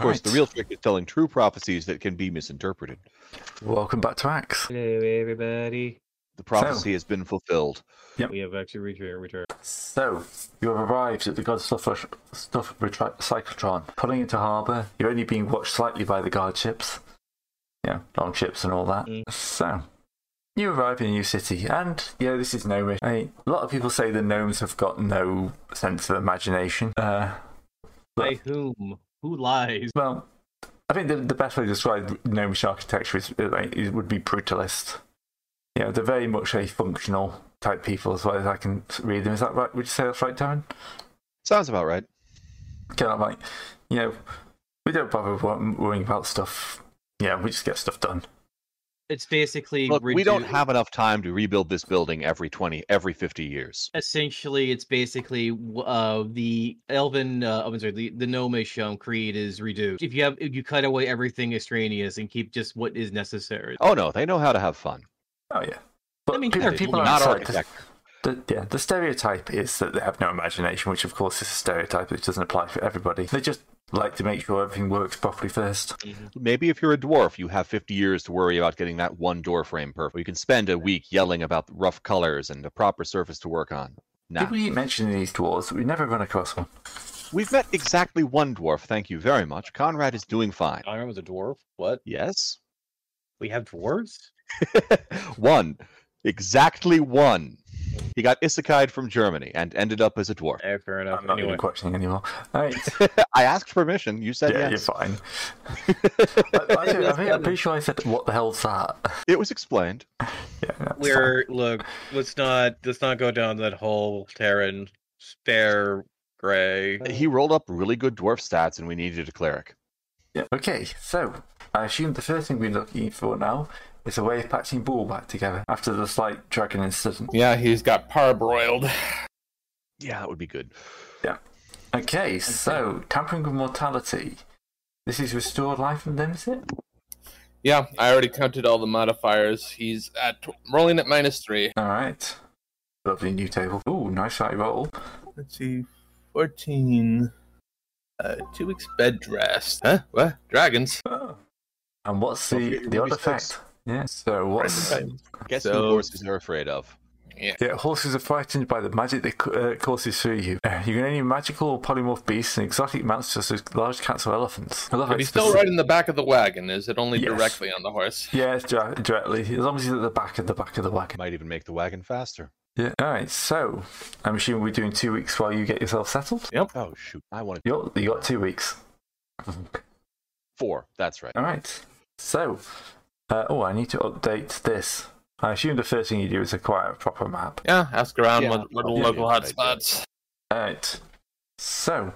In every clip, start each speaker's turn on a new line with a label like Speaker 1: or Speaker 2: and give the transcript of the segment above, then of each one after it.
Speaker 1: course, the
Speaker 2: Right.
Speaker 1: real trick is telling true prophecies that can be misinterpreted.
Speaker 2: Welcome back to Axe.
Speaker 3: Hello, everybody.
Speaker 1: The prophecy has been fulfilled.
Speaker 3: We have actually reached our return.
Speaker 2: So, you have arrived at the God's Stuff, Rush- stuff Retri- Cyclotron. Pulling into harbour, you're only being watched slightly by the guard ships. Yeah, long ships and all that.
Speaker 3: Mm.
Speaker 2: So, you arrive in a new city, and yeah, this is gnomish. I, a lot of people say the gnomes have got no sense of imagination. Uh,
Speaker 3: By whom? Who lies?
Speaker 2: well, I think the, the best way to describe gnomish architecture is uh, like, it would be brutalist. Yeah, they're very much a functional type people, as well as I can read them. Is that right? Would you say that's right, Darren?
Speaker 1: Sounds about right.
Speaker 2: kind of like, you know, we don't bother wor- worrying about stuff. Yeah, we just get stuff done.
Speaker 3: It's basically
Speaker 1: Look, we don't
Speaker 3: redu-
Speaker 1: have enough time to rebuild this building every 20, every 50 years.
Speaker 3: Essentially, it's basically w- uh, the Elven, uh, I'm sorry, the, the Gnomish um, creed is reduced. If you have, if you cut away everything extraneous and keep just what is necessary.
Speaker 1: Oh no, they know how to have fun.
Speaker 2: Oh yeah, but
Speaker 3: I mean,
Speaker 2: pe-
Speaker 3: clearly,
Speaker 2: people
Speaker 3: we're
Speaker 1: not
Speaker 2: outside. The,
Speaker 1: architects.
Speaker 2: the, yeah, the stereotype is that they have no imagination, which of course is a stereotype that doesn't apply for everybody. They just like to make sure everything works properly first.
Speaker 4: Mm-hmm.
Speaker 1: Maybe if you're a dwarf, you have 50 years to worry about getting that one door frame perfect. You can spend a week yelling about the rough colors and the proper surface to work on. Nah,
Speaker 2: Did we mention these dwarves? We never run across one.
Speaker 1: we've met exactly one dwarf. Thank you very much. Conrad is doing
Speaker 2: Oh.
Speaker 1: fine.
Speaker 3: Iron was a dwarf. What?
Speaker 1: Yes,
Speaker 3: We have dwarves?
Speaker 1: one, exactly one. He got isekai'd from Germany and ended up as a dwarf.
Speaker 3: Eh, fair enough.
Speaker 2: I'm not
Speaker 3: anyway,
Speaker 2: even questioning anymore. Right.
Speaker 1: I asked permission. You said
Speaker 2: yeah, you're
Speaker 1: yes.
Speaker 2: fine. I, I, think- I think, I'm pretty sure I said, "What the hell's that?"
Speaker 1: It was explained.
Speaker 2: Yeah, no, it's fine.
Speaker 4: We're look. Let's not let's not go down that whole Terran spare gray.
Speaker 1: He rolled up really good dwarf stats, and we needed a cleric.
Speaker 2: Yeah. Okay, so I assume the first thing we're looking for now is a way of patching Bull back together after the slight dragon incident.
Speaker 5: Yeah, he's got parboiled.
Speaker 1: Yeah, that would be good.
Speaker 2: Okay, so tampering with mortality. This is restored life and limb, is it?
Speaker 5: Yeah, I already counted all the modifiers. He's at rolling at minus three.
Speaker 2: All right. Lovely new table. Ooh, nice high roll.
Speaker 5: Let's see, fourteen. Uh, two weeks bed rest. Huh? What? Dragons.
Speaker 2: And what's
Speaker 1: Well,
Speaker 2: the
Speaker 1: figure
Speaker 2: the
Speaker 1: will be
Speaker 2: odd effect?
Speaker 1: six.
Speaker 2: Yeah. So what's
Speaker 1: Guess who
Speaker 5: So-
Speaker 1: horses are afraid of?
Speaker 2: yeah? Horses are frightened by the magic that c- uh, courses through you. Uh, you can only magical or polymorph beasts and exotic monsters, such as large cats or elephants. I love how
Speaker 5: But he's
Speaker 2: it's
Speaker 5: still
Speaker 2: specific.
Speaker 5: right in the back of the wagon. Is it only
Speaker 2: Yes.
Speaker 5: directly on the horse?
Speaker 2: Yeah, it's dir- directly. As long as he's at the back of the back of the wagon.
Speaker 1: Might even make the wagon faster.
Speaker 2: Yeah. All right. So I'm assuming we're doing two weeks while you get yourself settled.
Speaker 1: Oh shoot! I wanted
Speaker 2: You got, you got two weeks.
Speaker 1: four. That's right.
Speaker 2: All right. So, uh, oh, I need to update this. I assume the first thing you do is acquire a proper map.
Speaker 5: Yeah, ask around
Speaker 1: Yeah,
Speaker 5: what, what are the
Speaker 1: yeah,
Speaker 5: local
Speaker 1: yeah,
Speaker 5: hotspots.
Speaker 2: All right. So,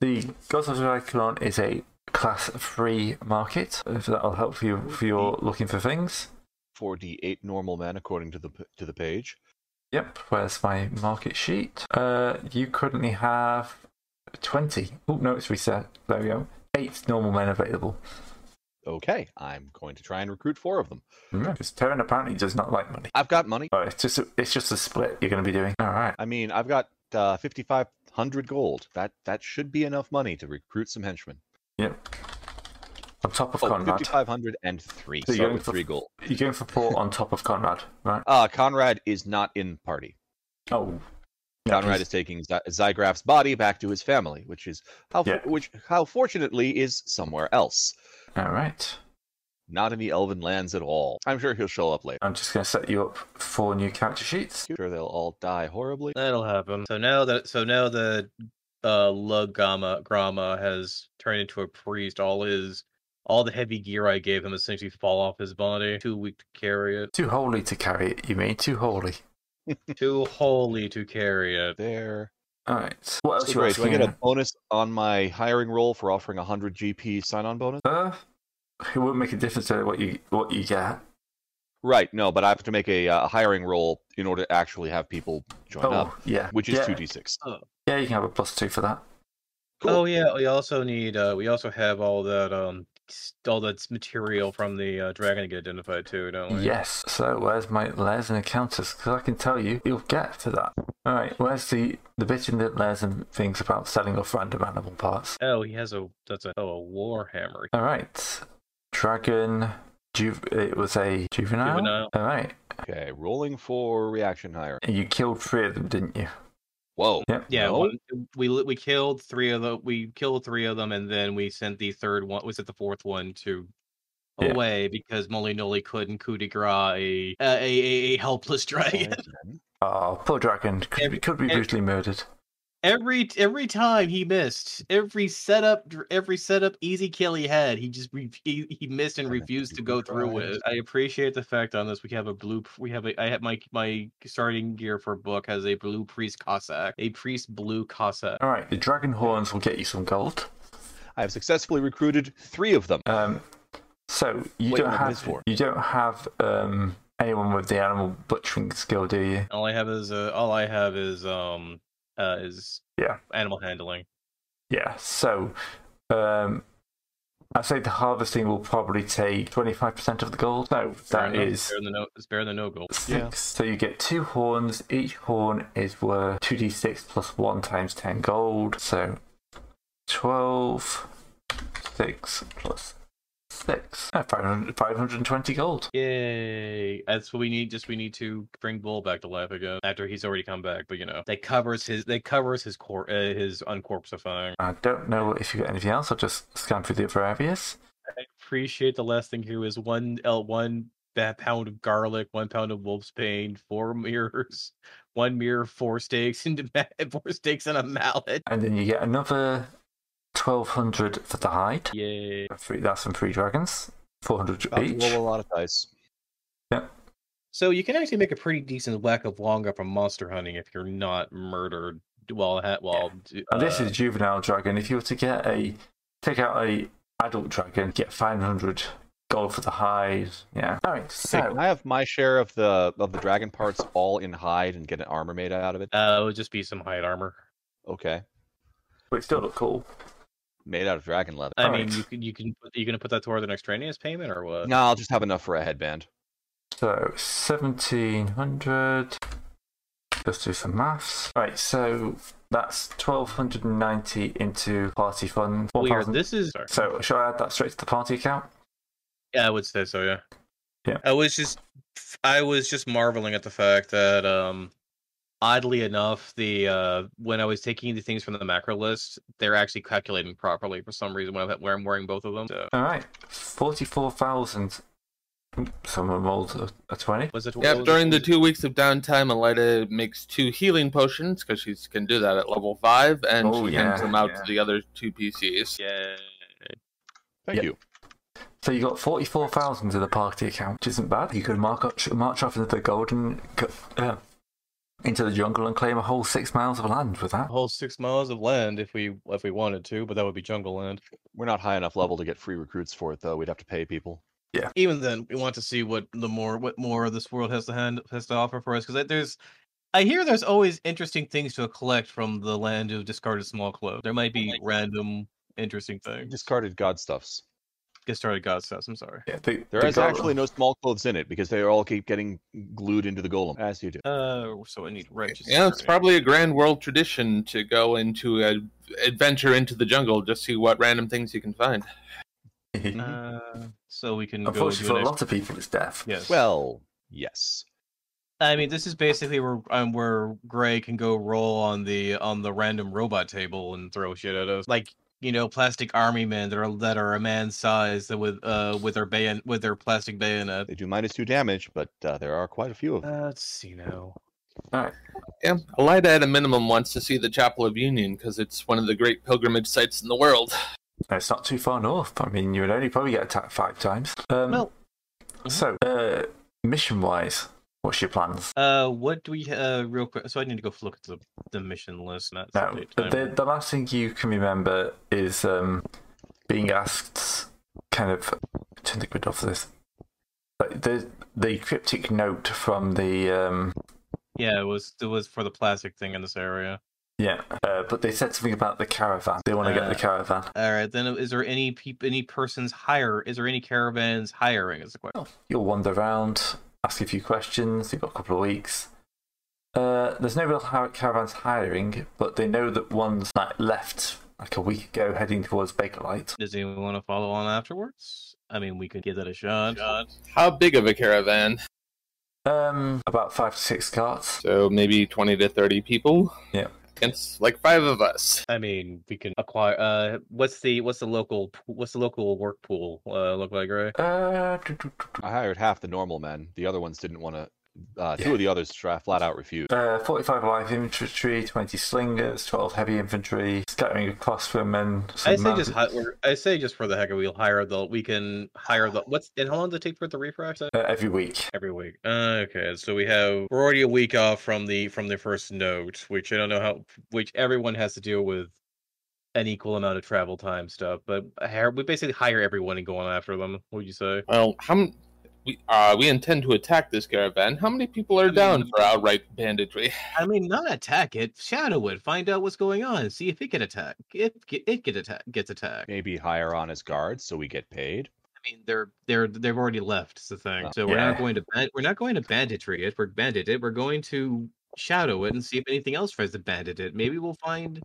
Speaker 2: the Gods of Icon is a class three market. If that'll help you if you're looking for things.
Speaker 1: Four D eight normal men according to the p- to the page.
Speaker 2: Yep. Where's my market sheet? Uh, you currently have twenty. Oh no, it's reset. There we go. Eight normal men available.
Speaker 1: Okay, I'm going to try and recruit four of them.
Speaker 2: Because Terran apparently does not like money.
Speaker 1: I've got money.
Speaker 2: Oh, it's just a, it's just a split you're going to be doing. All right.
Speaker 1: I mean, I've got uh, fifty five hundred gold. That that should be enough money to recruit some henchmen.
Speaker 2: Yep. On top of
Speaker 1: Oh,
Speaker 2: Conrad.
Speaker 1: 5,503.
Speaker 2: So you're
Speaker 1: Start
Speaker 2: going
Speaker 1: with
Speaker 2: for-
Speaker 1: three gold.
Speaker 2: You're going for Port on top of Conrad, right?
Speaker 1: Uh, Conrad is not in party.
Speaker 2: Oh.
Speaker 1: Conrad is taking Zy- Zygraf's body back to his family, which is how,
Speaker 2: Yeah.
Speaker 1: which how fortunately is somewhere else,
Speaker 2: All right.
Speaker 1: not in the Elven lands at all. I'm sure he'll show up later.
Speaker 2: I'm just going to set you up for new character sheets.
Speaker 1: Sure, they'll all die horribly.
Speaker 4: That'll happen. So now that so now that uh Lug Gama Grama has turned into a priest, all his all the heavy gear I gave him essentially fall off his body. Too weak to carry it.
Speaker 2: Too holy to carry it, you mean? Too holy.
Speaker 4: Too holy to carry it.
Speaker 1: There.
Speaker 2: All right. What else
Speaker 1: So
Speaker 2: you
Speaker 1: great. Do I
Speaker 2: asking?
Speaker 1: get a bonus on my hiring roll for offering a 100 GP sign on bonus?
Speaker 2: Uh, it wouldn't make a difference to what you what you get.
Speaker 1: Right, no, but I have to make a, uh, hiring roll in order to actually have people join
Speaker 2: Oh,
Speaker 1: up,
Speaker 2: yeah.
Speaker 1: which is
Speaker 2: yeah.
Speaker 1: 2d6.
Speaker 2: Yeah, you can have a plus two for that.
Speaker 1: Cool.
Speaker 4: Oh yeah, we also need uh we also have all that um st- all that's material from the uh, dragon to get identified too, don't we?
Speaker 2: Yes. So where's my layers and encounters? Because I can tell you, you'll get to that. All right. Where's the the bit in the layers and things about selling off random animal parts?
Speaker 4: Oh, he has a that's a oh a war hammer.
Speaker 2: All right. Dragon. Ju- it was a juvenile.
Speaker 4: Juvenile.
Speaker 2: All right.
Speaker 1: Okay, rolling for reaction higher.
Speaker 2: You killed three of them, didn't you?
Speaker 1: Whoa.
Speaker 2: Yep.
Speaker 4: Yeah,
Speaker 1: No?
Speaker 4: one, we li- we killed three of the we killed three of them, and then we sent the third one. Was it the fourth one to
Speaker 2: Yeah.
Speaker 4: away because Molinoli couldn't coup de grace a a, a, a helpless dragon.
Speaker 2: Oh, poor dragon. Could be, could be
Speaker 4: Every-
Speaker 2: brutally murdered.
Speaker 4: every every time he missed, every setup, dr- every setup easy kill he had, he just re- he, he missed and
Speaker 1: Haven't had
Speaker 4: refused
Speaker 1: to
Speaker 4: to
Speaker 1: coup
Speaker 4: go
Speaker 1: de
Speaker 4: through
Speaker 1: grace.
Speaker 4: with. I appreciate the fact on this we have a blue. We have a I have my my starting gear for book has a blue priest Cossack, a priest blue Cossack.
Speaker 2: All right. The dragon horns will get you some gold.
Speaker 1: I have successfully recruited three of them.
Speaker 2: Um, so you
Speaker 1: Wait,
Speaker 2: don't
Speaker 1: what
Speaker 2: have
Speaker 1: is for?
Speaker 2: you don't have um, anyone with the animal butchering skill, do you?
Speaker 4: All I have is uh, all I have is um uh is
Speaker 2: Yeah.
Speaker 4: animal handling.
Speaker 2: Yeah. So um, I say the harvesting will probably take twenty five percent of the gold. So that
Speaker 4: enough.
Speaker 2: is
Speaker 4: better than no it's better than no gold.
Speaker 2: six.
Speaker 1: Yeah.
Speaker 2: So you get two horns. Each horn is worth two d six plus one times ten gold. So twelve six plus six. Uh, 500 520 gold.
Speaker 4: Yay! That's what we need. Just we need to bring Bull back to life again after he's already come back. But you know that covers his that covers his cor uh, his uncorpsifying.
Speaker 2: I don't know if you got anything else. I'll just scan through the other areas.
Speaker 4: I appreciate the last thing here was one uh, one ba- pound of garlic, one pound of wolf's pain, four mirrors, one mirror, four steaks, and a ma- four steaks and a mallet.
Speaker 2: And then you get another 1200 for the hide.
Speaker 4: Yay!
Speaker 2: Three, that's from three dragons. 400
Speaker 1: About to
Speaker 2: each.
Speaker 1: roll a lot of dice.
Speaker 4: So you can actually make a pretty decent whack of longa from monster hunting if you're not murdered while ha- while.
Speaker 2: and this
Speaker 4: uh,
Speaker 2: is juvenile dragon. If you were to get a, take out a adult dragon, get 500 gold for the hide. Yeah. All right.
Speaker 1: Hey,
Speaker 2: So,
Speaker 1: can I have my share of the of the dragon parts all in hide and get an armor made out of it?
Speaker 4: uh, it would just be some hide armor.
Speaker 1: Okay.
Speaker 2: but it still look cool.
Speaker 1: Made out of dragon leather.
Speaker 4: I
Speaker 2: Alright.
Speaker 4: mean, you can you can put- you gonna put that toward an extraneous payment or what?
Speaker 1: No, I'll just have enough for a headband.
Speaker 2: So 1700. Let's do some maths. Right. So that's 1290 into party fund.
Speaker 4: Weird.
Speaker 2: 4,000.
Speaker 4: This is. Sorry.
Speaker 2: So shall I add that straight to the party account?
Speaker 4: Yeah, I would say so. Yeah.
Speaker 2: Yeah.
Speaker 4: I was just, I was just marveling at the fact that, um, oddly enough, the uh, when I was taking the things from the macro list, they're actually calculating properly for some reason when I'm where I'm wearing both of them. So,
Speaker 2: All right, forty-four thousand. Oop, Someone rolled a, a twenty.
Speaker 4: was it?
Speaker 5: Yeah,
Speaker 4: what was it-
Speaker 5: during the
Speaker 4: was it-
Speaker 5: two weeks of downtime, Elida makes two healing potions because she can do that at level five, and
Speaker 2: Oh,
Speaker 5: she
Speaker 2: yeah,
Speaker 5: hands them out
Speaker 2: yeah.
Speaker 5: to the other two PCs.
Speaker 4: Yeah.
Speaker 1: Thank
Speaker 2: Yep.
Speaker 1: you.
Speaker 2: So you got forty-four thousand in the party account, which isn't bad. You could mark up, march off into the golden, go- uh, into the jungle, and claim a whole six miles of land with
Speaker 4: A
Speaker 1: Oh.
Speaker 2: that.
Speaker 4: whole six miles of land if we if we wanted to, but that would be jungle land.
Speaker 1: We're not high enough level to get free recruits for it though. We'd have to pay people.
Speaker 4: even then we want to see what the more what more this world has to hand has to offer for us because there's i hear there's always interesting things to collect from the land of discarded small clothes there might be random interesting things
Speaker 1: Discarded god stuffs.
Speaker 4: get started god stuff i'm sorry
Speaker 2: Yeah, the,
Speaker 1: There
Speaker 2: the
Speaker 1: is
Speaker 2: golem.
Speaker 1: actually no small clothes in it because they all keep getting glued into the golem. As you do.
Speaker 4: uh so i need righteous
Speaker 5: Yeah, it's
Speaker 4: journey.
Speaker 5: probably a grand world tradition to go into a adventure into the jungle, just see what random things you can find.
Speaker 4: uh, so we can go
Speaker 2: Unfortunately,
Speaker 4: do
Speaker 2: for a
Speaker 4: an
Speaker 2: lot of people, it's death.
Speaker 4: yes
Speaker 1: Well, yes.
Speaker 4: I mean, this is basically where um, where Gray can go roll on the on the random robot table and throw shit at us, like you know, plastic army men that are that are a man's size that with uh with their bayon with their plastic bayonet.
Speaker 1: They do minus two damage, but uh, there are quite a few of them.
Speaker 4: Uh, let's see now.
Speaker 5: Yeah, Elida at a minimum wants to see the Chapel of Union because it's one of the great pilgrimage sites in the world.
Speaker 2: No, it's not too far north. I mean, you would only probably get attacked five times. Um,
Speaker 4: Well-
Speaker 2: so uh, mission-wise, what's your plans?
Speaker 4: Uh, what do we uh real quick? So I need to go look at the the mission list. Not
Speaker 2: No, the, the last thing you can remember is um, being asked, kind of, turn the grid off this. Like the the cryptic note from the um,
Speaker 4: yeah, it was it was for the plastic thing in this area.
Speaker 2: Yeah, uh, but they said something about the caravan. They want to get the
Speaker 4: Uh,
Speaker 2: caravan.
Speaker 4: All right, then is there any peop- any persons hire? Is there any caravans hiring? Is the question.
Speaker 2: You'll wander around, ask a few questions. You've got a couple of weeks. Uh, there's no real har- caravans hiring, but they know that one's like, left like a week ago, heading towards Bakelite.
Speaker 4: Does anyone want to follow on afterwards? I mean, we could give that a shot.
Speaker 5: How big of a caravan?
Speaker 2: Um, about five to six carts.
Speaker 5: So maybe 20 to 30 people?
Speaker 2: Yeah.
Speaker 5: Against like five of us.
Speaker 4: I mean, we can acquire. Uh, what's the what's the local p- what's the local work pool uh, look like, right?
Speaker 2: Uh, do, do, do, do.
Speaker 1: I hired half the normal men. The other ones didn't want to. Uh,
Speaker 2: Yeah.
Speaker 1: Two of the others try, flat out refused.
Speaker 2: Uh, 45 live infantry, 20 slingers, 12 heavy infantry, scattering across from men. uh,
Speaker 4: I
Speaker 2: some
Speaker 4: say just hi-
Speaker 2: mounted-
Speaker 4: we're- I say just for the heck of it, we'll hire the we can hire the what's and how long does it take for the refresh?
Speaker 2: uh, every week.
Speaker 4: Every week. Uh, okay, so we have we're already a week off from the from the first note, which I don't know how which everyone has to deal with an equal amount of travel time stuff, but hire, we basically hire everyone and go on after them. What would you say?
Speaker 5: Well, how m- we, uh, we intend to attack this caravan. How many people are down for outright banditry?
Speaker 3: I mean, not attack it, shadow it, find out what's going on, see if it can attack. If ge- it get attack, gets attacked.
Speaker 1: Maybe hire on as guards so we get paid.
Speaker 3: I mean, they're they're they've already left. Is the thing.
Speaker 1: Oh.
Speaker 3: So we're
Speaker 2: Yeah.
Speaker 3: not going to ban- we're not going to banditry it. We're bandit it. We're going to shadow it and see if anything else tries to bandit it. Maybe we'll find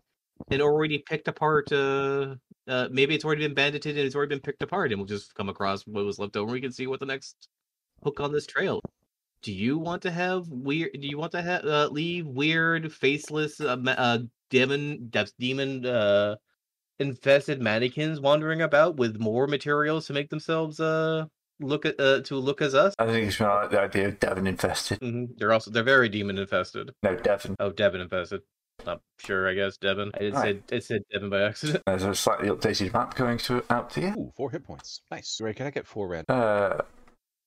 Speaker 3: an already picked apart. Uh, uh, maybe it's already been bandited and it's already been picked apart, and we'll just come across what was left over. and We can see what the next hook on this trail. Do you want to have weird? Do you want to have uh, leave weird, faceless, uh, ma- uh, demon, depth demon, uh,
Speaker 4: Infested mannequins wandering about with more materials to make themselves uh look at uh, to look as us.
Speaker 2: I think it's not like the idea of Devon infested.
Speaker 4: hmm They're also they're very demon infested.
Speaker 2: No, Devon.
Speaker 4: Oh, Devin infested. Not sure, I guess Devin. I did say
Speaker 2: Alright.
Speaker 4: I said Devin by accident.
Speaker 2: There's a slightly updated map going to out to you.
Speaker 1: Ooh, four hit points. Nice. Ray, can I get four red?
Speaker 2: Uh,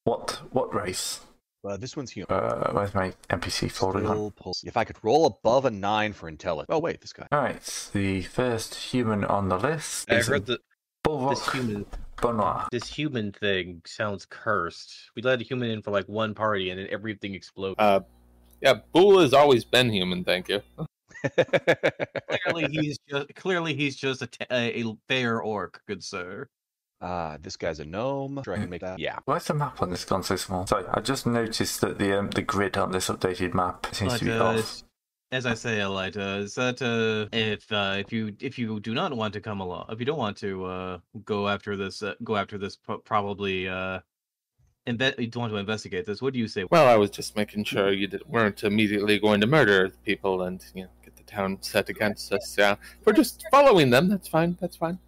Speaker 2: what what race?
Speaker 1: Uh, this one's human.
Speaker 2: Uh, where's my NPC folder gone?
Speaker 1: Still pulse. If I could roll above a nine for intelligence. Oh wait, this guy.
Speaker 2: All right, the first human on the list
Speaker 4: I
Speaker 2: is
Speaker 4: heard that this
Speaker 2: Bulwark
Speaker 4: human
Speaker 2: Bonoir.
Speaker 4: this human thing sounds cursed. We let a human in for like one party and then everything explodes.
Speaker 5: Uh, yeah, Bull has always been human, thank you.
Speaker 3: clearly he's just clearly he's just a, t- a, a fair orc, good sir.
Speaker 1: Ah, this guy's a gnome. Sure I can make that. Yeah.
Speaker 2: Where's the map on this gone so small? Sorry, I just noticed that the um, the grid on this updated map seems
Speaker 3: But,
Speaker 2: to be
Speaker 3: uh,
Speaker 2: off.
Speaker 3: s- as I say, Elita, is that uh, if uh, if you if you do not want to come along, if you don't want to uh, go after this, uh, go after this, pro- probably uh, inve- you don't want to investigate this. What do you say?
Speaker 5: Well, I was just making sure you did, weren't immediately going to murder people and, you know, get the town set against us. Yeah, we're just following them. That's fine. That's fine.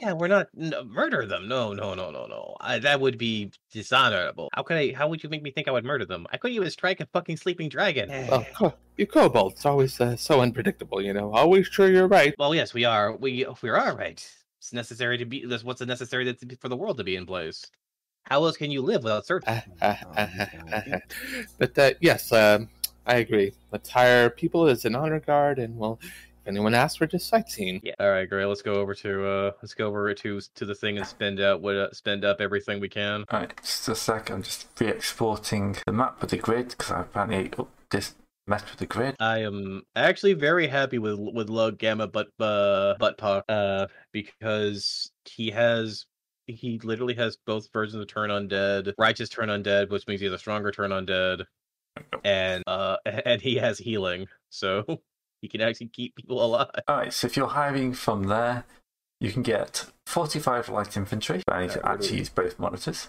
Speaker 4: yeah, we're not n- uh, murder them. No, no, no, no, no. I, that would be dishonorable. How could I? How would you make me think I would murder them? I couldn't even strike a fucking sleeping dragon.
Speaker 3: Eh.
Speaker 5: Well, co- you kobolds always uh, so unpredictable, you know. Always sure you're right.
Speaker 4: Well, yes, we are. We we are right. It's necessary to be. That's what's necessary that's for the world to be in place. How else can you live without certainty?
Speaker 5: Ah, ah, ah, ah, ah. but uh, yes, um, I agree. Let's hire people as an honor guard, and well, if anyone asks, we're just sightseeing.
Speaker 4: Yeah. All right, great. Let's go over to uh, let's go over to to the thing and spend out what uh, spend up everything we can.
Speaker 2: All right, just a sec. I'm just re-exporting the map with the grid because I apparently oh, just messed with the grid.
Speaker 4: I am actually very happy with with Lug Gamma but uh, butt puck uh because he has he literally has both versions of turn undead, righteous turn undead, which means he has a stronger turn undead, and uh and he has healing, so he can actually keep people alive.
Speaker 2: All right, so if you're hiring from there, you can get 45 light infantry. But I need to
Speaker 4: Yeah,
Speaker 2: actually use both monitors.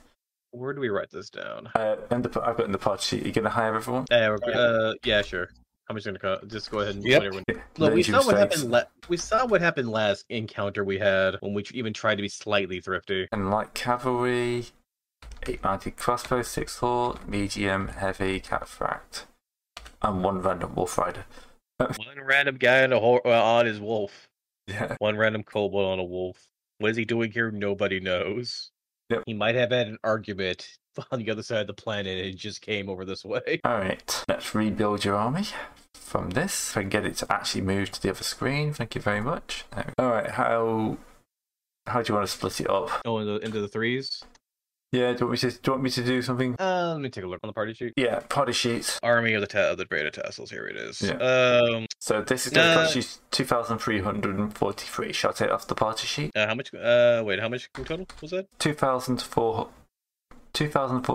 Speaker 4: Where do we write this down?
Speaker 2: Uh, and the, I've got in the pod sheet. You're going to hire everyone.
Speaker 4: Uh, we're- uh yeah, sure. How much gonna cut? Just go ahead and
Speaker 5: Yep.
Speaker 4: let everyone
Speaker 2: Loads
Speaker 4: Look, we
Speaker 2: of
Speaker 4: saw what
Speaker 2: mistakes.
Speaker 4: happened. La- we saw what happened last encounter we had when we tr- even tried to be slightly thrifty.
Speaker 2: and light cavalry, eight mounted crossbow, six horse, medium, heavy, cataphracts, and one random wolf rider.
Speaker 4: One random guy on a ho- uh, on his wolf.
Speaker 2: Yeah,
Speaker 4: One random kobold on a wolf. What is he doing here? Nobody knows.
Speaker 2: Yep.
Speaker 4: He might have had an argument on the other side of the planet and just came over this way.
Speaker 2: All right, let's rebuild your army from this. If I can get it to actually move to the other screen, thank you very much. There we go. All right, how how do you want to split it up?
Speaker 3: Oh, into, into the threes.
Speaker 2: Yeah, do you want me to do, you want me to do something?
Speaker 4: Uh, let me take a look on the party sheet.
Speaker 2: Yeah, party sheets.
Speaker 4: Army of the ta- of the Beta Tassels. Here it is.
Speaker 2: Yeah.
Speaker 4: Um,
Speaker 2: So this is going to
Speaker 4: Uh,
Speaker 2: cost you 2,343. Shall I take it off the party sheet?
Speaker 4: uh, how much? Uh, wait, how much in total was that?
Speaker 2: 2,004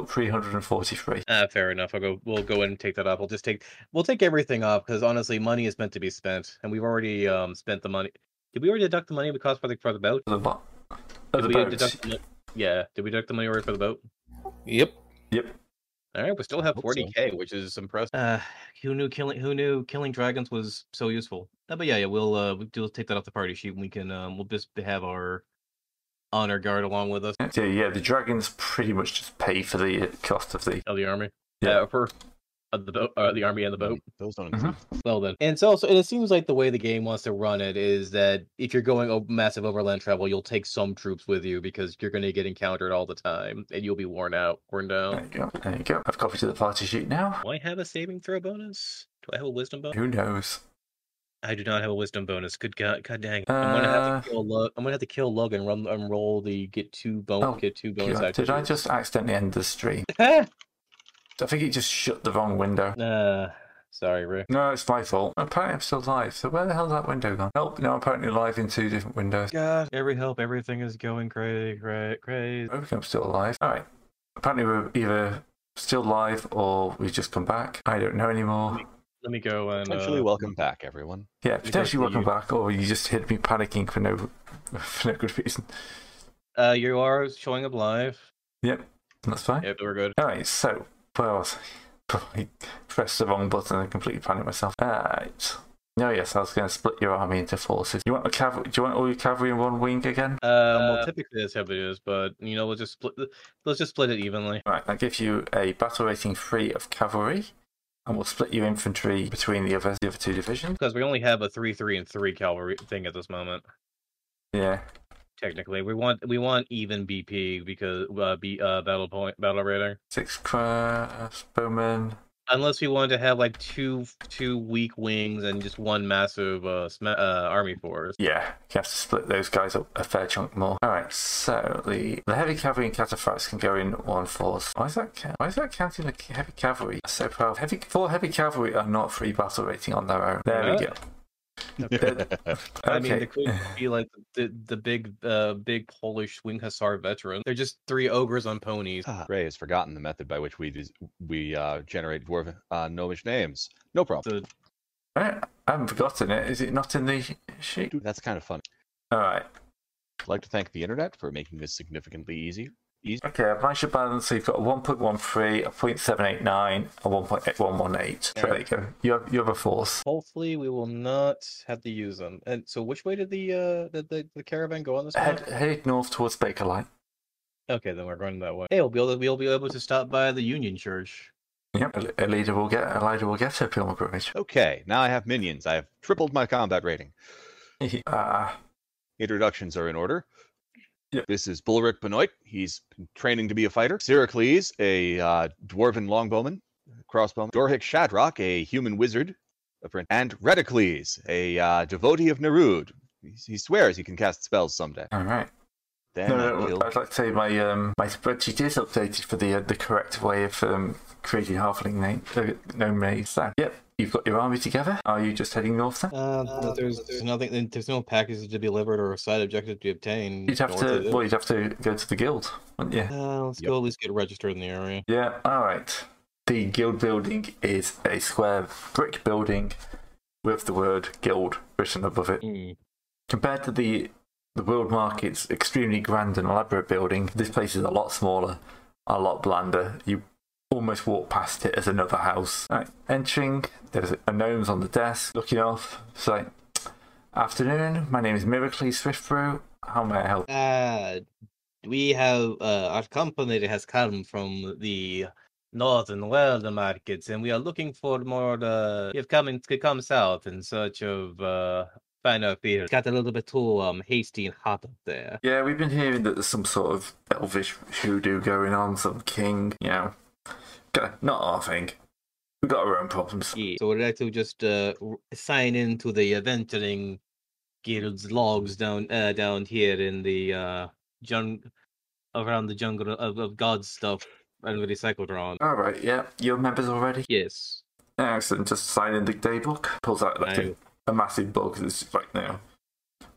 Speaker 2: 2,343.
Speaker 4: Uh, fair enough. I'll go. We'll go and take that off. We'll just take. We'll take everything off because honestly, money is meant to be spent, and we've already um spent the money. Did we already deduct the money we cost for the for the boat?
Speaker 2: The what? Oh,
Speaker 4: Did
Speaker 2: the
Speaker 4: we
Speaker 2: boat.
Speaker 4: deduct the mon- yeah. Did we deduct the money already for the boat?
Speaker 5: Yep.
Speaker 4: All right, we still have
Speaker 1: Hope so.
Speaker 4: 40k, which is impressive. Uh, who knew killing who knew killing dragons was so useful? Uh, but yeah, yeah, we'll uh we'll do- take that off the party sheet. and We can um we'll just have our honor guard along with us
Speaker 2: So yeah, the dragons pretty much just pay for the cost of the.
Speaker 4: of the army.
Speaker 2: Yeah.
Speaker 4: uh, for uh, the boat, uh, the army and the boat.
Speaker 1: Those don't
Speaker 2: Mhm.
Speaker 1: exist.
Speaker 4: Well then, and it's also and it seems like the way the game wants to run it is that if you're going o- massive overland travel, you'll take some troops with you because you're going to get encountered all the time and you'll be worn out, worn down.
Speaker 2: There you go. There you go. I've copied to the party sheet now.
Speaker 4: Do I have a saving throw bonus? Do I have a wisdom bonus?
Speaker 2: Who knows?
Speaker 4: I do not have a wisdom bonus. Good god, god dang! I'm gonna have to kill Lug. I'm gonna have to kill Lug and run and roll the get two bon-
Speaker 2: Oh,
Speaker 4: get two bonus.
Speaker 2: God, did I
Speaker 4: actions.
Speaker 2: just accidentally end the stream? I think it just shut the wrong window.
Speaker 4: uh, sorry, Rick.
Speaker 2: No, it's my fault. Apparently, I'm still live. So where the hell's that window gone? Nope. Now I'm apparently live in two different windows.
Speaker 4: God, every help, everything is going crazy, crazy, crazy.
Speaker 2: I think I'm still alive. All right. Apparently, we're either still live or we've just come back. I don't know anymore.
Speaker 4: Let me go and
Speaker 1: Potentially
Speaker 4: uh,
Speaker 1: welcome back, everyone.
Speaker 2: Yeah,
Speaker 4: go
Speaker 2: potentially
Speaker 4: to
Speaker 2: welcome
Speaker 4: you.
Speaker 2: back, or you just hit me panicking for no for no good reason.
Speaker 4: uh, you are showing up live.
Speaker 2: That's fine.
Speaker 4: Yep, we're good.
Speaker 2: All right, so where was I? Probably pressed the wrong button and completely panicked myself. All right. No, yes, I was going to split your army into forces. You want the cav- Do you want all your cavalry in one wing again?
Speaker 4: Um, well, typically that's how it is, but you know, let's just split. Let's just split it evenly.
Speaker 2: Right, that gives you a battle rating three of cavalry, and we'll split your infantry between the other the other two divisions.
Speaker 4: Because we only have a three, three, and three cavalry thing at this moment.
Speaker 2: Yeah,
Speaker 4: Technically, we want we want even BP because uh, B, uh battle point battle rating.
Speaker 2: six uh, crossbowmen.
Speaker 4: Unless we wanted to have like two two weak wings and just one massive uh, sma- uh army force.
Speaker 2: Yeah, you have to split those guys up a fair chunk more. All right, so the, the heavy cavalry and cataphracts can go in one force. Why is that? ca- Why is that counting the ca- heavy cavalry? That's so powerful. Heavy four heavy cavalry are not free battle rating on their own. There we go.
Speaker 4: Uh, I mean,
Speaker 2: Okay.
Speaker 4: the queen would be like the the big uh big Polish wing hussar veteran. They're just three ogres on ponies.
Speaker 1: Ah, Gray has forgotten the method by which we dis- we uh, generate dwarf uh, gnomish names. No problem.
Speaker 4: The-
Speaker 2: All right, I haven't forgotten it. Is it not in the sheet?
Speaker 1: Dude, that's kind of fun.
Speaker 2: All right.
Speaker 1: I'd like to thank the internet for making this significantly easier.
Speaker 2: Okay, applies your balance. So you've got a 1.13, a 0.789, a 1.118. So there you go. You have, you have a force.
Speaker 4: Hopefully, we will not have to use them. And so, which way did the uh did the, the caravan go on this? one?
Speaker 2: Head, head north towards Baker Light.
Speaker 4: Okay, then we're going that way. Hey, we'll be able to, we'll be able to stop by the Union Church.
Speaker 2: Yep, a, a leader will get a leader will get her pilgrimage.
Speaker 1: Okay, now I have minions. I have tripled my combat rating.
Speaker 2: Ah,
Speaker 1: Introductions are in order.
Speaker 2: Yep.
Speaker 1: This is Bulric Benoit. He's been training to be a fighter. Syracles, a uh, dwarven longbowman, crossbowman. Dorhic Shadrock, a human wizard, apprentice. and Redicles, a uh, devotee of Nerud. He, he swears he can cast spells someday.
Speaker 2: all right.
Speaker 1: Then
Speaker 2: No,
Speaker 1: I
Speaker 2: no,
Speaker 1: will-
Speaker 2: I'd like to say my um, my spreadsheet is updated for the uh, the correct way of um, creating halfling name uh, gnome names. So, yep, you've got your army together. Are you just heading north then?
Speaker 4: Uh, but there's, there's nothing. There's no packages to be delivered or a side objective to be obtained.
Speaker 2: You'd have
Speaker 4: north of
Speaker 2: to
Speaker 4: it.
Speaker 2: well, you'd have to go to the guild, wouldn't you?
Speaker 4: Uh, let's
Speaker 1: Yep.
Speaker 4: go at least get registered in the area.
Speaker 2: Yeah. All right. The guild building is a square brick building with the word guild written above it.
Speaker 4: Mm.
Speaker 2: Compared to the the world market's extremely grand and elaborate building, this place is a lot smaller, a lot blander. You almost walk past it as another house. Right, entering, there's a gnome's on the desk looking off. It's like, afternoon, my name is Miracles Swiftbrew. How may I help?
Speaker 4: Uh, we have uh, our company has come from the northern world markets, and we are looking for more. Uh, you've come in, to come south in search of uh, finer fields. Got a little bit too um hasty and hot up there.
Speaker 2: Yeah, we've been hearing that there's some sort of elvish hoodoo going on, some king, you know. Go- Not our thing. We've got our own problems.
Speaker 4: Yeah. So we'd like to just uh, r- sign into the adventuring guild's logs down uh, down here in the uh, jung- around the jungle of, of god stuff and the cyclotron.
Speaker 2: All right, yeah, you're members already.
Speaker 4: Yes.
Speaker 2: Excellent. Just sign in the day book. Pulls out like a,
Speaker 4: I-
Speaker 2: a massive book. And it's just like now.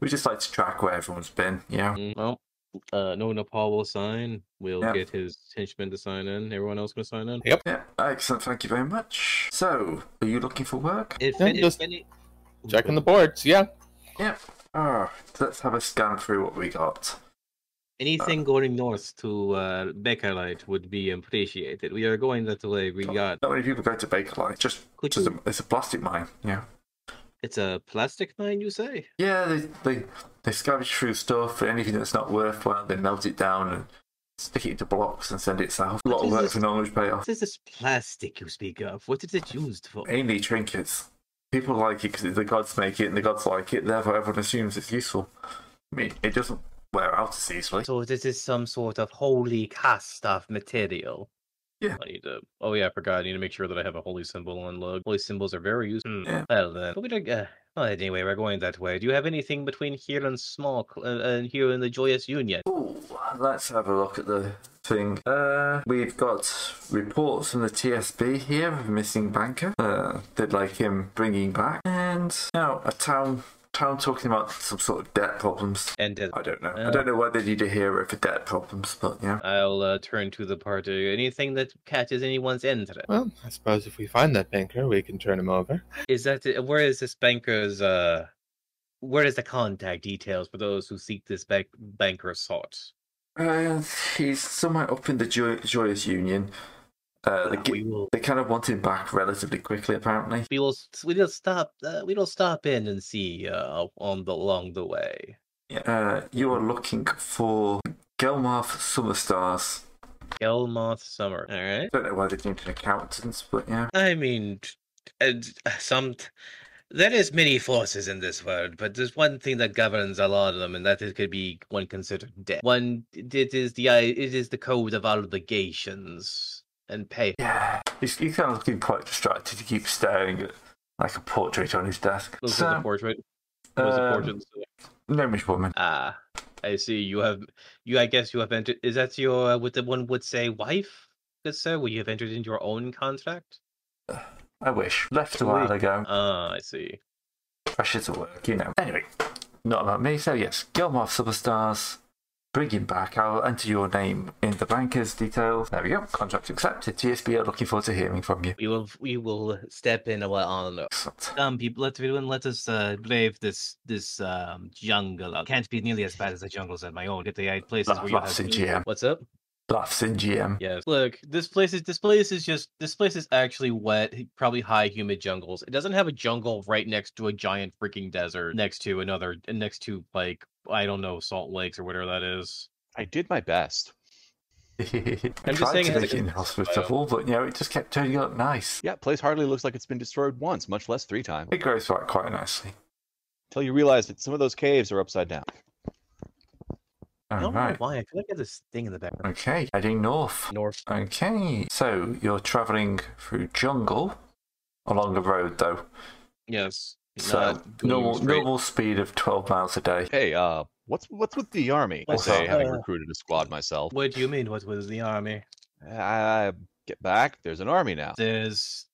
Speaker 2: We just like to track where everyone's been. Yeah.
Speaker 4: mm, well, uh, no Nepal will sign. We'll
Speaker 2: Yeah.
Speaker 4: get his henchmen to sign in. Everyone else gonna sign in.
Speaker 2: Yeah. Excellent. Thank you very much. So, are you looking for work?
Speaker 4: If,
Speaker 5: Yeah,
Speaker 4: any- if
Speaker 5: just uh
Speaker 4: any-
Speaker 5: Checking the boards. Yeah.
Speaker 2: Yep. Ah, let's have a scan through what we got.
Speaker 4: anything going north to uh, Bakelite would be appreciated. We are going that way. We got
Speaker 2: Not many people go to Baker Light. Just,
Speaker 4: Could
Speaker 2: just a, it's a plastic mine. Yeah.
Speaker 4: it's a plastic mine, you say?
Speaker 2: Yeah, they they they scavenge through stuff and anything that's not worthwhile, they melt it down and stick it into blocks and send it south. A lot of
Speaker 4: is
Speaker 2: work
Speaker 4: this?
Speaker 2: for knowledge payoff.
Speaker 4: What is this plastic you speak of? What is it used for?
Speaker 2: Mainly trinkets. People like it because the gods make it and the gods like it. Therefore, everyone assumes it's useful. I mean, it doesn't wear out as easily.
Speaker 4: So this is some sort of holy cast of material.
Speaker 2: Yeah.
Speaker 4: I need to. Oh yeah, I forgot. I need to make sure that I have a holy symbol on lug. Holy symbols are very useful. Hmm.
Speaker 2: Yeah.
Speaker 4: Well then, but we don't. Uh, well, anyway, we're going that way. Do you have anything between here and small uh, and here in the joyous union?
Speaker 2: Ooh, let's have a look at the thing. Uh, we've got reports from the TSB here of a missing banker. Uh, they'd like him bringing back, and now a town town talking about some sort of debt problems.
Speaker 4: And uh,
Speaker 2: I don't know. I don't know why they need a hero for debt problems, but yeah.
Speaker 4: I'll uh, turn to the party. Anything that catches anyone's interest?
Speaker 5: Well, I suppose if we find that banker, we can turn him over.
Speaker 4: Is that it- where is this banker's? uh Where is the contact details for those who seek this bank- banker sought?
Speaker 2: Uh, he's somewhere up in the Joy- Joyous Union. Uh, they,
Speaker 4: Uh,
Speaker 2: gi-
Speaker 4: we will
Speaker 2: they kind of want him back relatively quickly, apparently.
Speaker 4: we will s- we will stop uh, we will stop in and see uh, on the along the way.
Speaker 2: Uh, you are looking for Gelmarth Summerstars.
Speaker 4: Elmoth Summer. All right.
Speaker 2: don't know why they need an accountant, but yeah.
Speaker 4: I mean, t- and uh, some t- there is many forces in this world, but there's one thing that governs a lot of them, and that is could be one considered death. One it is the i- it is the code of obligations and pay.
Speaker 2: Yeah. He's, he's kind of looking quite distracted. He keeps staring at like a portrait on his desk.
Speaker 4: Was
Speaker 2: So,
Speaker 4: it the portrait? Was
Speaker 2: um,
Speaker 4: the portrait? still-
Speaker 2: Gnomish woman.
Speaker 4: Ah, I see. You have, you. I guess you have entered. Is that your uh, what the one would say, wife? Good sir, would you have entered into your own contract?
Speaker 2: I wish. Left a
Speaker 4: Wait.
Speaker 2: while ago.
Speaker 4: Ah, I see.
Speaker 2: Pressure to work, you know. Anyway, not about me. So yes, Gilmore Superstars. Bring him back. I'll enter your name in the banker's details. There we go. Contract accepted. TSB are looking forward to hearing from you.
Speaker 4: We will. We will step in while on. the-
Speaker 2: Excellent.
Speaker 3: Come, people, let's let us uh, brave this this um, jungle. It can't be nearly as bad as the jungles at my own. Get the uh, places where you
Speaker 2: Laughs in
Speaker 3: have
Speaker 2: GM.
Speaker 4: What's up?
Speaker 2: Laughs in GM.
Speaker 4: Yes. Look, this place is this place is just this place is actually wet, h- probably high humid jungles. It doesn't have a jungle right next to a giant freaking desert, next to another, uh, next to like I don't know salt lakes or whatever that is.
Speaker 1: I did my best.
Speaker 2: I
Speaker 4: just
Speaker 2: tried
Speaker 4: saying it
Speaker 2: to
Speaker 4: has a
Speaker 2: make it
Speaker 4: good
Speaker 2: hospitable, but you know, it just kept turning up nice.
Speaker 1: Yeah, place hardly looks like it's been destroyed once, much less three times.
Speaker 2: It grows right quite nicely.
Speaker 1: Until you realize that some of those caves are upside down.
Speaker 4: I
Speaker 2: All
Speaker 4: don't know
Speaker 2: right.
Speaker 4: why. I feel like I have this thing in the background.
Speaker 2: Okay, heading north.
Speaker 4: North.
Speaker 2: Okay, so you're traveling through jungle along a road though.
Speaker 4: Yes.
Speaker 2: So
Speaker 4: not going
Speaker 2: normal,
Speaker 4: straight.
Speaker 2: normal speed of 12 miles a day.
Speaker 1: Hey, uh, what's what's with the army? I
Speaker 4: What's
Speaker 1: say,
Speaker 4: up?
Speaker 1: having
Speaker 4: Uh,
Speaker 1: recruited a squad myself. Eh,
Speaker 4: What do you mean? What was the army?
Speaker 1: I, I get back. There's an army now.
Speaker 3: There's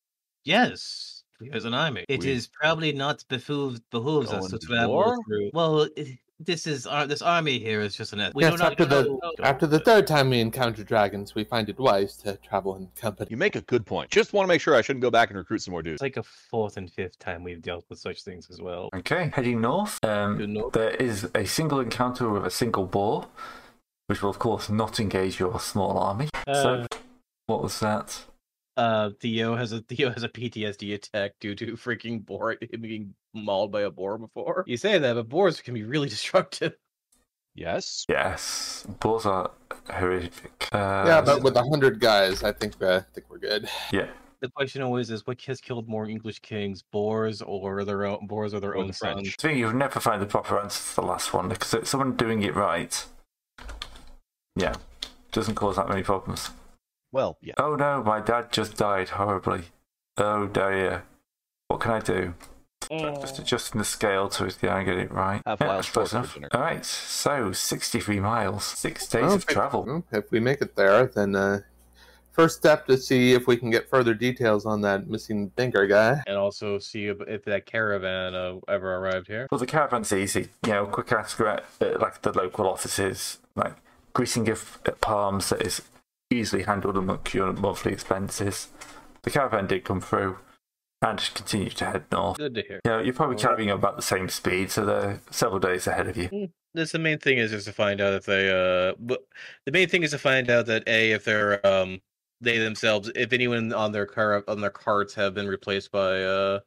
Speaker 3: yes, there's an army. It is
Speaker 1: We-
Speaker 3: probably not behooved behooves us
Speaker 1: Going
Speaker 3: to
Speaker 1: to
Speaker 3: travel
Speaker 1: war?
Speaker 3: through. Well,
Speaker 4: eh,
Speaker 3: it, this is
Speaker 4: uh,
Speaker 3: our this army here is just an.
Speaker 4: e,
Speaker 3: We
Speaker 5: Yes,
Speaker 3: do not
Speaker 5: after the-
Speaker 3: know-
Speaker 5: After the third time we encounter dragons, we find it wise to travel in company.
Speaker 1: You make a good point. Just want to make sure I shouldn't go back and recruit some more dudes.
Speaker 3: It's like a fourth and fifth time we've dealt with such things as well.
Speaker 2: Okay, heading north. Um,
Speaker 3: You know,
Speaker 2: there is a single encounter with a single boar, which will of course not engage your small army. so, what was that?
Speaker 4: Uh, Theo has a Theo has a PTSD attack due to freaking boar him being mauled by a boar before. You say that, but boars can be really destructive.
Speaker 1: Yes.
Speaker 2: Yes, boars are horrific. Uh,
Speaker 5: yeah, but with a hundred guys, I think uh, I think we're good.
Speaker 2: yeah,
Speaker 4: The question always is, what has killed more English kings, boars or their own boars or their
Speaker 1: Or
Speaker 4: own
Speaker 1: the
Speaker 4: sons?
Speaker 1: French.
Speaker 2: I think you'll never find the proper answer to the last one because it's someone doing it right. Yeah, doesn't cause that many problems.
Speaker 1: Well, yeah.
Speaker 2: Oh no, my dad just died horribly. Oh dear. What can I do? Just adjusting the scale so as yeah, I get it right.
Speaker 1: Have
Speaker 2: Yeah,
Speaker 1: wild
Speaker 2: that's close
Speaker 1: short for
Speaker 2: enough.
Speaker 1: dinner.
Speaker 2: All right, so 63 miles, six days
Speaker 5: Well,
Speaker 2: of
Speaker 5: if it-
Speaker 2: travel.
Speaker 5: well, If we make it there, then uh, first step to see if we can get further details on that missing finger guy.
Speaker 4: and also see if- if that caravan uh, ever arrived here.
Speaker 2: Well, the caravan's easy. You know, quick ask at uh, like the local offices, like greeting of uh, palms that is easily handled among your monthly expenses. The caravan did come through, and continue to head north.
Speaker 4: Good to hear.
Speaker 2: You know, you're probably carrying about the same speed, so they're several days ahead of you.
Speaker 4: That's the main thing is just to find out if they uh w- the main thing is to find out that a if they're um they themselves if anyone on their car on their carts have been replaced by uh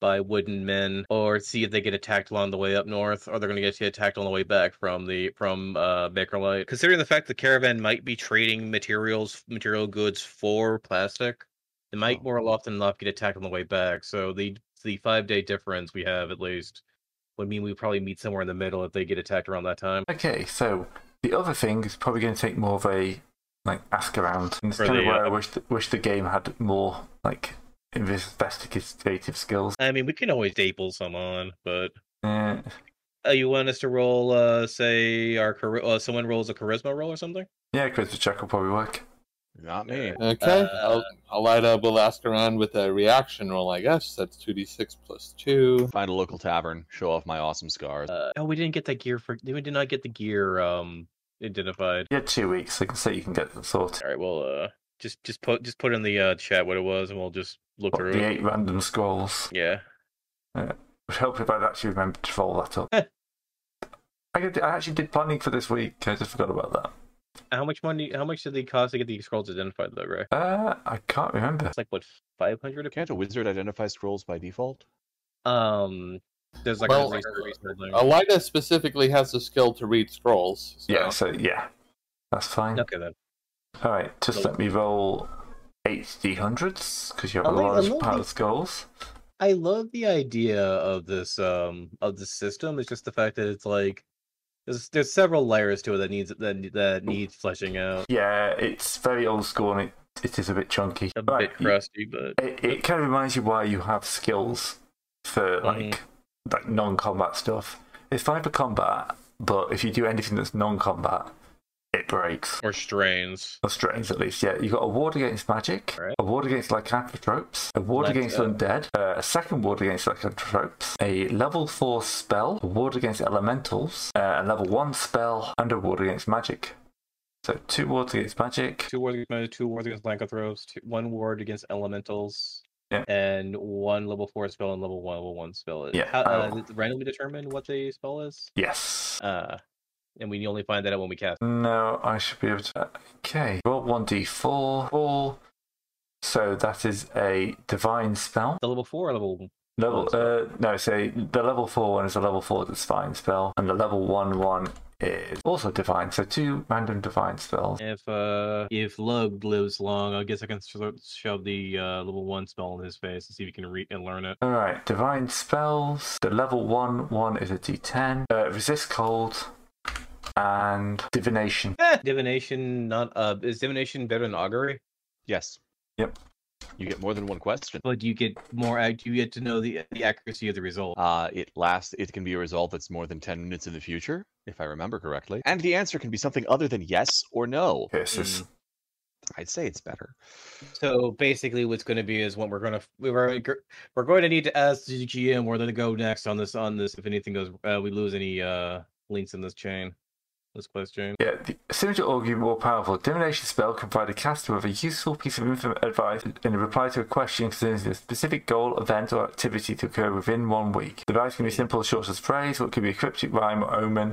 Speaker 4: by wooden men or see if they get attacked along the way up north or they're going to get attacked on the way back from the from uh Bakerlight considering the fact the caravan might be trading materials material goods for plastic they might more often than not get attacked on the way back so the the 5 day difference we have at least would mean we probably meet somewhere in the middle if they get attacked around that time.
Speaker 2: Okay, so the other thing is probably going to take more of a like ask around. And it's
Speaker 4: Or
Speaker 2: kind of
Speaker 4: the,
Speaker 2: where I
Speaker 4: uh,
Speaker 2: wish the, wish the game had more like investigative skills.
Speaker 4: I mean, we can always staple some on, but
Speaker 2: Uh,
Speaker 4: uh, you want us to roll, uh, say, our chari- uh, someone rolls a charisma roll or something?
Speaker 2: yeah, charisma check will probably work.
Speaker 1: Not me.
Speaker 5: Okay,
Speaker 4: Uh,
Speaker 5: I'll, I'll light up. We'll ask around with a reaction roll, I guess. That's two d six plus two.
Speaker 1: Find a local tavern, show off my awesome scars.
Speaker 4: Uh, oh, we didn't get that gear for. We did not get the gear um identified.
Speaker 2: Yeah, two weeks. So you can say you can get the sort.
Speaker 4: All right, well, uh, just just put just put in the uh, chat what it was, and we'll just look through
Speaker 2: the
Speaker 4: it.
Speaker 2: eight random scrolls.
Speaker 4: Yeah.
Speaker 2: Which helped if I'd actually remembered to roll that up. I, could, I actually did planning for this week. I just forgot about
Speaker 4: How much money? How much did it cost to get the scrolls identified, though? Right?
Speaker 2: that. Uh, I can't remember.
Speaker 4: It's like what five hundred.
Speaker 1: Can't a wizard identify scrolls by default?
Speaker 4: Um, there's like
Speaker 5: Well,
Speaker 4: a research building.
Speaker 5: Elida specifically has the skill to read scrolls. So.
Speaker 2: Yeah, so yeah, that's fine.
Speaker 4: Okay then.
Speaker 2: All right, just let me roll eight d hundreds because you have
Speaker 4: I
Speaker 2: a
Speaker 4: like- I
Speaker 2: large
Speaker 4: love
Speaker 2: pile
Speaker 4: the-
Speaker 2: of skulls.
Speaker 4: I love the idea of this um of this system. It's just the fact that it's like there's there's several layers to it that needs that that needs fleshing out.
Speaker 2: Yeah, it's very old school and it, it is a bit chunky.
Speaker 4: A
Speaker 2: Right,
Speaker 4: bit crusty, but
Speaker 2: It, it kind of reminds you why you have skills for
Speaker 4: Mm.
Speaker 2: like like non-combat stuff. It's fine for combat, but if you do anything that's non-combat, it breaks.
Speaker 4: or strains.
Speaker 2: Or strains at least, yeah. You've got a ward against magic,
Speaker 4: Alright.
Speaker 2: a ward against lycanthropes, a ward
Speaker 4: Let's,
Speaker 2: against
Speaker 4: uh,
Speaker 2: undead, uh, a second ward against lycanthropes, a level 4 spell, a ward against elementals, uh, a level 1 spell, and a ward against magic. So two wards against magic,
Speaker 4: Two wards against magic, two wards against lycanthropes, two, one ward against elementals,
Speaker 2: Yeah.
Speaker 4: and one level four spell and level one level one spell.
Speaker 2: Yeah,
Speaker 4: How, uh,
Speaker 2: I'll-
Speaker 4: does it randomly determine what the spell is.
Speaker 2: yes.
Speaker 4: Uh, and we only find that out when we cast.
Speaker 2: No, I should be able to. Okay, roll one d4. Roll. So that is a divine spell.
Speaker 4: The level four or level
Speaker 2: Level, uh, no, so the level four one is a level four divine spell, and the level one one is also divine. So two random divine spells.
Speaker 4: If uh if Lug lives long, I guess I can sho- shove the uh, level one spell in his face and see if he can read and learn it.
Speaker 2: All right, divine spells. The level one one is a d10. Uh, resist cold, and divination.
Speaker 4: Eh, divination not uh is divination better than augury?
Speaker 1: Yes.
Speaker 2: Yep.
Speaker 1: You get more than one question.
Speaker 4: But you get more ac- you get to know the the accuracy of the result.
Speaker 1: Uh, it lasts. It can be a result that's more than ten minutes in the future, if I remember correctly. And the answer can be something other than yes or no.
Speaker 2: Curses.
Speaker 1: I'd say it's better.
Speaker 4: So basically, what's going to be is what we're going to we're gr- we're going to need to ask the GM where to go next on this on this if anything goes uh, we lose any uh links in this chain this question.
Speaker 2: Yeah, the signature augury more powerful. Divination spell can provide a caster with a useful piece of inform- advice in reply to a question concerning a specific goal, event, or activity to occur within one week. The advice can be simple, short as phrase, or it could be a cryptic rhyme or omen.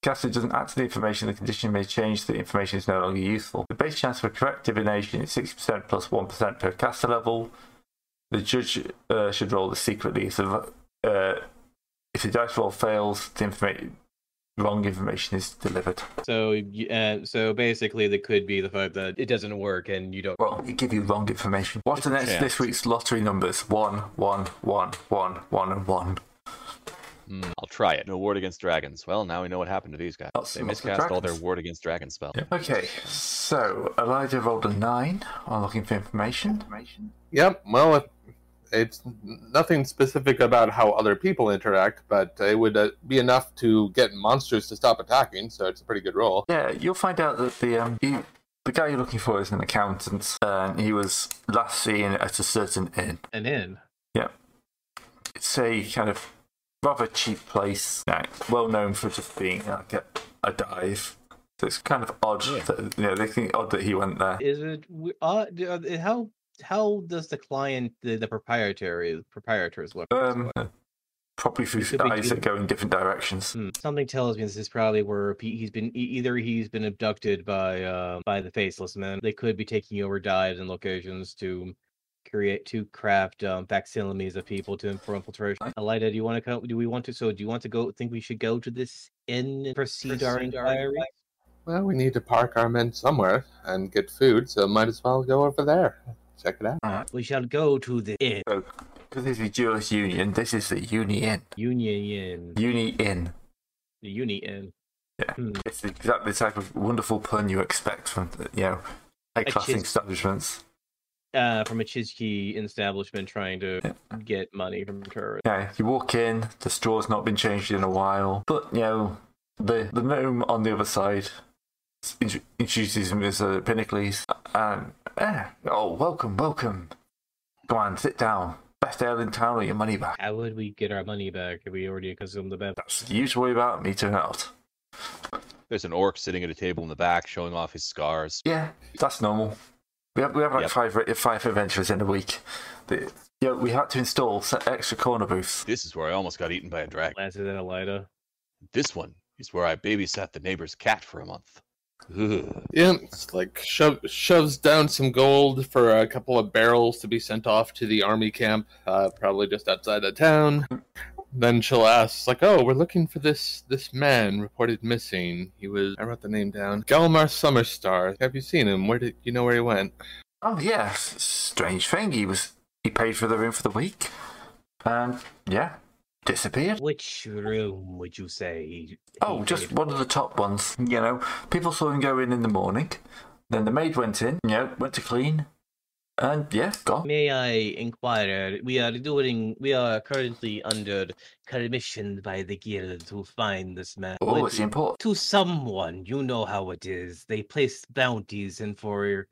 Speaker 2: The caster doesn't act on the information, the condition may change, the information is no longer useful. The base chance for correct divination is 60% plus 1% per caster level. The judge uh, should roll this secretly. If the, uh, if the dice roll fails, the informa- wrong information is delivered.
Speaker 4: So you- uh, so basically, that could be the fact that it doesn't work and you don't.
Speaker 2: Well, we give you wrong information. What's the next
Speaker 1: chance.
Speaker 2: this week's lottery numbers? One, one, one, one, one, and one.
Speaker 1: Hmm, I'll try it. No ward against dragons. Well, now we know what happened to these guys.
Speaker 2: Lots
Speaker 1: they
Speaker 2: and lots of
Speaker 1: miscast all their
Speaker 2: dragons.
Speaker 1: ward against dragon spell.
Speaker 2: Okay, so Elijah rolled a nine on looking for information.
Speaker 5: Yep. Well, if, It's nothing specific about how other people interact, but it would uh, be enough to get monsters to stop attacking. So it's a pretty good roll.
Speaker 2: Yeah, you'll find out that the um, he, the guy you're looking for is an accountant, and he was last seen at a certain inn.
Speaker 4: and in.
Speaker 2: Yeah, it's a kind of rather cheap place, like, well known for just being like a, a dive. So it's kind of odd. That, you know, they think odd that he went there.
Speaker 4: Is it we- uh, d- uh, how how does the client the, the proprietary proprietors look?
Speaker 2: Um, probably through
Speaker 4: Could be
Speaker 2: eyes that go in different directions.
Speaker 4: Hmm, Something tells me this is probably where he- he's been e- either he's been abducted by uh, by the faceless man. They could be taking over dives and locations to create to craft um, facsimiles of people to for infiltration.
Speaker 2: I-
Speaker 4: Elida, do you want to come? Do we want to? So do you want to go? Think we should go to this inn and proceed our
Speaker 3: Proceed our
Speaker 4: inquiry?
Speaker 5: Well, we need to park our men somewhere and get food, so might as well go over there. Check it out.
Speaker 4: We shall go to the inn.
Speaker 2: So, because this is Jewish Union, this is the Uni Inn.
Speaker 4: Union Inn.
Speaker 2: Uni Inn.
Speaker 4: The Uni Inn.
Speaker 2: Yeah.
Speaker 4: Hmm.
Speaker 2: It's exactly the type of wonderful pun you expect from, you know, high-class
Speaker 4: cheese-
Speaker 2: establishments.
Speaker 4: Uh, from a Chizki establishment trying to
Speaker 2: Yeah.
Speaker 4: get money from tourists.
Speaker 2: Yeah, you walk in, the straw's not been changed in a while, but you know, the the gnome on the other side s- int- introduces him as uh, Pinnacles, and eh, oh, welcome, welcome. Go on, sit down. Best ale in town, or your money back.
Speaker 4: How would we get our money back if we already consumed the best?
Speaker 2: That's you to worry about me turn out.
Speaker 1: There's an orc sitting at a table in the back, showing off his scars.
Speaker 2: Yeah, that's normal. We have we have like
Speaker 1: Yep.
Speaker 2: five re- five adventures in a week. The, yeah, we had to install s- extra corner booths.
Speaker 1: This is where I almost got eaten by a dragon.
Speaker 4: Lances and Elida.
Speaker 1: This one is where I babysat the neighbor's cat for a month. Ugh.
Speaker 5: Yeah, it's like shove, shoves down some gold for a couple of barrels to be sent off to the army camp, uh, probably just outside of town. Then she'll ask, like, "Oh, we're looking for this this man reported missing. He was I wrote the name down, Galmar Summerstar. Have you seen him? Where did you know where he went?
Speaker 2: Oh yeah, s- strange thing. He was he paid for the room for the week, and yeah, disappeared.
Speaker 4: Which room would you say? he-
Speaker 2: Oh,
Speaker 4: he
Speaker 2: just
Speaker 4: paid
Speaker 2: one of the top ones. You know, people saw him go in in the morning. Then the maid went in. You know, went to clean, and yeah,
Speaker 4: for?
Speaker 2: gone.
Speaker 4: May I inquire? We are doing. We are currently under commission by the guild to find this man.
Speaker 2: Oh,
Speaker 4: Would-
Speaker 2: it's important.
Speaker 4: to someone. You know how it is. They place bounties and for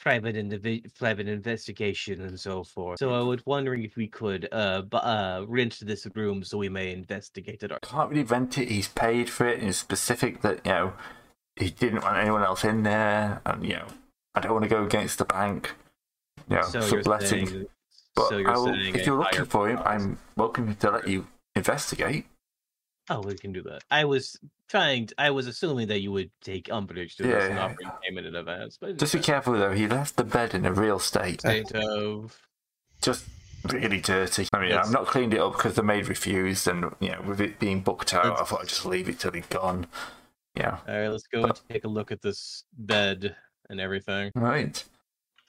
Speaker 4: private indivi- private investigation and so forth. So I was wondering if we could uh, bu- uh rent this room so we may investigate it. ourselves.
Speaker 2: Can't really rent it. He's paid for it, and it's specific that you know he didn't want anyone else in there, and you know I don't want to go against the bank. You know,
Speaker 4: So you're
Speaker 2: subletting.
Speaker 4: saying,
Speaker 2: but
Speaker 4: so you're
Speaker 2: I will,
Speaker 4: saying
Speaker 2: if
Speaker 4: a
Speaker 2: you're
Speaker 4: higher
Speaker 2: looking for him,
Speaker 4: price.
Speaker 2: I'm welcome to let you investigate.
Speaker 4: Oh, we can do that. I was trying. To, I was assuming that you would take umbrage to this and
Speaker 2: Yeah.
Speaker 4: offering payment in advance, but
Speaker 2: Just be careful though. He left the bed in a real state,
Speaker 4: state of
Speaker 2: just really dirty. I mean,
Speaker 4: Yes.
Speaker 2: I've not cleaned it up because the maid refused, and you know, with it being booked out, I
Speaker 4: That's-
Speaker 2: thought I'd just leave it till he'd gone. Yeah,
Speaker 4: all right. Let's go and take a look at this bed and everything.
Speaker 2: right.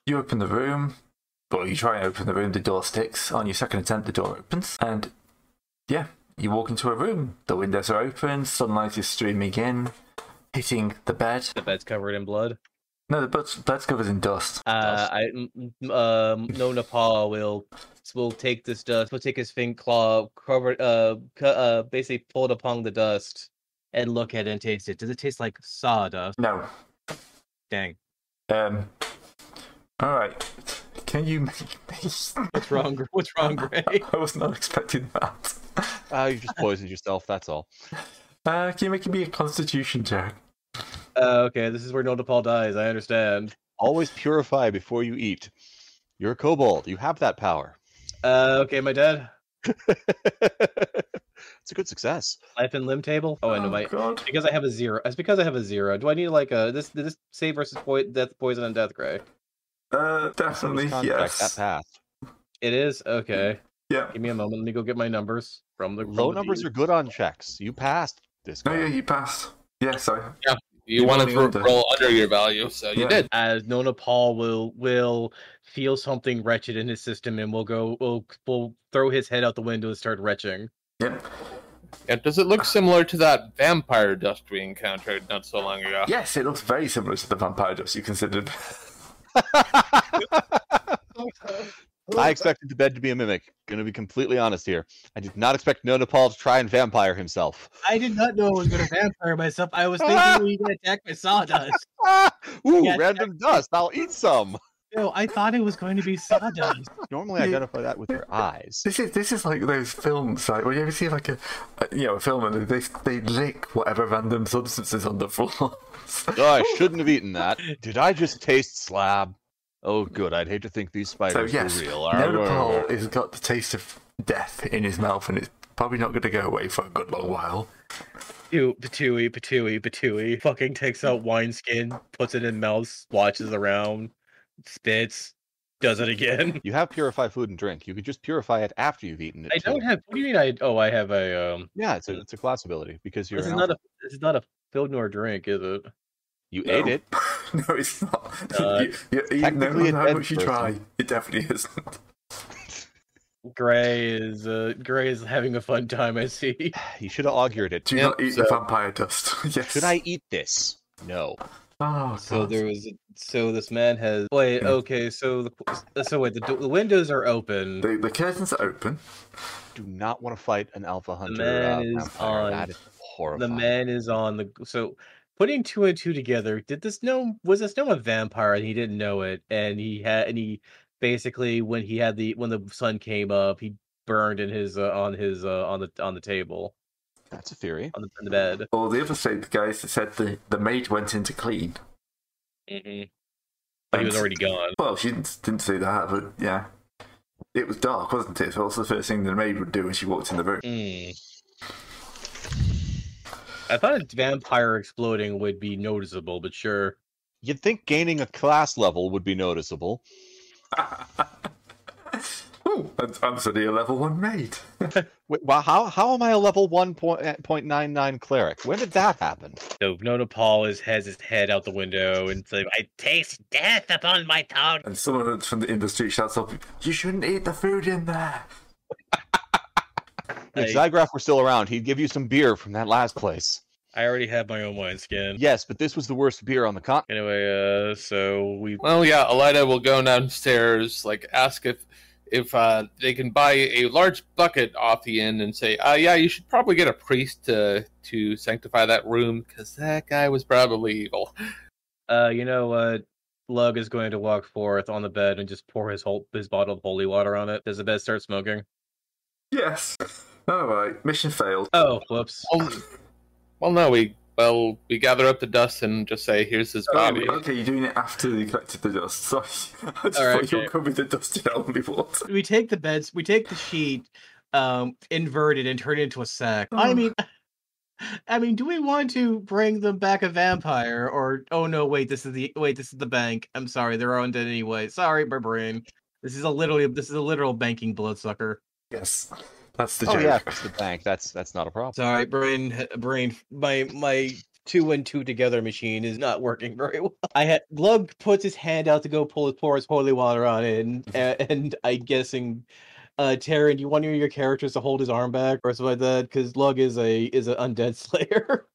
Speaker 2: You open the room. Well, you try and open the room. The door sticks. On your second attempt, the door opens, and yeah, you walk into a room. The windows are open. Sunlight is streaming in, hitting the bed.
Speaker 4: The bed's covered in blood.
Speaker 2: No, the bed's, bed's covered in dust.
Speaker 4: Uh,
Speaker 1: Dust.
Speaker 4: I, m- m- um, no Nepal will will take this dust. Will take his fin claw, cover, uh, cu- uh, basically pull it upon the dust and look at it and taste it. Does it taste like sawdust?
Speaker 2: No.
Speaker 4: Dang,
Speaker 2: Um. All right. Can you make me?
Speaker 4: what's wrong? Gr- What's wrong, Gray?
Speaker 2: I was not expecting that.
Speaker 1: Ah, you just poisoned yourself, that's all.
Speaker 2: Uh, can you make me a constitution check?
Speaker 4: Uh, okay, this is where No Nepal dies. I understand.
Speaker 1: Always purify before you eat. You're a kobold, you have that power.
Speaker 4: Uh, okay, my dad.
Speaker 1: it's a good success.
Speaker 4: Life and limb table. Oh, I know my.
Speaker 2: God.
Speaker 4: Because I have a zero. It's because I have a zero. Do I need like a this this save versus po- death poison and death gray?
Speaker 2: Uh,
Speaker 1: Whose
Speaker 2: definitely,
Speaker 1: contract That
Speaker 2: yes.
Speaker 1: passed.
Speaker 4: It is okay.
Speaker 2: Yeah.
Speaker 4: Give me a moment. Let me go get my numbers from the from
Speaker 1: Hmm. Low
Speaker 4: the
Speaker 1: numbers
Speaker 4: deed.
Speaker 1: are good on checks. You passed this
Speaker 2: No, yeah,
Speaker 1: guy.
Speaker 2: you passed. Yeah, sorry.
Speaker 5: You,
Speaker 2: You
Speaker 5: wanted
Speaker 2: only
Speaker 5: to
Speaker 2: owned it.
Speaker 5: roll under your value, so you
Speaker 2: Yeah.
Speaker 5: did.
Speaker 4: as Nona Paul will will feel something wretched in his system and will go will will throw his head out the window and start retching.
Speaker 2: Yep.
Speaker 5: Yeah, does it look similar to that vampire dust we encountered not so long ago?
Speaker 2: Yes, it looks very similar to the vampire dust you considered.
Speaker 1: I expected the bed to be a mimic. Gonna be completely honest here. I did not expect Nonapal to try and vampire himself.
Speaker 6: I did not know I was going to vampire myself. I was thinking we were going to attack by sawdust.
Speaker 1: Ah! Ooh,
Speaker 6: Yeah,
Speaker 1: random dust. I'll eat some.
Speaker 6: No, I thought it was going to be sawdust.
Speaker 1: Normally, I identify that with their eyes.
Speaker 2: This is this is like those films, like when you ever see like a, a you know a film and they they lick whatever random substances on the floor.
Speaker 1: Oh, I shouldn't have eaten that. Did I just taste slab? Oh, good. I'd hate to think these
Speaker 2: so
Speaker 1: spiders
Speaker 2: yes,
Speaker 1: were real. Arr, arr,
Speaker 2: Nodapol
Speaker 1: arr.
Speaker 2: has got the taste of death in his mouth, and it's probably not going to go away for a good long while.
Speaker 4: Ew, Patooey, Patooey, Patooey. Fucking takes out wineskin, puts it in mouth, watches around, spits, does it again.
Speaker 1: You have purified food and drink. You could just purify it after you've eaten it.
Speaker 4: I don't
Speaker 1: too.
Speaker 4: have. What do you mean? I oh, I have a um.
Speaker 1: Yeah, it's a, it's a class ability because you're
Speaker 4: This is
Speaker 1: an
Speaker 4: not
Speaker 1: alpha.
Speaker 4: a. This is not a food nor drink, is it?
Speaker 1: you
Speaker 2: No.
Speaker 1: ate it.
Speaker 2: no, it's not.
Speaker 4: Uh,
Speaker 2: you, you, you, no
Speaker 1: technically a
Speaker 2: matter how
Speaker 1: dead
Speaker 2: much you
Speaker 1: person.
Speaker 2: try, it definitely isn't.
Speaker 4: Gray is uh, Gray is having a fun time. I see.
Speaker 1: You should have augured it.
Speaker 2: Do
Speaker 5: Yep,
Speaker 2: not eat
Speaker 5: so-
Speaker 2: the vampire dust. yes.
Speaker 1: Should I eat this? No.
Speaker 2: Oh,
Speaker 4: So
Speaker 2: God.
Speaker 4: there was. So this man has. Wait.
Speaker 2: Yeah.
Speaker 4: Okay. So the. uh, So wait. The, do- the windows are open.
Speaker 2: The, the curtains are open.
Speaker 1: Do not want to fight an alpha hunter. uh,
Speaker 4: man is
Speaker 1: vampire.
Speaker 4: on-
Speaker 1: That is
Speaker 4: the
Speaker 1: horrifying.
Speaker 4: man is on the so putting two and two together did this gnome was this gnome a vampire and he didn't know it and he had and he basically when he had the when the sun came up he burned in his uh, on his uh, on the on the table
Speaker 1: That's a theory.
Speaker 4: on the, on the bed
Speaker 2: Or the other side, the guys that said the, the maid went in to clean.
Speaker 4: Mm-hmm. but he was
Speaker 2: And-
Speaker 4: already gone
Speaker 2: Well, she didn't, didn't say that, but yeah. It was dark, wasn't it? So that's the first thing the maid would do when she walked in the room.
Speaker 4: Hmm. i thought a vampire exploding would be noticeable but sure
Speaker 1: You'd think gaining a class level would be noticeable.
Speaker 2: oh, I'm, I'm suddenly a level one maid.
Speaker 1: Wait, well, how how am I a level one point nine nine cleric? When did that happen?
Speaker 4: so nona paul is, has his head out the window and it's like i taste death upon my tongue
Speaker 2: And someone from the industry shouts up, You shouldn't eat the food in there.
Speaker 1: If
Speaker 4: I,
Speaker 1: Zygraf were still around, he'd give you some beer from that last place.
Speaker 4: I already have my own wine skin
Speaker 1: Yes, but this was the worst beer on the continent.
Speaker 4: Anyway, uh, so we
Speaker 5: Well, yeah, Elida will go downstairs, like ask if if uh, they can buy a large bucket off the inn, and say, uh, yeah, you should probably get a priest to to sanctify that room because that guy was probably evil.
Speaker 4: uh, you know what? Lug is going to walk forth on the bed and just pour his whole his bottle of holy water on it. Does the bed start smoking?
Speaker 2: Yes. All right, mission failed.
Speaker 4: Oh, whoops!
Speaker 5: Well, well, no, we well we gather up the dust and just say, here's his body.
Speaker 2: Oh, okay, you're doing it after you collected the dust. Sorry. I just
Speaker 4: All right,
Speaker 2: thought you were
Speaker 4: okay.
Speaker 2: covering the dust in only water.
Speaker 6: We take the beds, we take the sheet, um, inverted and turn it into a sack. I
Speaker 2: Oh.
Speaker 6: mean, I mean, do we want to bring them back a vampire or? Oh no, wait, this is the wait, this is the bank. I'm sorry, they're undead anyway. Sorry, my brain. This is a literally this is a literal banking bloodsucker.
Speaker 2: Yes. That's the
Speaker 1: Oh
Speaker 2: joke.
Speaker 1: yeah, if it's the bank. That's that's not a problem.
Speaker 6: Sorry, brain, h- brain.
Speaker 4: My my two and two together machine is not working very well. I had Lug puts his hand out to go pull his pour his holy water on it, and a- and I guessing. Uh, Taryn, do you want one of your characters to hold his arm back or something like that? Because Lug is a is an undead slayer.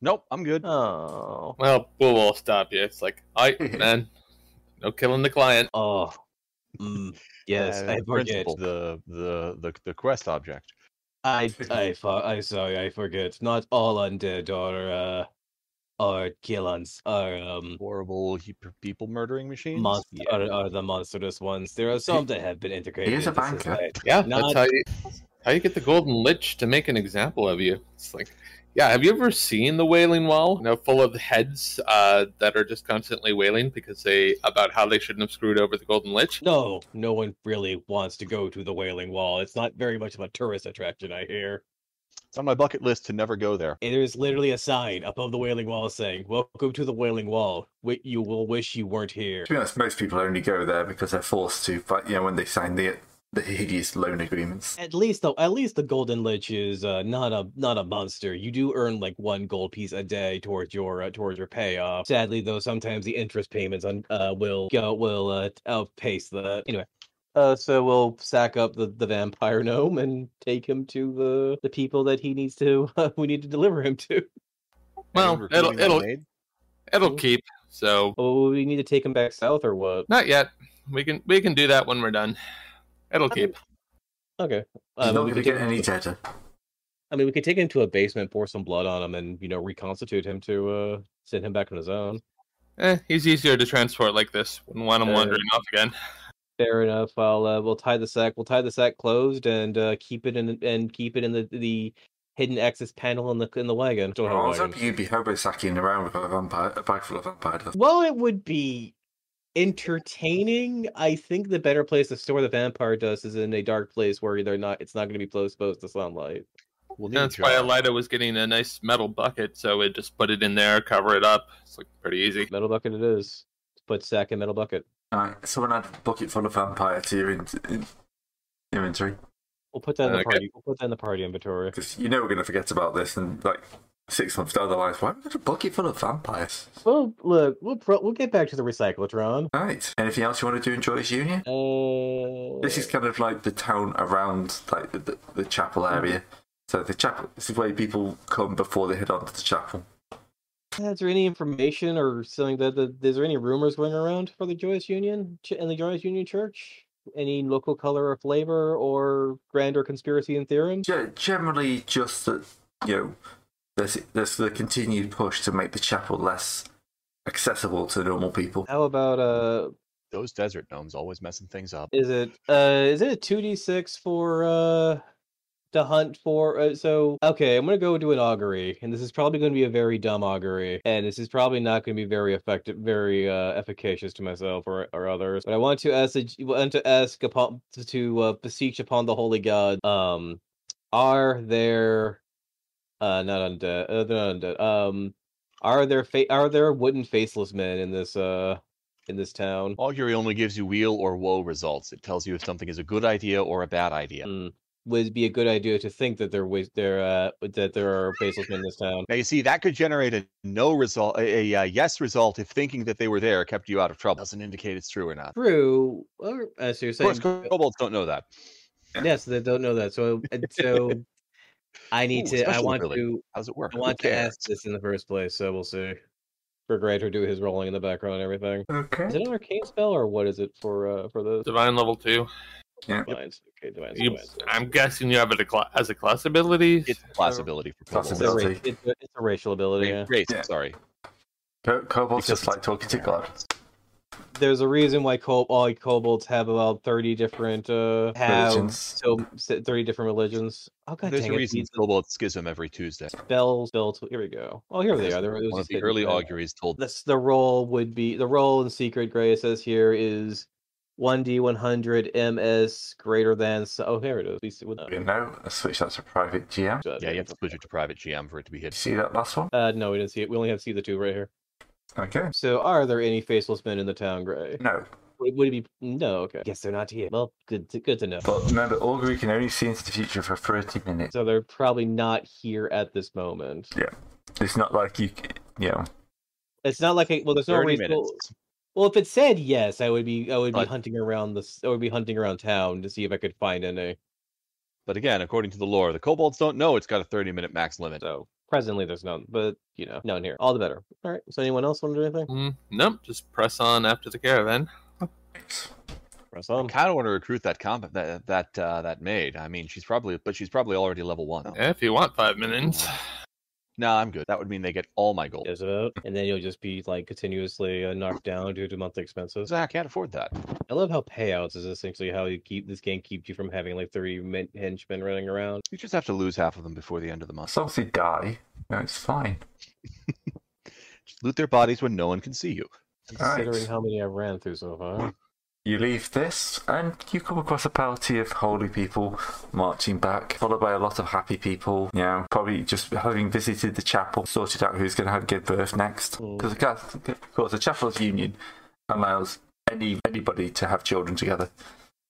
Speaker 1: Nope, I'm good.
Speaker 4: oh,
Speaker 5: Well, we'll, we'll stop you. It's like, I man, no killing the client.
Speaker 4: oh, Mm, yes,
Speaker 1: Uh,
Speaker 4: I forget.
Speaker 1: principle, the, the the the quest object.
Speaker 4: I I fu- I sorry, I forget. Not all undead are uh are killons are um
Speaker 1: Horrible he- people murdering machines.
Speaker 4: monst-
Speaker 1: Yeah.
Speaker 4: are, are the monstrous ones. There are some that have been integrated.
Speaker 2: is a
Speaker 4: into
Speaker 2: banker.
Speaker 4: society.
Speaker 5: Yeah,
Speaker 4: Not-
Speaker 5: that's how you how you get the golden lich to make an example of you. It's like, yeah, have you ever seen the Wailing Wall? You know, full of heads uh, that are just constantly wailing because they about how they shouldn't have screwed over the golden lich.
Speaker 4: No, no one really wants to go to the Wailing Wall. It's not very much of a tourist attraction, I hear.
Speaker 1: It's on my bucket list to never go there.
Speaker 4: And there's literally a sign above the Wailing Wall saying, "Welcome to the Wailing Wall. Wi- You will wish you weren't here."
Speaker 2: To be honest, most people only go there because they're forced to, but you know, when they sign the the hideous loan agreements.
Speaker 4: At least though, at least the golden lich is uh, not a not a monster. You do earn like one gold piece a day towards your uh, towards your payoff. Sadly though, sometimes the interest payments on uh, will go will uh, outpace the anyway. Uh, so we'll sack up the, the vampire gnome and take him to the the people that he needs to we need to deliver him to.
Speaker 5: Well,
Speaker 1: Anyone
Speaker 5: it'll
Speaker 1: recruiting that
Speaker 5: it'll
Speaker 1: maid?
Speaker 5: it'll keep. So
Speaker 4: Oh, we need to take him back south or what?
Speaker 5: not yet. We can we can do that when we're done. It'll
Speaker 3: I
Speaker 5: keep.
Speaker 4: Okay.
Speaker 2: He's
Speaker 4: Um,
Speaker 2: not going
Speaker 4: we
Speaker 2: to
Speaker 4: could
Speaker 2: get
Speaker 4: take-
Speaker 2: any deader.
Speaker 4: I mean, we could take him to a basement, pour some blood on him, and you know reconstitute him to uh send him back on his own.
Speaker 5: Eh, he's easier to transport like this. Wouldn't want him
Speaker 4: Uh,
Speaker 5: wandering off again.
Speaker 4: Fair enough. I'll uh, we'll tie the sack. We'll tie the sack closed and uh, keep it in and keep it in the the hidden access panel in the in the wagon. Don't have a
Speaker 2: I was
Speaker 4: wagon.
Speaker 2: hoping you'd be hobo sacking around with a vampire, a bag full of vampire dust.
Speaker 4: Well, it would be entertaining. I think the better place to store the vampire dust is in a dark place where they're not. It's not going to be close- exposed to sunlight.
Speaker 1: We'll need
Speaker 5: That's
Speaker 1: a
Speaker 5: why
Speaker 1: job.
Speaker 5: Elida was getting a nice metal bucket, so it just put it in there, cover it up. It's like pretty easy.
Speaker 4: Metal bucket, it is. Put sack in metal bucket.
Speaker 2: Alright, someone add a bucket full of vampire to your in- in- inventory.
Speaker 4: We'll put that in the
Speaker 5: Okay.
Speaker 4: party. We'll put that in the party inventory.
Speaker 2: Because you know we're going to forget about this in like six months down the line. Why have we got a bucket full of vampires?
Speaker 4: Well, look, we'll pro- we'll get back to the recyclotron.
Speaker 2: Right. Anything else you want to do in Joyous Union?
Speaker 4: Uh,
Speaker 2: This is kind of like the town around like the, the, the chapel area. So the chapel. This is where people come before they head on to the chapel.
Speaker 4: Uh, Is there any information or something that, that is there any rumors going around for the Joyous Union ch- and the Joyous Union Church? Any local color or flavor or grander conspiracy and theorems?
Speaker 2: Ge- generally, just that you know, there's there's the continued push to make the chapel less accessible to normal people.
Speaker 4: How about uh,
Speaker 1: Those desert gnomes always messing things up.
Speaker 4: is it uh, is it a two d six for uh, the hunt for? Uh, so okay, I'm gonna go do an augury, and this is probably gonna be a very dumb augury, and this is probably not gonna be very effective, very uh, efficacious to myself or, or others. But I want to ask, the g- want to ask upon to uh, beseech upon the holy god, um, are there uh not undead uh, they're not undead um are there fa- are there wooden faceless men in this uh in this town
Speaker 1: Augury only gives you wheel or woe results. It tells you if something is a good idea or a bad idea.
Speaker 4: Mm. would it be a good idea to think that there was there uh that there are faceless men in this town
Speaker 1: Now you see that could generate a no result, a, a, uh yes result if thinking that they were there kept you out of trouble. Doesn't indicate it's true or not.
Speaker 4: true or uh, so you're
Speaker 1: Of
Speaker 4: saying
Speaker 1: course, kobolds don't know that.
Speaker 4: yes they don't know that so and so i need
Speaker 1: Ooh,
Speaker 4: to i
Speaker 1: special
Speaker 4: want
Speaker 1: ability.
Speaker 4: to
Speaker 1: How's it work?
Speaker 4: i
Speaker 1: Who
Speaker 4: want to ask
Speaker 1: cares?
Speaker 4: this in the first place so we'll see for greater do his rolling in the background and everything is
Speaker 2: Okay.
Speaker 4: it an arcane spell or what is it for uh for those
Speaker 5: Divine level two.
Speaker 4: Divines. Okay, divines,
Speaker 5: You,
Speaker 4: divines.
Speaker 5: I'm guessing you have it a cla- as a class ability.
Speaker 1: It's a class ability for
Speaker 2: Class
Speaker 1: kobolds.
Speaker 4: It's a, ra-
Speaker 2: ability.
Speaker 4: it's, a, it's a racial ability.
Speaker 1: Ra-
Speaker 4: Yeah.
Speaker 1: race,
Speaker 2: Yeah.
Speaker 1: sorry.
Speaker 2: Co- Kobolds
Speaker 1: Because
Speaker 2: just like talking to God.
Speaker 4: There's a reason why col- all kobolds have about thirty different uh have
Speaker 2: Religions.
Speaker 4: so so thirty different religions. Oh god,
Speaker 1: There's
Speaker 4: dang
Speaker 1: a
Speaker 4: it,
Speaker 1: reason
Speaker 4: these
Speaker 1: kobolds schism every Tuesday.
Speaker 4: spells built. Here we go. Oh, here they are. There,
Speaker 1: One of the early auguries told
Speaker 4: That's the role would be the role in secret. Gray says here is. 1d100 ms greater than so oh here it is we see what
Speaker 2: You know, I switch that to private GM.
Speaker 1: Yeah, you have to switch it to private GM for it to be
Speaker 2: You
Speaker 1: hidden.
Speaker 2: see that last one?
Speaker 4: uh no we didn't see it we only have see the two right here
Speaker 2: Okay.
Speaker 4: so are there any faceless men in the town gray
Speaker 2: No,
Speaker 4: Would, would it be no? Okay. Yes, they're not here. Well, good. To, good to know.
Speaker 2: but remember, augury can only see into the future for thirty minutes.
Speaker 4: So they're probably not here at this moment.
Speaker 2: It's not like you, c- you know.
Speaker 4: It's not like a, well, there's no
Speaker 1: 30
Speaker 4: reason.
Speaker 1: minutes.
Speaker 4: Well, well, if it said yes, I would be. I would be
Speaker 1: But-
Speaker 4: hunting around this. I would be hunting around town to see if I could find any.
Speaker 1: But again, according to the lore, the kobolds don't know it's got a 30 minute max limit.
Speaker 4: So presently, there's none. But you know, none here. All the better. All right. So anyone else want to do anything?
Speaker 5: Mm, nope, just press on after the caravan.
Speaker 4: Press on.
Speaker 1: kind of want to recruit that comp that that uh, that maid. I mean, she's probably, but she's probably already level one. No,
Speaker 5: If you want five minutes.
Speaker 1: I'm good. That would mean they get all my gold.
Speaker 4: Is about, and then you'll just be like continuously uh, knocked down due to monthly expenses.
Speaker 1: I can't afford that.
Speaker 4: I love how payouts is essentially how you keep this game keeps you from having like thirty men- henchmen running around.
Speaker 1: You just have to lose half of them before the end of the month.
Speaker 2: As long as they die, no, it's fine.
Speaker 1: Just loot their bodies when no one can see you.
Speaker 2: Alright.
Speaker 4: Considering how many I ran through so far.
Speaker 2: You leave this, and you come across a party of holy people marching back, followed by a lot of happy people. You know, probably just having visited the chapel, sorted out who's going to have give birth next.
Speaker 4: Mm.
Speaker 2: Because of course, the chapel's union allows any anybody to have children together.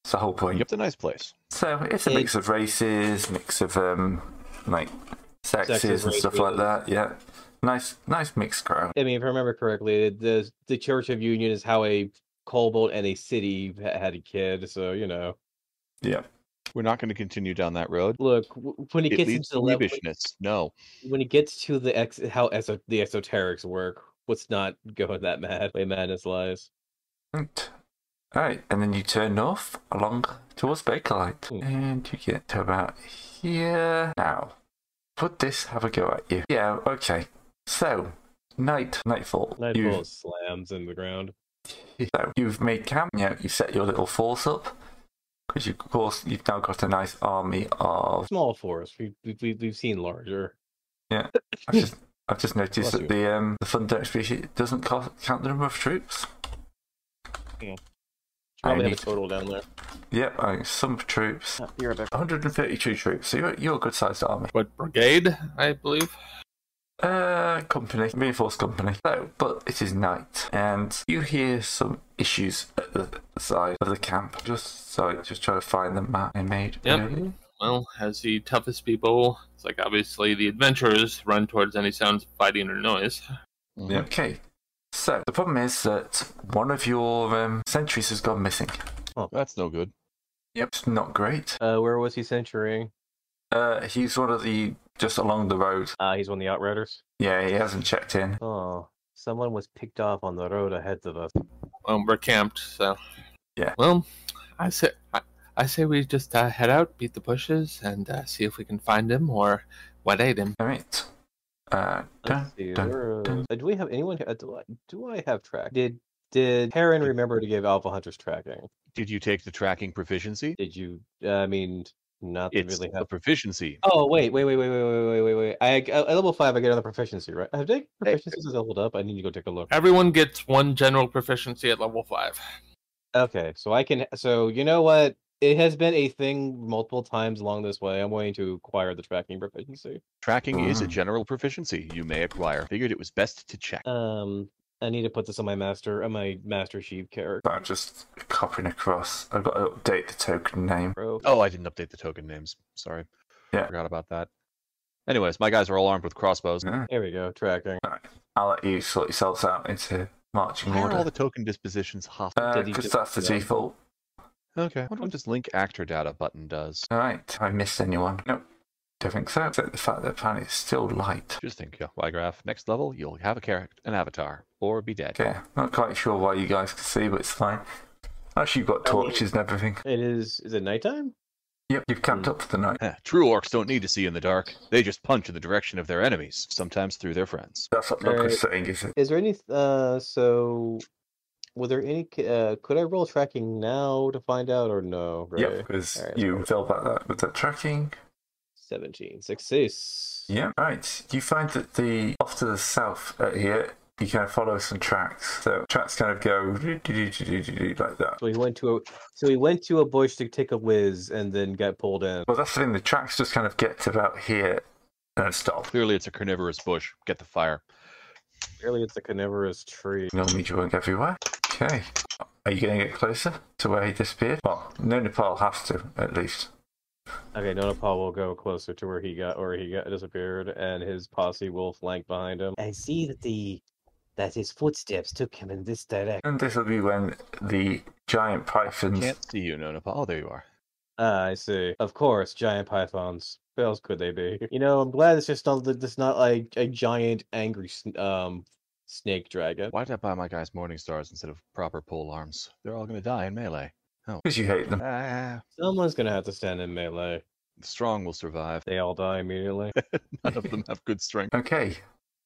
Speaker 2: It's the whole point.
Speaker 1: Yep, it's a nice place.
Speaker 2: So it's a mix of races, mix of um, like sexes
Speaker 4: Sexes,
Speaker 2: and stuff like
Speaker 4: races.
Speaker 2: that. Yeah, nice, nice mixed crowd.
Speaker 4: I mean, if I remember correctly, the the Church of Union is how a kobold and a city ha- had a kid. So you know,
Speaker 2: Yeah.
Speaker 1: We're not going to continue down that road.
Speaker 4: look w- when it,
Speaker 1: It
Speaker 4: gets
Speaker 1: leads
Speaker 4: into
Speaker 1: to
Speaker 4: the level, when-
Speaker 1: leavishness. No,
Speaker 4: when it gets to the ex how eso- the esoterics work. What's not going that mad way madness lies.
Speaker 2: Right. Alright, and then you turn north along towards Bakelite.
Speaker 4: Cool.
Speaker 2: And you get to about here. Now, would this have a go at you? Yeah, okay. So, night, nightfall. You've-
Speaker 4: Nightfall slams in the ground.
Speaker 2: So you've made camp, yeah, you've set your little force up. Because of course you've now got a nice army of
Speaker 4: Small forest. We, we, we, we've seen larger.
Speaker 2: I've just I've just noticed
Speaker 4: Bless
Speaker 2: that the um the Thunderic species doesn't co- count the number of troops.
Speaker 4: Probably have a
Speaker 2: need-
Speaker 4: total down there.
Speaker 2: Yep, I think some troops.
Speaker 7: Oh, you're a bit.
Speaker 2: 132 troops, so you're, you're a good sized army.
Speaker 5: What brigade? I believe.
Speaker 2: Uh, company, reinforced company. So, but it is night, and you hear some issues at the side of the camp. Just sorry, just try to find the map I made.
Speaker 5: Yep.
Speaker 2: earlier.
Speaker 5: Well, as the toughest people, it's like obviously the adventurers run towards any sounds of fighting or noise.
Speaker 1: Mm-hmm.
Speaker 2: Okay. So the problem is that one of your um, sentries has gone missing.
Speaker 1: That's no good.
Speaker 2: Yep, it's not great.
Speaker 4: Uh, where was he centurying?
Speaker 2: Uh, he's one of the just along the road.
Speaker 4: Ah, he's one of the outriders.
Speaker 2: Yeah, he hasn't checked in.
Speaker 4: Oh, someone was picked off on the road ahead of us.
Speaker 5: Well, we're camped, so
Speaker 2: Yeah.
Speaker 5: Well, I say I, I say we just uh, head out, beat the bushes, and uh, see if we can find him or what ate him.
Speaker 2: All right. Uh, dun,
Speaker 4: Let's see.
Speaker 2: dun,
Speaker 4: where,
Speaker 2: dun.
Speaker 4: uh, do we have anyone? uh, Do I, do I have track? Did did Heron remember to give Alpha Hunters tracking?
Speaker 1: Did you take the tracking proficiency?
Speaker 4: Did you? uh, I mean, not to
Speaker 1: It's
Speaker 4: really
Speaker 1: a
Speaker 4: have.
Speaker 1: proficiency.
Speaker 4: Oh wait, wait, wait, wait, wait, wait, wait, wait, wait. I uh, at level five, I get another proficiency, right? Have they proficiencies leveled up? I need to go take a look.
Speaker 5: Everyone gets one general proficiency at level five.
Speaker 4: Okay, so I can. So you know what? It has been a thing multiple times along this way. I'm waiting to acquire the tracking proficiency.
Speaker 1: Tracking is a
Speaker 2: Mhm.
Speaker 1: general proficiency you may acquire. Figured it was best to check.
Speaker 4: Um, I need to put this on my master, on my master sheep character.
Speaker 2: I'm just copying across. I've got to update the token name.
Speaker 4: Bro.
Speaker 1: Oh, I didn't update the token names. Sorry.
Speaker 2: Yeah.
Speaker 1: Forgot about that. Anyways, my guys are all armed with crossbows.
Speaker 2: Yeah.
Speaker 4: There we go, tracking.
Speaker 2: I'll let you sort yourselves out into marching
Speaker 1: Why are all
Speaker 2: order Uh,
Speaker 1: the token dispositions hostile?
Speaker 2: because
Speaker 4: Did he just-
Speaker 2: that's the
Speaker 4: yeah.
Speaker 2: default.
Speaker 1: okay. I wonder what this link actor data button does.
Speaker 2: All right. Have I missed anyone? Nope. Don't think so. Except the fact that apparently it's still light.
Speaker 1: Just think, yeah, Ygraph, next level, you'll have a character, an avatar, or be dead.
Speaker 2: Okay, not quite sure why you guys can see, but it's fine. Actually, you've
Speaker 4: Oh,
Speaker 2: got torches and everything.
Speaker 4: It is. Is it nighttime?
Speaker 2: Yep, you've camped
Speaker 4: Hmm.
Speaker 2: up for the night.
Speaker 1: Heh, Eh, True orcs don't need to see in the dark. They just punch in the direction of their enemies, sometimes through their friends.
Speaker 2: That's what
Speaker 4: Alright.
Speaker 2: Lucas saying, is it?
Speaker 4: Is there any? Uh, so, were there any? c- Uh, could I roll tracking now to find out, or no?
Speaker 2: Yep,
Speaker 4: Right?
Speaker 2: because
Speaker 4: Alright,
Speaker 2: you fell back that with the tracking.
Speaker 4: Seventeen success.
Speaker 2: Yeah, right. You find that the off to the south uh, here, you kind of follow some tracks. So tracks kind of go do-do-do-do-do-do-do like that.
Speaker 4: So he went to a. So he went to a bush to take a whiz, and then got pulled in.
Speaker 2: Well, that's the thing. The tracks just kind of get to about here and stop.
Speaker 1: Clearly, it's a carnivorous bush. Get the fire.
Speaker 4: Apparently, it's a carnivorous tree.
Speaker 2: You'll need to work everywhere. Okay. Are you going to get closer to where he disappeared? Well, no Nepal has to, at least.
Speaker 4: Okay, Nonapal will go closer to where he got, where he got disappeared, and his posse will flank behind him.
Speaker 7: I see that the that his footsteps took him in this direction.
Speaker 2: And this will be when the giant pythons.
Speaker 1: Can't see you, Nonapa. Oh, there you are.
Speaker 4: Ah, I see. Of course, giant pythons. What else could they be? You know, I'm glad it's just not that it's not like a giant angry sn- um snake dragon.
Speaker 1: Why did I buy my guys morning stars instead of proper pole arms? They're all gonna die in melee.
Speaker 2: Because you hate them.
Speaker 1: Ah,
Speaker 4: Someone's gonna have to stand in melee.
Speaker 1: the strong will survive.
Speaker 4: They all die immediately.
Speaker 1: None of them have good strength.
Speaker 2: Okay,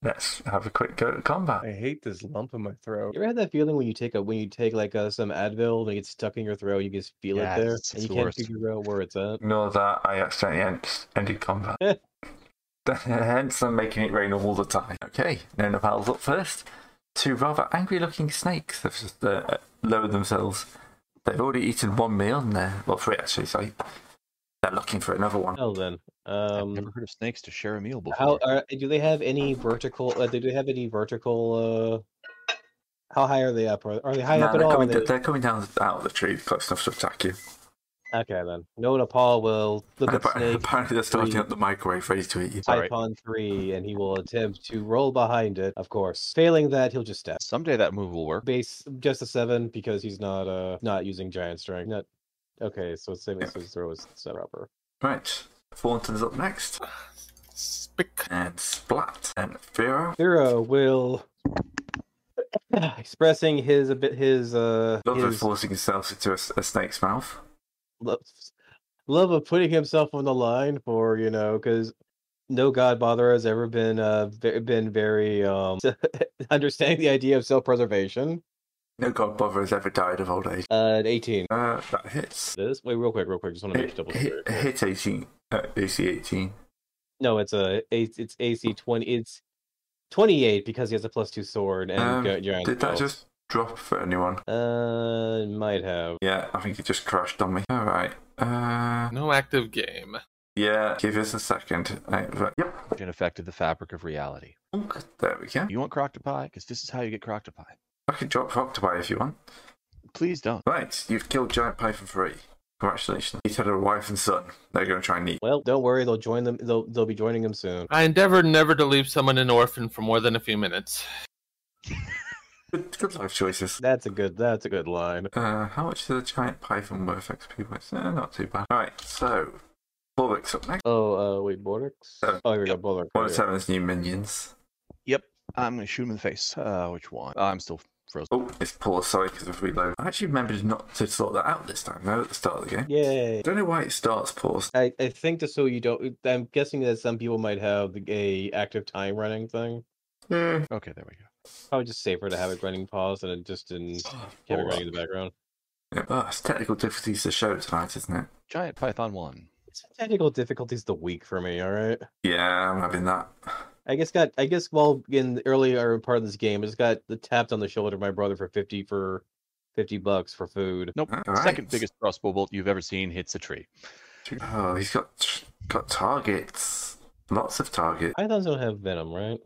Speaker 2: let's have a quick go at combat.
Speaker 4: hate this lump in my throat. You ever had that feeling when you take a when you take like uh, some Advil and it gets stuck in your throat, you just feel it there,
Speaker 1: Yes, it's
Speaker 4: and you
Speaker 1: the
Speaker 4: can't
Speaker 1: worst. Mm-hmm.
Speaker 4: figure out where it's at.
Speaker 2: Ignore that, I accidentally end, ended combat. Hence, I'm making it rain all the time. Okay, no Nepal's up first. Two rather angry looking snakes have just uh, lowered themselves. They've already eaten one meal and they're, well, three actually, so they're looking for another one.
Speaker 4: Well then,
Speaker 1: I've never
Speaker 4: um,
Speaker 1: heard of snakes to share a meal before.
Speaker 4: how uh, are, do they have any vertical? Uh, do they have any vertical? uh How high are they up? Are, are they high
Speaker 2: No,
Speaker 4: up at
Speaker 2: they're,
Speaker 4: all? Are
Speaker 2: coming,
Speaker 4: they-
Speaker 2: they're coming down out of the tree close enough to attack you.
Speaker 4: Okay then. No Nepal will look
Speaker 2: And
Speaker 4: at
Speaker 2: appa-
Speaker 4: Snake
Speaker 2: apparently, they're starting
Speaker 4: three.
Speaker 2: up the microwave ready to eat you.
Speaker 1: Sorry.
Speaker 4: Typhon three, and he will attempt to roll behind it. Of course, failing that, he'll just stab.
Speaker 1: Someday that move will work.
Speaker 4: Base just a seven because he's not uh not using giant strength. Not okay. So it's
Speaker 2: Yeah.
Speaker 4: saving his throw is set proper.
Speaker 2: Right, Thornton's up next.
Speaker 5: Spick.
Speaker 2: and Splat and Firo.
Speaker 4: Hero will expressing his a bit his uh
Speaker 2: Not for
Speaker 4: his
Speaker 2: forcing yourself into a, s- a snake's mouth.
Speaker 4: love, love of putting himself on the line for you know because no god bother has ever been uh ve- been very um understanding the idea of self-preservation
Speaker 2: No god bother has ever died of old age.
Speaker 4: uh at 18
Speaker 2: Uh, that hits.
Speaker 4: this wait real quick real quick just want to make
Speaker 2: Hit,
Speaker 4: double sure
Speaker 2: hit, hit 18. Uh, AC 18.
Speaker 4: no it's a A- it's ac 20 it's 28 because he has a plus two sword and
Speaker 2: Um,
Speaker 4: gi- giant
Speaker 2: Did that
Speaker 4: belt.
Speaker 2: just drop for anyone?
Speaker 4: uh might have
Speaker 2: Yeah, I think it just crashed on me. Alright. Uh,
Speaker 5: No active game.
Speaker 2: yeah, give us a second. Uh, Right, but- yep. Oh,
Speaker 1: It affected the fabric of reality.
Speaker 2: There we go.
Speaker 1: You want croctopie? Because this is how you get croctopie.
Speaker 2: I can drop Octopi if you want.
Speaker 1: Please don't.
Speaker 2: Right, you've killed Giant Python 3. Congratulations. He's had a wife and son. They're going to try and eat.
Speaker 4: well don't worry they'll join them they'll, they'll be joining him soon
Speaker 5: I endeavor never to leave someone an orphan for more than a few minutes.
Speaker 2: Good, good life choices.
Speaker 4: that's a good that's a good line
Speaker 2: Uh, how much is a Giant Python worth XP wise? Eh, not too bad. Alright, so, Bullock's up next.
Speaker 4: oh uh wait Bordex?
Speaker 2: Seven.
Speaker 4: oh here we go Bordex.
Speaker 2: One of Seven's new minions.
Speaker 1: I'm gonna shoot him in the face. Uh, which one? I'm still frozen.
Speaker 2: Oh, it's poor, sorry, because of reload. I actually remembered not to sort that out this time, though, at the start of the game.
Speaker 4: Yay.
Speaker 2: I don't know why it starts paused.
Speaker 4: I, I think just so you don't I'm guessing that some people might have the a active time running thing.
Speaker 2: Eh,
Speaker 1: Okay, there we go.
Speaker 4: Probably just safer to have it running pause and it just didn't have it
Speaker 2: Bullock.
Speaker 4: running in the background.
Speaker 2: Yeah, ah, it's technical difficulties to show tonight, isn't it?
Speaker 1: Giant Python one.
Speaker 4: It's technical difficulties the week for me, alright?
Speaker 2: Yeah, I'm having that.
Speaker 4: I guess got I guess while in the earlier part of this game, I just got the tapped on the shoulder of my brother for fifty for fifty bucks for food.
Speaker 1: Nope.
Speaker 2: Alright.
Speaker 1: Second biggest crossbow bolt you've ever seen hits a tree.
Speaker 2: Oh, he's got got targets. Lots of targets.
Speaker 4: Pythons don't have venom, right?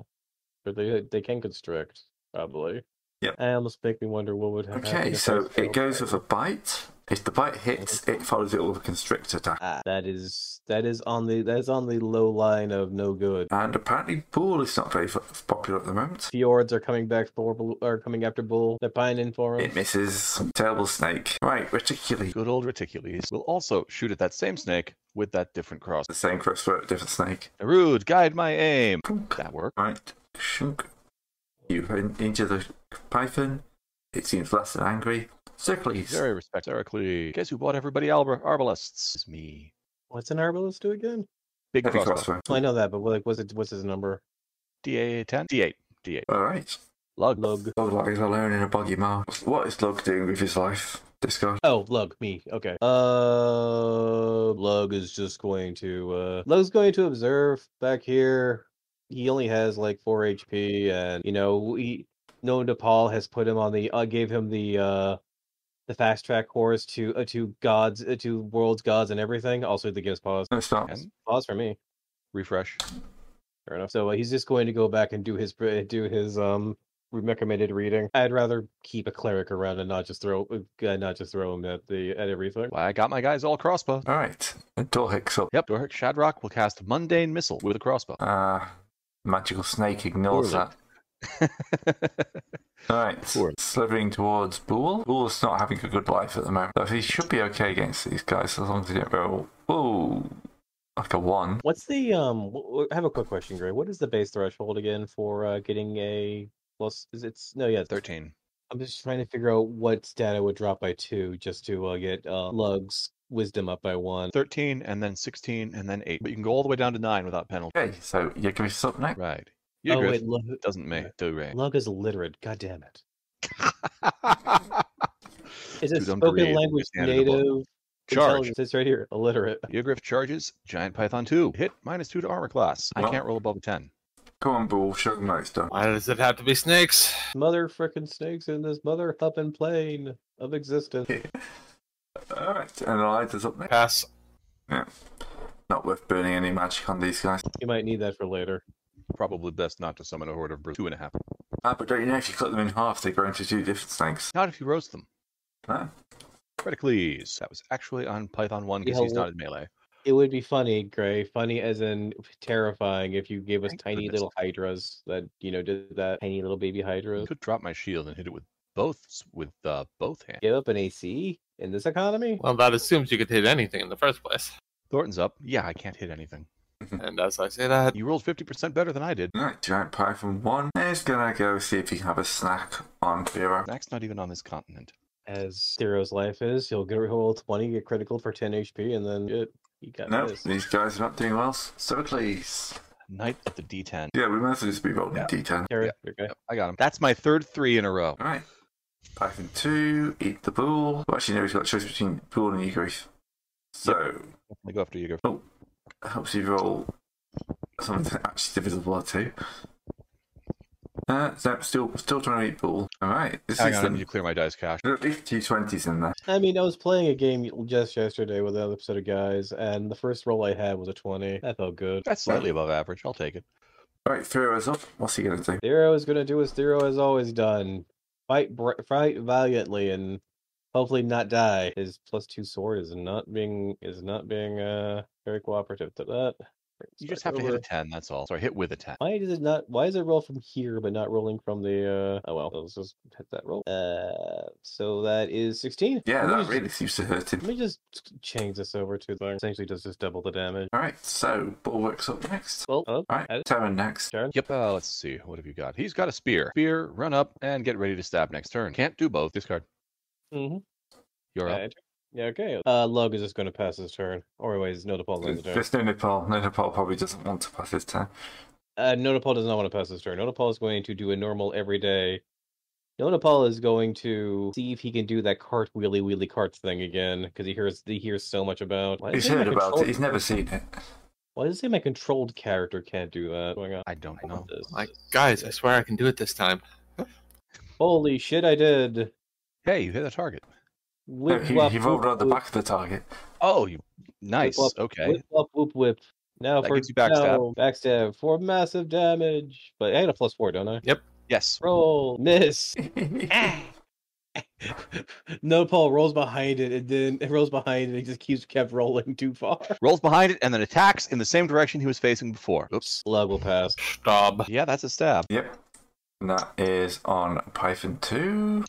Speaker 4: Or they they can constrict, probably.
Speaker 2: Yep.
Speaker 4: I almost make me wonder what would happen.
Speaker 2: Okay,
Speaker 4: if
Speaker 2: so
Speaker 4: I
Speaker 2: it goes
Speaker 4: failed.
Speaker 2: with a bite. If the bite hits, it follows it with a constrictor attack.
Speaker 4: Ah, that is that is on the that is on the low line of no good.
Speaker 2: And apparently, Bull is not very f- popular at the moment.
Speaker 4: Fjords are coming back for Bull- are coming after Bull. They're pining for him.
Speaker 2: It misses. Terrible snake. Right, reticulate.
Speaker 1: Good old Reticules will also shoot at that same snake with that different cross.
Speaker 2: The same crossbow, different snake.
Speaker 1: Rude, guide my aim.
Speaker 2: Punk.
Speaker 1: That worked.
Speaker 2: Right, shunk. You in- into the python. It seems less than angry. Circles.
Speaker 1: Very respectful. Heracles. Guess who bought everybody Albert arbalists? It's me.
Speaker 4: What's an arbalist do again?
Speaker 1: Big
Speaker 2: Heavy
Speaker 1: crossbow.
Speaker 2: crossbow.
Speaker 4: I know that, but what, what's it? What's his number?
Speaker 1: DA ten. D8. D8.
Speaker 2: All right.
Speaker 1: Lug.
Speaker 4: Lug.
Speaker 2: Log lies alone in a boggy marsh. What is Log doing with his life? Discuss.
Speaker 4: Oh, Lug, me. Okay. Uh, Lug is just going to uh, Lug's going to observe back here. He only has like four HP, and you know he known DePaul has put him on the uh, gave him the uh the fast track course to uh, to gods uh, to worlds gods and everything. Also, the gives pause
Speaker 2: No, stop.
Speaker 1: And
Speaker 4: pause for me.
Speaker 1: refresh.
Speaker 4: Fair enough. So uh, he's just going to go back and do his uh, do his um recommended reading. I'd rather keep a cleric around and not just throw uh, uh, not just throw him at the at everything.
Speaker 1: Why I got my guys all crossbow.
Speaker 2: All right. Dorhic's up.
Speaker 1: Yep, Doric Shadrock will cast mundane missile with a crossbow.
Speaker 2: Uh, magical snake ignores
Speaker 1: Poorly.
Speaker 2: that. All right.
Speaker 1: Poorly.
Speaker 2: Slithering towards Bull. Bull's not having a good life at the moment. So he should be okay against these guys as long as he don't roll. Ooh, like a one.
Speaker 4: What's the um? w- w- I have a quick question, Gray. What is the base threshold again for uh, getting a plus? Is it's no, yeah, thirteen.
Speaker 1: Thirteen.
Speaker 4: I'm just trying to figure out what stat I would drop by two just to uh, get uh, Lug's wisdom up by one.
Speaker 1: 13 and then 16 and then 8. But you can go all the way down to 9 without penalty.
Speaker 2: Okay, so Yegriff's up next.
Speaker 1: Right. You
Speaker 4: oh
Speaker 1: Griff,
Speaker 4: wait, Lug,
Speaker 1: doesn't make do rain.
Speaker 4: Lug is illiterate. God damn it! Is it
Speaker 1: Too dumb to
Speaker 4: spoken
Speaker 1: read.
Speaker 4: language
Speaker 1: Stand in the book.
Speaker 4: native?
Speaker 1: Charge.
Speaker 4: intelligence? It's right here. Illiterate.
Speaker 1: Eogriff charges. Giant Python 2. Hit minus 2 to armor class. I
Speaker 2: Well-
Speaker 1: can't roll above a 10.
Speaker 2: Come on, Bull. Show them what it's done.
Speaker 5: Why does it have to be snakes?
Speaker 4: Mother frickin' snakes in this mother huppin' plane of existence.
Speaker 2: All right. And Eliza's up next.
Speaker 5: Pass.
Speaker 2: Not worth burning any magic on these guys.
Speaker 4: You might need that for later.
Speaker 1: Probably best not to summon a horde of brutes. Two and a half.
Speaker 2: Ah, but don't you know if you cut them in half, they grow into two different snakes. Ah,
Speaker 1: Not if you roast them.
Speaker 2: Huh?
Speaker 1: Criticles. That was actually on Python 1 because
Speaker 4: Yeah,
Speaker 1: he's
Speaker 4: well-
Speaker 1: not in melee.
Speaker 4: It would be funny, Gray. Funny as in terrifying if you gave us
Speaker 1: Thank
Speaker 4: tiny
Speaker 1: goodness.
Speaker 4: little hydras that, you know, did that tiny little baby
Speaker 1: I
Speaker 4: hydras.
Speaker 1: could drop my shield and hit it with both with uh, both hands.
Speaker 4: Give up an AC in this economy?
Speaker 5: Well, that assumes you could hit anything in the first place.
Speaker 1: Thornton's up. Yeah, I can't hit anything.
Speaker 5: And as I say that,
Speaker 1: You rolled 50% better than I did.
Speaker 2: Alright, giant python one is gonna go see if he can have a snack on Vera.
Speaker 1: Zach's not even on this continent.
Speaker 4: As Thero's life is, he'll get roll twenty, get critical for ten HP, and then it, you got
Speaker 2: Nope,
Speaker 4: this.
Speaker 2: these guys are not doing well. Sophocles.
Speaker 1: Knight of the D10.
Speaker 2: Yeah, we might as well just be rolling
Speaker 1: Yeah.
Speaker 2: D10.
Speaker 4: Terry, okay.
Speaker 1: Yep, I got him. That's my third three in a row.
Speaker 2: Alright. Python 2, eat the bull. Well, actually, no, he's got a choice between bull and egrief. So,
Speaker 1: I go after you. Go.
Speaker 2: helps you roll something actually divisible to. Uh, so still, still trying to eat bull. Alright, this
Speaker 1: Hang
Speaker 2: is
Speaker 1: on, I need to
Speaker 2: the.
Speaker 1: clear my dice cache.
Speaker 2: There's at least two 20s in there.
Speaker 4: I mean, I was playing a game just yesterday with another set of guys, and the first roll I had was a twenty. That felt good.
Speaker 1: That's slightly above average. I'll take it.
Speaker 2: Alright, Thero's up. What's he gonna do?
Speaker 4: Thero is gonna do what Thero has always done: fight, br- fight valiantly, and hopefully not die. His plus two sword is not being is not being uh very cooperative to that.
Speaker 1: You just have
Speaker 4: Start
Speaker 1: to hit a
Speaker 4: over.
Speaker 1: 10, that's all. Sorry, hit with a 10.
Speaker 4: Why does it not? Why is it roll from here but not rolling from the? uh Oh well, let's just hit that roll. Uh, so that is sixteen.
Speaker 2: Yeah,
Speaker 4: Let me
Speaker 2: that
Speaker 4: just-
Speaker 2: really seems to hurt him.
Speaker 4: Let me just change this over to the essentially does just double the damage.
Speaker 2: Alright, so bull works up next.
Speaker 4: Well, oh,
Speaker 2: Alright,
Speaker 4: add it.
Speaker 2: Terran next.
Speaker 4: Sharon?
Speaker 1: Yep, uh, let's see. What have you got? He's got a spear. Spear, run up, and get ready to stab next turn. Can't do both. Discard.
Speaker 4: Mhm.
Speaker 1: You're up.
Speaker 4: Add. Yeah. Okay. Uh, Lug is just going to pass his turn, or anyways, Notapol on the turn.
Speaker 2: There's no Nepal. No Nepal probably doesn't want to pass his turn.
Speaker 4: Uh, Notapol does not want to pass his turn. Notapol is going to do a normal everyday. Notapol is going to see if he can do that cart wheelie wheelie cart thing again because he hears he hears so much about. Why does
Speaker 2: He's
Speaker 4: it say my
Speaker 2: heard about
Speaker 4: control-
Speaker 2: it. He's never seen it.
Speaker 4: Why does it say my controlled character can't do that? What's going on?
Speaker 1: I don't know.
Speaker 4: This
Speaker 5: like,
Speaker 4: is-
Speaker 5: guys, I swear I can do it this time.
Speaker 4: Holy shit! I did.
Speaker 1: Hey, you hit a target.
Speaker 2: No,
Speaker 4: Whip,
Speaker 2: he,
Speaker 4: wop,
Speaker 2: he
Speaker 4: whoop,
Speaker 2: rolled around the
Speaker 4: whoop,
Speaker 2: back of the target.
Speaker 1: Oh, you nice.
Speaker 4: up.
Speaker 1: Okay.
Speaker 4: Whip, wop, whoop, whip. Now
Speaker 1: That
Speaker 4: for
Speaker 1: gives you backstab.
Speaker 4: no, backstab for massive damage. But I had a plus four, don't I?
Speaker 1: Yes.
Speaker 4: Roll, miss. no, Paul rolls behind it, and then it rolls behind it, and just keeps kept rolling too far.
Speaker 1: Rolls behind it and then attacks in the same direction he was facing before. Oops.
Speaker 4: Slug will pass.
Speaker 5: Stab.
Speaker 1: Yeah, that's a stab.
Speaker 2: yep. And that is on Python 2.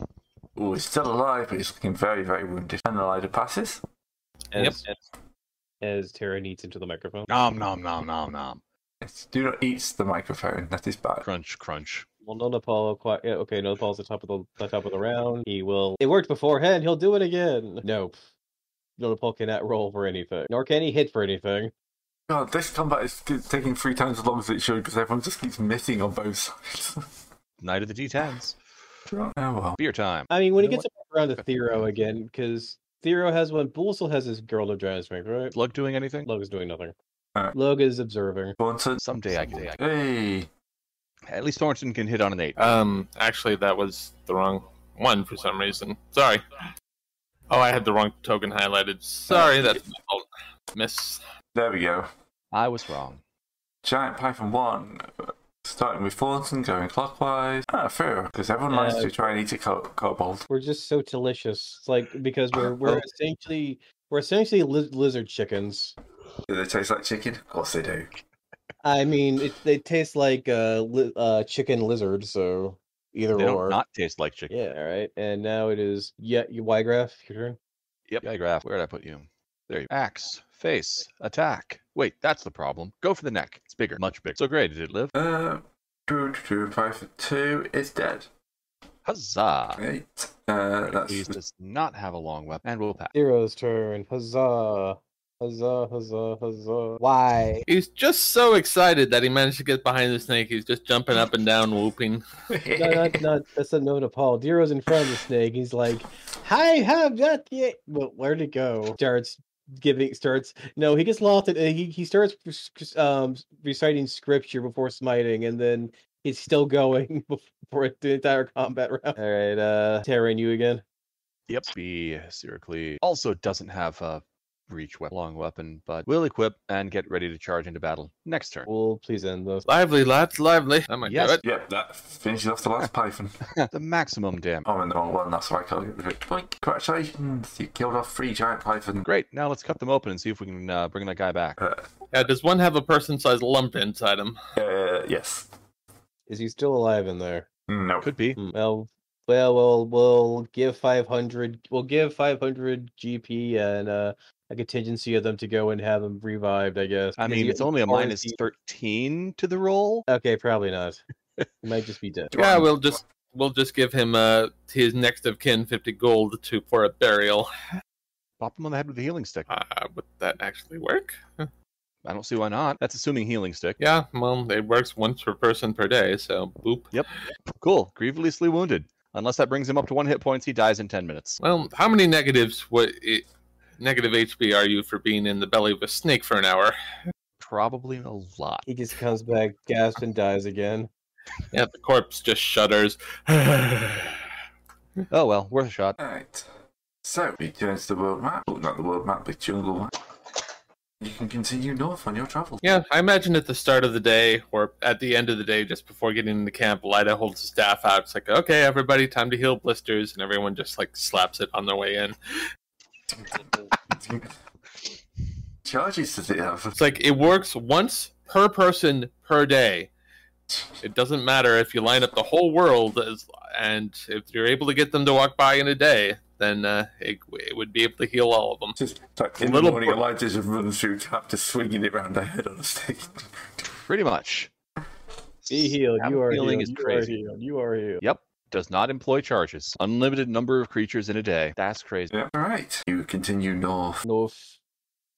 Speaker 2: Oh, he's still alive, but he's looking very, very wounded. And the lighter passes.
Speaker 5: Yep.
Speaker 4: As, as, as Tara needs into the microphone.
Speaker 1: Nom, nom, nom, nom, nom.
Speaker 2: It's, do not eat the microphone. That is bad.
Speaker 1: Crunch, crunch.
Speaker 4: Well, no, Paul. Quite, yeah, okay, no, Paul's the top of the, the top of the round. He will. It worked beforehand. He'll do it again. Nope. No, Paul cannot roll for anything, nor can he hit for anything.
Speaker 2: God, this combat is t- taking three times as long as it should because everyone just keeps missing on both sides.
Speaker 1: Knight of the D10s.
Speaker 2: oh well.
Speaker 1: Beer time.
Speaker 4: I mean, when he
Speaker 1: You know
Speaker 4: gets back around to Thero again, because Thero has one, Bull still has his girl of giant strength, right?
Speaker 1: Slug doing anything?
Speaker 4: Log is doing nothing.
Speaker 2: Alright.
Speaker 4: Log is observing.
Speaker 2: Thornton.
Speaker 1: Someday I can.
Speaker 2: Hey.
Speaker 1: At least Thornton can hit on an 8.
Speaker 5: Um, actually, that was the wrong one for some reason. Sorry. Oh, I had the wrong token highlighted. Sorry, that's my fault. Miss.
Speaker 2: There we go.
Speaker 1: I was wrong.
Speaker 2: Giant Python 1, starting with Thornton, going clockwise. Ah, fair, because everyone likes
Speaker 4: Uh,
Speaker 2: to try and eat a co- kobold.
Speaker 4: We're just so delicious. It's like because we're we're
Speaker 2: Oh.
Speaker 4: essentially we're essentially li- lizard chickens.
Speaker 2: Do they taste like chicken? Of course they do.
Speaker 4: I mean, it, they taste like uh, li- uh chicken lizard. So either
Speaker 1: They
Speaker 4: or.
Speaker 1: don't not taste like chicken.
Speaker 4: Yeah. All right. And now it is yeah. You Ygraph, your turn.
Speaker 1: Yep. Yeah, graph. Where did I put you? There you Axe, face, attack. Wait, that's the problem. Go for the neck. It's bigger. Much bigger. So great. Did it live?
Speaker 2: Uh, two, two, Python 2 is dead.
Speaker 1: Huzzah.
Speaker 2: Eight. Uh,
Speaker 1: Please
Speaker 2: that's
Speaker 1: does not have a long weapon and will pass.
Speaker 4: Zero's turn. Huzzah! Huzzah! Huzzah! Huzzah! Why?
Speaker 5: He's just so excited that he managed to get behind the snake. He's just jumping up and down, whooping.
Speaker 4: No, not, not, that's a no to Paul. Dero's in front of the snake. He's like, "I have that yet." Well, where'd it go? Starts giving. Starts. No, he gets lost. And uh, he he starts pres- um reciting scripture before smiting, and then he's still going before the entire combat round. All right, uh, Terran, you again.
Speaker 1: Yep. B. Syracles also doesn't have a breach weapon, long weapon, but will equip and get ready to charge into battle next turn.
Speaker 4: Well, please end this.
Speaker 5: Lively, lads, lively. That might
Speaker 1: Yes.
Speaker 5: do it.
Speaker 2: Yep, that finishes off the last Python.
Speaker 1: the maximum damage.
Speaker 2: Oh, and the wrong one, that's why I can't get rid of it. Boink. Congratulations, you killed off three giant Python.
Speaker 1: Great. Now let's cut them open and see if we can uh, bring that guy back.
Speaker 2: Uh,
Speaker 5: Yeah, does one have a person-sized lump inside him?
Speaker 2: uh, yes.
Speaker 4: Is he still alive in there?
Speaker 2: No.
Speaker 1: Could be.
Speaker 4: Hmm, Well, well, we'll we'll give five hundred. We'll give five hundred GP and uh, a contingency of them to go and have them revived. I guess.
Speaker 1: I
Speaker 4: because
Speaker 1: mean,
Speaker 4: you-
Speaker 1: it's only a
Speaker 4: always
Speaker 1: minus
Speaker 4: be-
Speaker 1: 13 to the roll.
Speaker 4: Okay, probably not. It might just be dead.
Speaker 5: Yeah, we'll just we'll just give him uh his next of kin fifty gold to for a burial.
Speaker 1: Pop him on the head with a healing stick.
Speaker 5: Uh, would that actually work?
Speaker 1: I don't see why not. That's assuming healing stick.
Speaker 5: Yeah, well, it works once per person per day, so boop.
Speaker 1: Cool. Grievously wounded. Unless that brings him up to one hit points, he dies in 10 minutes.
Speaker 5: Well, how many negatives? What it, negative HP are you for being in the belly of a snake for an hour?
Speaker 1: Probably a lot.
Speaker 4: He just comes back, gasps, and dies again.
Speaker 5: Yeah, the corpse just shudders.
Speaker 1: Oh well, worth a shot.
Speaker 2: Alright. So, we turn to the world map. Oh, not the world map, the jungle map. You can continue north on your travels.
Speaker 5: Yeah, I imagine at the start of the day or at the end of the day, just before getting into camp, Lyda holds his staff out. It's like, okay, everybody, time to heal blisters, and everyone just like slaps it on their way in.
Speaker 2: Charges to the
Speaker 5: It's like it works once per person per day. It doesn't matter if you line up the whole world, as, and if you're able to get them to walk by in a day, then uh, it, it would be able to heal all of them.
Speaker 2: Just like in
Speaker 5: Little
Speaker 2: the morning,
Speaker 5: bro-
Speaker 2: Elijah just runs through camp, just swinging it around their head on a stake.
Speaker 1: Pretty much.
Speaker 4: Be healed.
Speaker 1: That
Speaker 4: You are
Speaker 1: feeling
Speaker 4: healed.
Speaker 1: is
Speaker 4: you
Speaker 1: crazy.
Speaker 4: Are healed. You are healed.
Speaker 1: Yep. Does not employ charges. Unlimited number of creatures in a day. That's crazy.
Speaker 2: Yeah. Alright. You continue north.
Speaker 4: North.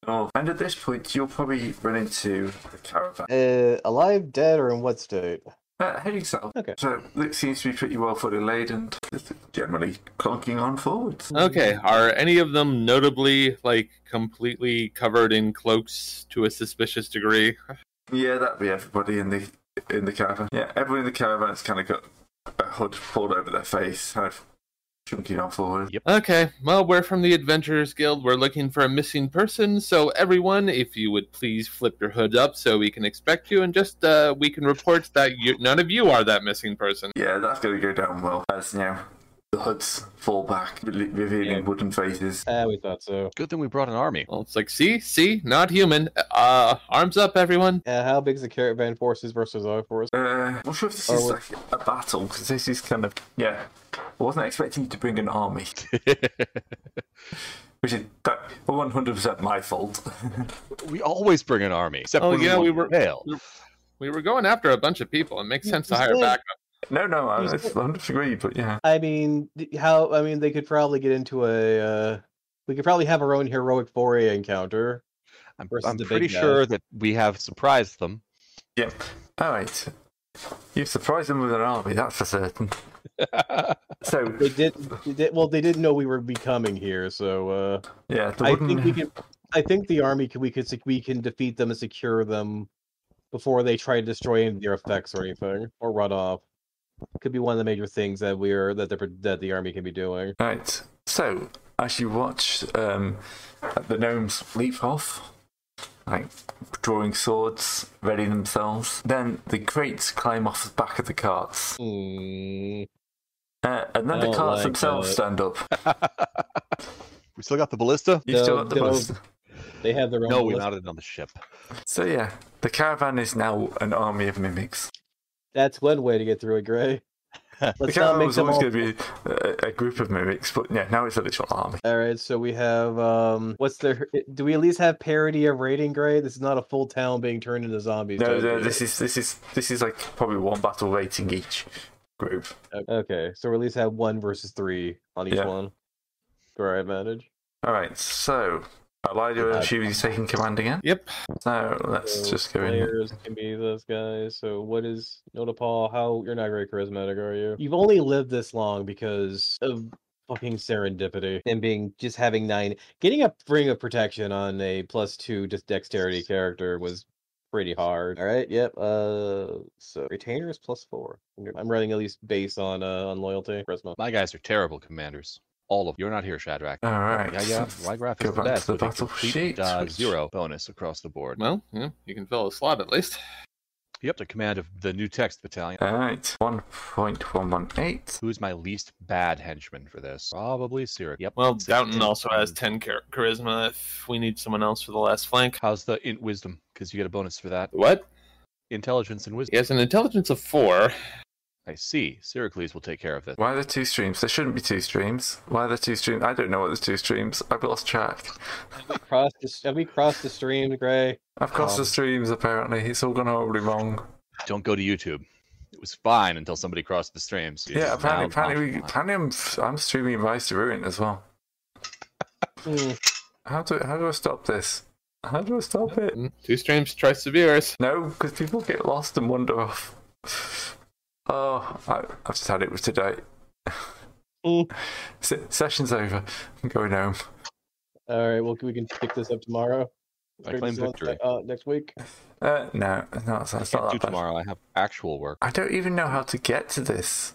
Speaker 2: North. And at this point, you'll probably run into the caravan.
Speaker 4: Uh, alive, dead, or in what state?
Speaker 2: Uh, heading south.
Speaker 4: Okay.
Speaker 2: So, it seems to be pretty well fully laden. Just generally clunking on forwards.
Speaker 5: Okay, are any of them notably like completely covered in cloaks to a suspicious degree?
Speaker 2: Yeah, that'd be everybody in the in the caravan. Yeah, everyone in the caravan's kind of got a hood pulled over their face, kind of chunking on forward.
Speaker 5: Okay, well, we're from the Adventurers Guild. We're looking for a missing person, so everyone, if you would please flip your hood up so we can expect you, and just uh, we can report that you, none of you are that missing person.
Speaker 2: Yeah, that's gonna go down well. As you know, the hoods fall back, re- revealing
Speaker 4: Yeah.
Speaker 2: wooden faces.
Speaker 4: Ah, we thought so.
Speaker 1: Good thing we brought an army.
Speaker 5: Well, it's like, see, see, not human. Uh, arms up, everyone.
Speaker 4: Uh, how big's the caravan forces versus our force?
Speaker 2: Uh, I'm not sure if this
Speaker 4: Or
Speaker 2: is
Speaker 4: would-
Speaker 2: like a battle because this is kind of yeah. I wasn't expecting you to bring an army, which is one hundred percent my fault.
Speaker 1: we always bring an army. Except
Speaker 5: Oh,
Speaker 1: when
Speaker 5: yeah,
Speaker 1: we,
Speaker 5: we
Speaker 1: want
Speaker 5: were-
Speaker 1: to fail.
Speaker 5: We were going after a bunch of people. It makes sense to hire
Speaker 4: Understood.
Speaker 5: back.
Speaker 2: no, no, I
Speaker 4: Who's
Speaker 2: one hundred percent agree, but yeah.
Speaker 4: I mean, d- how? I mean, they could probably get into a. Uh, we could probably have our own heroic foray encounter.
Speaker 1: I'm,
Speaker 4: versus
Speaker 1: I'm
Speaker 4: the big
Speaker 1: pretty
Speaker 4: guys.
Speaker 1: sure that we have surprised them.
Speaker 2: Yep. All right. You've surprised them with an army, that's for certain. So
Speaker 4: They did. They did well, they didn't know we were be coming here, so uh,
Speaker 2: yeah, the
Speaker 4: I
Speaker 2: wooden.
Speaker 4: think we can. I think the army can. We could. sec- We can defeat them and secure them before they try to destroy any of their effects or anything, or run off. Could be one of the major things that we are that the that the army can be doing.
Speaker 2: Right. So, as you watch um, the gnomes leap off, like drawing swords, ready themselves, then the crates climb off the back of the carts.
Speaker 4: Hmm.
Speaker 2: Uh, and then
Speaker 4: I
Speaker 2: the
Speaker 4: don't
Speaker 2: carts
Speaker 4: like
Speaker 2: themselves
Speaker 4: that.
Speaker 2: stand up.
Speaker 1: we still got the ballista?
Speaker 2: You've still
Speaker 4: No,
Speaker 2: got the
Speaker 4: no.
Speaker 2: bus.
Speaker 4: They have their own.
Speaker 1: No, we
Speaker 4: ballista-
Speaker 1: mounted it on the ship.
Speaker 2: So, yeah, the caravan is now an army of mimics.
Speaker 4: That's one way to get through it, Gray.
Speaker 2: The
Speaker 4: Let's not
Speaker 2: caravan
Speaker 4: make
Speaker 2: was
Speaker 4: them
Speaker 2: always
Speaker 4: all
Speaker 2: going to be uh, a, a group of mimics, but yeah, now it's a literal army.
Speaker 4: All right, so we have um, what's their? Do we at least have parody of raiding grade? This is not a full town being turned into zombies.
Speaker 2: No,
Speaker 4: type
Speaker 2: no,
Speaker 4: deal.
Speaker 2: this is this is this is like probably one battle rating each group.
Speaker 4: O- okay. So we at least have one versus three on each
Speaker 2: Yeah.
Speaker 4: one for our advantage.
Speaker 2: All right, so Elijah, I assume he's taking command again.
Speaker 5: Yep.
Speaker 2: So let's
Speaker 4: So
Speaker 2: just go in. here.
Speaker 4: players can be those guys. So what is Nota Paul? How you're not very charismatic, are you? You've only lived this long because of fucking serendipity and being just having nine, getting a ring of protection on a plus two just dexterity character was pretty hard. All right. Yep. Uh, so retainer is plus four. I'm running at least based on uh on loyalty. Charisma.
Speaker 1: My guys are terrible commanders. All of you're not here, Shadrach.
Speaker 2: All right.
Speaker 1: Yeah, yeah. My graphics
Speaker 2: Go
Speaker 1: are the
Speaker 2: back to
Speaker 1: best,
Speaker 2: the
Speaker 1: with a
Speaker 2: battle
Speaker 1: complete,
Speaker 2: sheet.
Speaker 1: uh,
Speaker 2: which-
Speaker 1: zero bonus across the board.
Speaker 5: Well, yeah, you can fill a slot at least.
Speaker 1: Yep, the command of the new text battalion.
Speaker 2: All right, one point one one eight.
Speaker 1: Who's my least bad henchman for this? Probably Syric. Yep.
Speaker 5: Well,
Speaker 1: six,
Speaker 5: Downton
Speaker 1: ten,
Speaker 5: also has
Speaker 1: ten.
Speaker 5: 10 char- charisma if we need someone else for the last flank.
Speaker 1: How's the int wisdom? Because you get a bonus for that.
Speaker 5: What?
Speaker 1: Intelligence and
Speaker 5: He
Speaker 1: wisdom.
Speaker 5: has an intelligence of 4.
Speaker 1: I see. Syracles will take care of this.
Speaker 2: Why are there two streams? There shouldn't be two streams. Why are there two streams? I don't know what there's two streams. I've lost track.
Speaker 4: we crossed the, have we crossed the stream, Gray?
Speaker 2: I've crossed
Speaker 4: Um,
Speaker 2: the streams apparently. It's all gone horribly wrong.
Speaker 1: Don't go to YouTube. It was fine until somebody crossed the streams. It
Speaker 2: Yeah,
Speaker 1: is now
Speaker 2: apparently, apparently, we,
Speaker 1: not fine.
Speaker 2: apparently I'm, I'm streaming Rise to Ruin as well.
Speaker 4: Hmm.
Speaker 2: How do how do I stop this? How do I stop it?
Speaker 5: Hmm, Two streams, try Severus.
Speaker 2: No, because people get lost and wander off. Oh, I, I've just had it with today.
Speaker 4: Mm.
Speaker 2: Se- session's over. I'm going home.
Speaker 4: All right, well, we can pick this up tomorrow.
Speaker 1: I
Speaker 4: Pick
Speaker 1: claim
Speaker 4: this up,
Speaker 1: victory.
Speaker 4: Uh, next week.
Speaker 2: Uh, no, no, it's,
Speaker 1: I
Speaker 2: it's
Speaker 1: can't
Speaker 2: not
Speaker 1: do
Speaker 2: that bad.
Speaker 1: tomorrow. I have actual work.
Speaker 2: I don't even know how to get to this.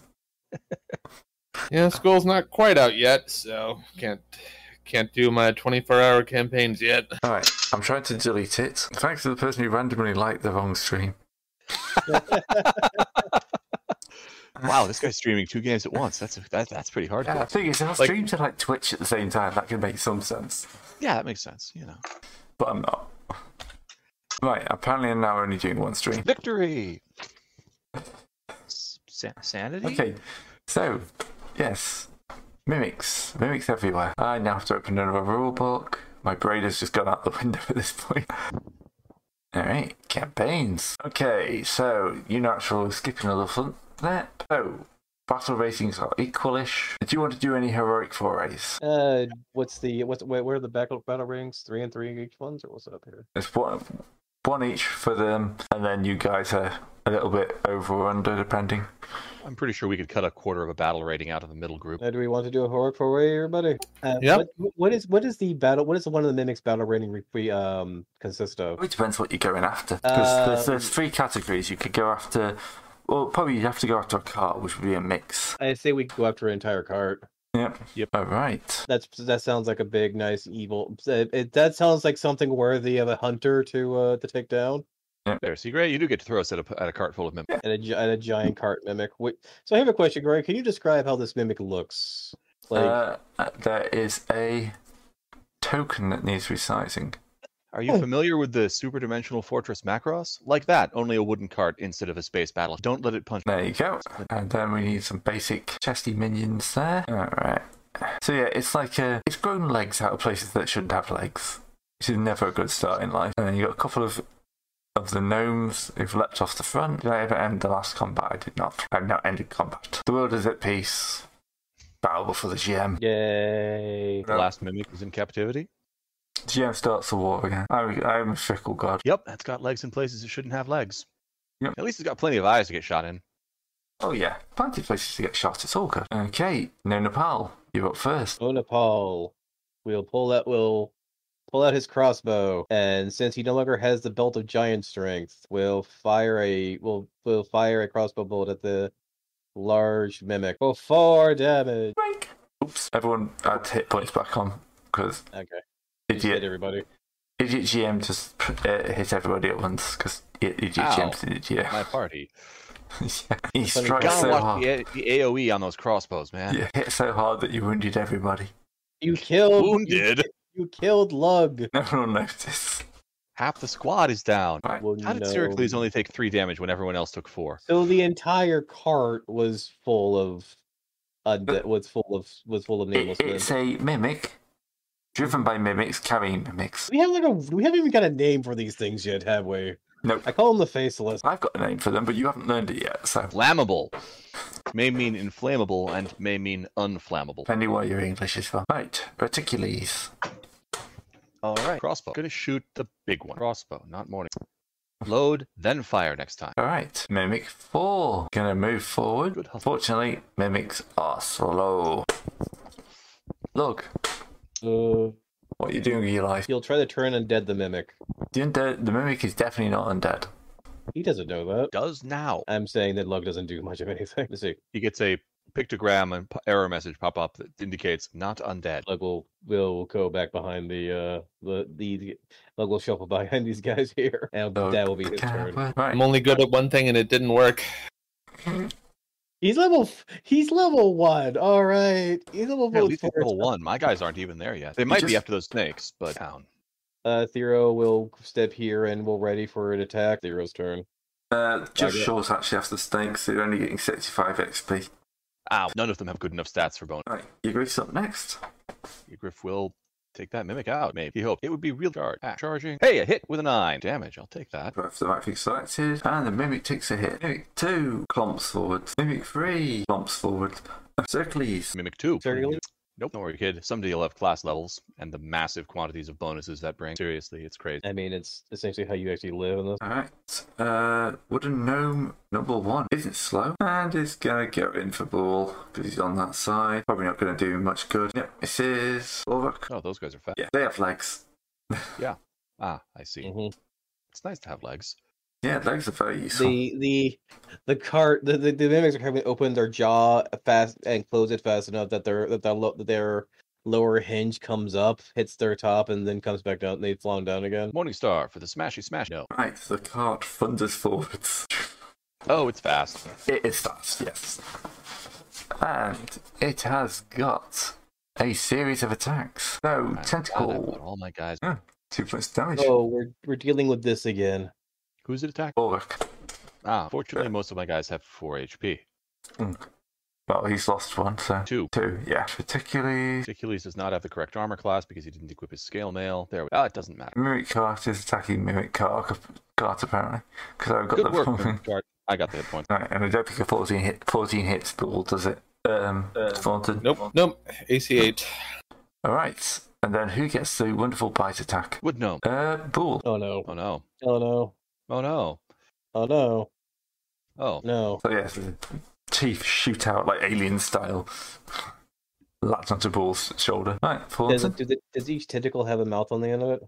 Speaker 5: Yeah, school's not quite out yet, so can't can't do my 24-hour campaigns yet.
Speaker 2: All right, I'm trying to delete it. Thanks to the person who randomly liked the wrong stream.
Speaker 1: Wow, this guy's streaming two games at once. That's that, that's pretty hard.
Speaker 2: Yeah, the
Speaker 1: Yeah.
Speaker 2: thing is, if I
Speaker 5: Like-
Speaker 2: stream to like Twitch at the same time, that could make some sense.
Speaker 1: that makes sense. You know,
Speaker 2: But I'm not. Right, apparently I'm now only doing one stream.
Speaker 1: victory. S- sa- sanity.
Speaker 2: Okay, so, yes. Mimics. Mimics everywhere. I now have to open another rule book. My brain has just gone out the window at this point. Alright, campaigns. Okay, so, Unnatural is skipping a little flip. So, battle ratings are equalish. Do you want to do any heroic forays?
Speaker 4: Uh, what's the what's wait, where are the battle battle rings? Three and three each ones, or what's up here?
Speaker 2: There's one, one each for them, and then you guys are a little bit over or under, depending.
Speaker 1: I'm pretty sure we could cut a quarter of a battle rating out of the middle group.
Speaker 4: Now, Uh, do we want to do a horror foray, everybody? Uh,
Speaker 5: Yep.
Speaker 4: What, what is what is the battle? What is the one of the mimics battle rating we, we um consist of?
Speaker 2: It depends what you're going after. Because there's,
Speaker 4: Um,
Speaker 2: there's three categories. You could go after. Well, probably you'd have to go after a car, which would be a mix.
Speaker 4: I say we go after an entire cart.
Speaker 2: Yep.
Speaker 1: Yep.
Speaker 2: All right.
Speaker 4: That's that sounds like a big, nice, evil. It, it- that sounds like something worthy of a hunter to uh to take down
Speaker 1: There, see, Gray, you do get to throw us at a, at a cart full of mem.
Speaker 4: and a, gi- and a giant cart mimic. Wait, so I have a question, Greg. Can you describe how this mimic looks? Like,
Speaker 2: Uh, uh, there is a token that needs resizing.
Speaker 1: Are
Speaker 2: Hmm.
Speaker 1: you familiar with the superdimensional fortress Macross? Like that, only a wooden cart instead of a space battle. Don't let it punch.
Speaker 2: There you go. And then we need some basic chesty minions there. All right. So yeah, it's like uh, it's grown legs out of places that shouldn't have legs, which is never a good start in life. And then you got a couple of of the gnomes who've leapt off the front. Did I ever end the last combat? I did not. I've now ended combat. The world is at peace. Battle before the GM.
Speaker 4: yay!
Speaker 1: The last mimic is in captivity.
Speaker 2: GM starts the war again. I'm, I'm a fickle god.
Speaker 1: Yep, that's got legs in places it shouldn't have legs.
Speaker 2: Yep.
Speaker 1: At least it's got plenty of eyes to get shot in.
Speaker 2: Oh yeah, plenty of places to get shot. It's all good. Okay, no Nepal, you're up first.
Speaker 4: Oh, Nepal. We'll pull out. We'll pull out his crossbow, and since he no longer has the belt of giant strength, we'll fire a we'll we'll fire a crossbow bolt at the large mimic for four damage.
Speaker 2: Oops. Everyone add hit points back on because
Speaker 4: Okay, just hit
Speaker 2: idiot
Speaker 4: everybody.
Speaker 2: Idiot GM just uh, hit everybody at once because Idiot
Speaker 1: Ow.
Speaker 2: GM's an idiot.
Speaker 1: My party.
Speaker 2: yeah, he
Speaker 4: Funny
Speaker 2: strikes
Speaker 1: Gotta
Speaker 2: so
Speaker 1: watch
Speaker 2: hard.
Speaker 1: the, A- the AOE on those crossbows, man.
Speaker 2: You hit so hard that you wounded everybody.
Speaker 4: You killed you-
Speaker 1: Wounded.
Speaker 4: You, killed Lug.
Speaker 2: No one will notice.
Speaker 1: Half the squad is down.
Speaker 2: Right.
Speaker 4: Well,
Speaker 1: How did
Speaker 4: no.
Speaker 1: Syracles only take three damage when everyone else took four?
Speaker 4: So the entire cart was full of undead. Was full of was full of nameless.
Speaker 2: It, it's
Speaker 4: men.
Speaker 2: a mimic, driven by mimics, carrying mimics.
Speaker 4: we have like a we haven't even got a name for these things yet, have we?
Speaker 2: Nope.
Speaker 4: I call them the faceless.
Speaker 2: I've got a name for them, but you haven't learned it yet, so
Speaker 1: Flammable may mean inflammable and may mean unflammable.
Speaker 2: depending what your English is for. Right, reticules.
Speaker 1: All right. Crossbow. Gonna shoot the big one. Crossbow, not morning. Load, then fire next time.
Speaker 2: All right, mimic four. Gonna move forward.
Speaker 1: Good hustle.
Speaker 2: Fortunately, mimics are slow. Look,
Speaker 4: Uh,
Speaker 2: what are you doing with your life?
Speaker 4: he'll try to turn undead the mimic.
Speaker 2: The undead, the mimic is definitely not undead.
Speaker 4: He doesn't know that.
Speaker 1: Does now.
Speaker 4: I'm saying that Lug doesn't do much of anything. Let's see.
Speaker 1: He gets a pictogram and p- error message pop up that indicates not undead.
Speaker 4: Lug will will go back behind the uh the the, the Lug will shuffle behind these guys here, and
Speaker 2: Oh,
Speaker 4: that will be his
Speaker 2: God,
Speaker 4: turn.
Speaker 2: Right.
Speaker 5: I'm only good at one thing, and it didn't work.
Speaker 4: He's level f- he's level one. All right, he's level
Speaker 1: Yeah, at
Speaker 4: four.
Speaker 1: least it's level one. My guys aren't even there yet. They might be after those snakes, but down.
Speaker 4: Uh, Thero will step here and we'll ready for an attack. Thero's turn.
Speaker 2: Uh, just
Speaker 1: Okay.
Speaker 2: shorts actually after snakes. so You're only getting 65 XP.
Speaker 1: Ow. None of them have good enough stats for bonus.
Speaker 2: Right, you go up next.
Speaker 1: Griff will take that mimic out, maybe. He hoped it would be real charge. Ah, Charging. Hey, a hit with a nine. Damage. I'll take that.
Speaker 2: Both the right thing selected, and the mimic takes a hit. Mimic two clumps forward. Mimic three clumps forward. Circles.
Speaker 1: Mimic two.
Speaker 4: Seriously?
Speaker 1: Nope. Don't worry, kid. Someday you'll have class levels and the massive quantities of bonuses that bring. Seriously, it's crazy.
Speaker 4: I mean, it's essentially how you actually live in this.
Speaker 2: Alright, uh, Wooden Gnome number one isn't slow and is gonna go in for ball because he's on that side. Probably not gonna do much good. Yep, this is Ulrich.
Speaker 1: Oh, those guys are fat.
Speaker 2: Yeah, they have legs.
Speaker 1: Ah, I see.
Speaker 4: Mhm.
Speaker 1: It's nice to have legs.
Speaker 2: Yeah, legs are very useful.
Speaker 4: The the the cart the, the, the mimics are having to open their jaw fast and close it fast enough that their that their lo- that their lower hinge comes up, hits their top, and then comes back down. and They flown down again.
Speaker 1: Morningstar for the smashy smash. No.
Speaker 2: Right, the cart thunders forwards.
Speaker 1: Oh, it's fast.
Speaker 2: It is fast, yes. And it has got a series of attacks. So,
Speaker 1: Ah, that brought
Speaker 2: tentacle,
Speaker 1: All my guys.
Speaker 2: two points damage.
Speaker 4: Oh, we're we're dealing with this again.
Speaker 1: Who's it attack?
Speaker 2: Ulrich.
Speaker 1: Ah, fortunately, most of my guys have four HP.
Speaker 2: Well, he's lost one, so.
Speaker 1: Two.
Speaker 2: Two, yeah. Particularly,
Speaker 1: Achilles does not have the correct armor class because he didn't equip his scale mail. There. we- Ah, it doesn't matter.
Speaker 2: Mimic Cart is attacking Mimic Cart, cart apparently. Because I've got
Speaker 1: Good
Speaker 2: the
Speaker 1: work. Mimikard. I got the hit point.
Speaker 2: Right, and I don't think a 14 hit 14 hits ball does it. Um,
Speaker 1: Uh,
Speaker 2: Thornton.
Speaker 5: Nope, nope. AC eight.
Speaker 2: All right, and then who gets the wonderful bite attack?
Speaker 1: Wood gnome.
Speaker 2: Uh, Bull.
Speaker 4: Oh no!
Speaker 1: Oh no.
Speaker 4: Oh no!
Speaker 1: Oh no.
Speaker 4: Oh no!
Speaker 1: Oh.
Speaker 4: No!
Speaker 2: So yes, the teeth shoot out like alien style, latch onto Bull's shoulder. Right,
Speaker 4: Does,
Speaker 2: Thornton.
Speaker 4: it- do the, does each tentacle have a mouth on the end of it?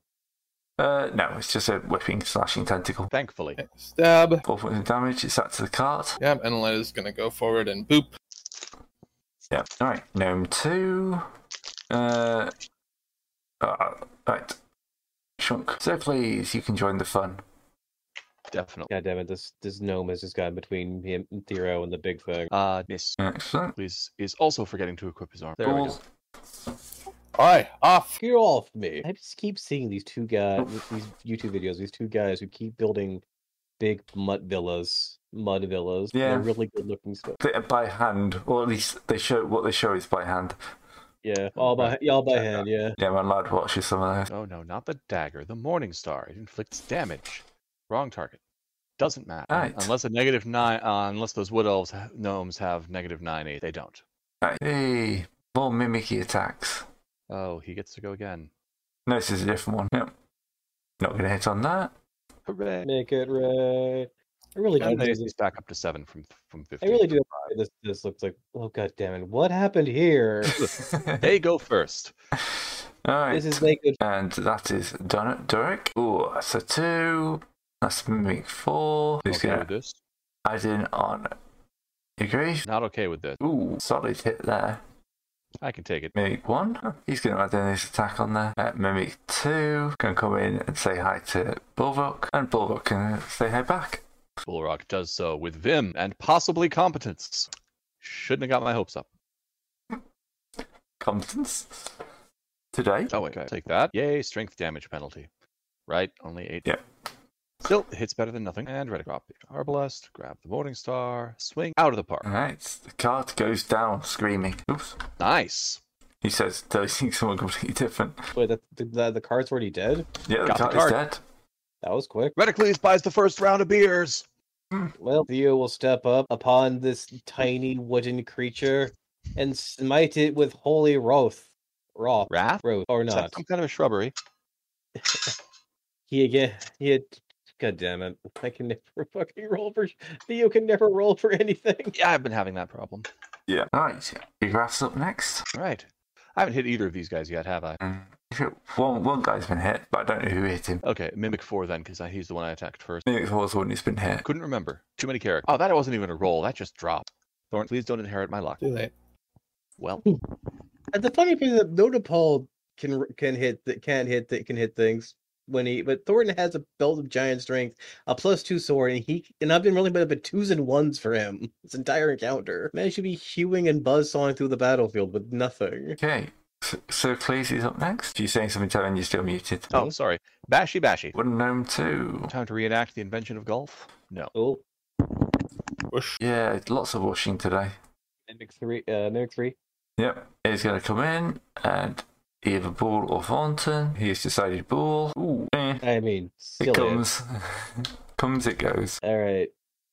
Speaker 2: Uh, no, it's just a whipping, slashing tentacle.
Speaker 1: Thankfully.
Speaker 5: Stab.
Speaker 2: Four points of damage. It's that to the cart.
Speaker 5: Yep, Annalena is gonna go forward and boop.
Speaker 2: Yeah. All right. Gnome two. Uh. uh right. Shunk. So please, you can join the fun.
Speaker 1: Definitely.
Speaker 4: God damn it! This this gnome has just gotten between him, Theo, and the big thing.
Speaker 1: Uh, miss.
Speaker 2: Excellent.
Speaker 1: Please is also forgetting to equip his armor. There we
Speaker 2: Bull.
Speaker 1: go.
Speaker 5: Aye, off.
Speaker 4: Get off me! I just keep seeing these two guys, these YouTube videos, these two guys who keep building big mud villas, mud villas. and
Speaker 2: Yeah.
Speaker 4: they're really good looking stuff.
Speaker 2: They are by hand, or at least they show what they show is by hand.
Speaker 4: Yeah, all by yeah, all by hand. Yeah,
Speaker 2: Yeah, my lad watches some of those.
Speaker 1: Oh no, not the dagger. The morning star. It inflicts damage. Wrong target. Doesn't matter.
Speaker 2: Right.
Speaker 1: Unless a negative nine. Uh, unless those wood elves ha- gnomes have negative nine eight. They don't.
Speaker 2: Right. Hey, more mimicky attacks.
Speaker 1: Oh, he gets to go again.
Speaker 2: No, this is a different one. Yep. Not gonna hit on that.
Speaker 1: Hooray!
Speaker 4: make it right. I really do.
Speaker 1: And
Speaker 4: think
Speaker 1: there's
Speaker 4: this-
Speaker 1: he's back up to seven from from
Speaker 4: I
Speaker 1: fifteen.
Speaker 4: really do. think This this looks like. Oh god damn it! What happened here?
Speaker 1: They go first.
Speaker 2: All right.
Speaker 4: this is naked.
Speaker 2: And that is done. Derek. Ooh, that's a two. That's mimic four. Who's
Speaker 1: Okay
Speaker 2: gonna
Speaker 1: with this?
Speaker 2: add in on Igreef.
Speaker 1: Not okay with this.
Speaker 2: Ooh, solid hit there.
Speaker 1: I can take it.
Speaker 2: Mimic one. Huh, He's going to add in his attack on there. Uh, Mimic two can come in and say hi to Bulrock, and Bulrock can say hi back.
Speaker 1: Bullrock does so with vim and possibly competence. Shouldn't have got my hopes up.
Speaker 2: Competence. Today.
Speaker 1: Oh wait, take that. Yay, strength damage penalty. Right, only eight.
Speaker 2: Yep.
Speaker 1: Still hits better than nothing. And ready drop the arbalest, grab the morning star, swing out of the park.
Speaker 2: Alright, the cart goes down screaming. Oops.
Speaker 1: Nice.
Speaker 2: He says, dosing someone completely different.
Speaker 4: Wait, the, the- the the card's already dead.
Speaker 2: Yeah, the
Speaker 1: Got the
Speaker 2: cart, is
Speaker 1: cart.
Speaker 2: dead.
Speaker 4: That was quick.
Speaker 1: Redicles buys the first round of beers.
Speaker 4: Well, Theo will step up upon this tiny wooden creature and smite it with holy wrath. Wrath.
Speaker 1: Wrath?
Speaker 4: Wrath or
Speaker 1: Is
Speaker 4: not.
Speaker 1: that some kind of a shrubbery?
Speaker 4: He again he had God damn it. I can never fucking roll for Theo can never roll for anything.
Speaker 1: Yeah, I've been having that problem.
Speaker 2: Yeah. Alright, Igrath's up next.
Speaker 1: All right. I haven't hit either of these guys yet, have I?
Speaker 2: Mm. One, one guy's been hit, but I don't know who hit him.
Speaker 1: Okay, Mimic 4 then, because he's the one I attacked first.
Speaker 2: Mimic Four's one who's been hit.
Speaker 1: Couldn't remember. Too many characters. Oh, that wasn't even a roll. That just dropped. Thorn, please don't inherit my luck.
Speaker 5: Too late.
Speaker 1: Well,
Speaker 4: And Uh, the funny thing is that Notapol can r- can hit that can hit that can hit things when he but Thornton has a belt of giant strength, a plus two sword, and he and I've been rolling but but twos and ones for him this entire encounter. Man should be hewing and buzzsawing through the battlefield with nothing.
Speaker 2: Okay, So, so please, is up next. You're saying something, Taryn, you're still muted.
Speaker 1: Oh, sorry. Bashy Bashy.
Speaker 2: One gnome too.
Speaker 1: Time to reenact the invention of golf? No.
Speaker 4: Oh,
Speaker 2: Yeah, lots of washing today.
Speaker 4: mimic three. Uh, mimic three.
Speaker 2: Yep. He's going to come in and either ball or fountain. He's decided ball. Ooh, eh,
Speaker 4: I mean,
Speaker 2: it
Speaker 4: still
Speaker 2: comes. comes, it goes.
Speaker 4: All right.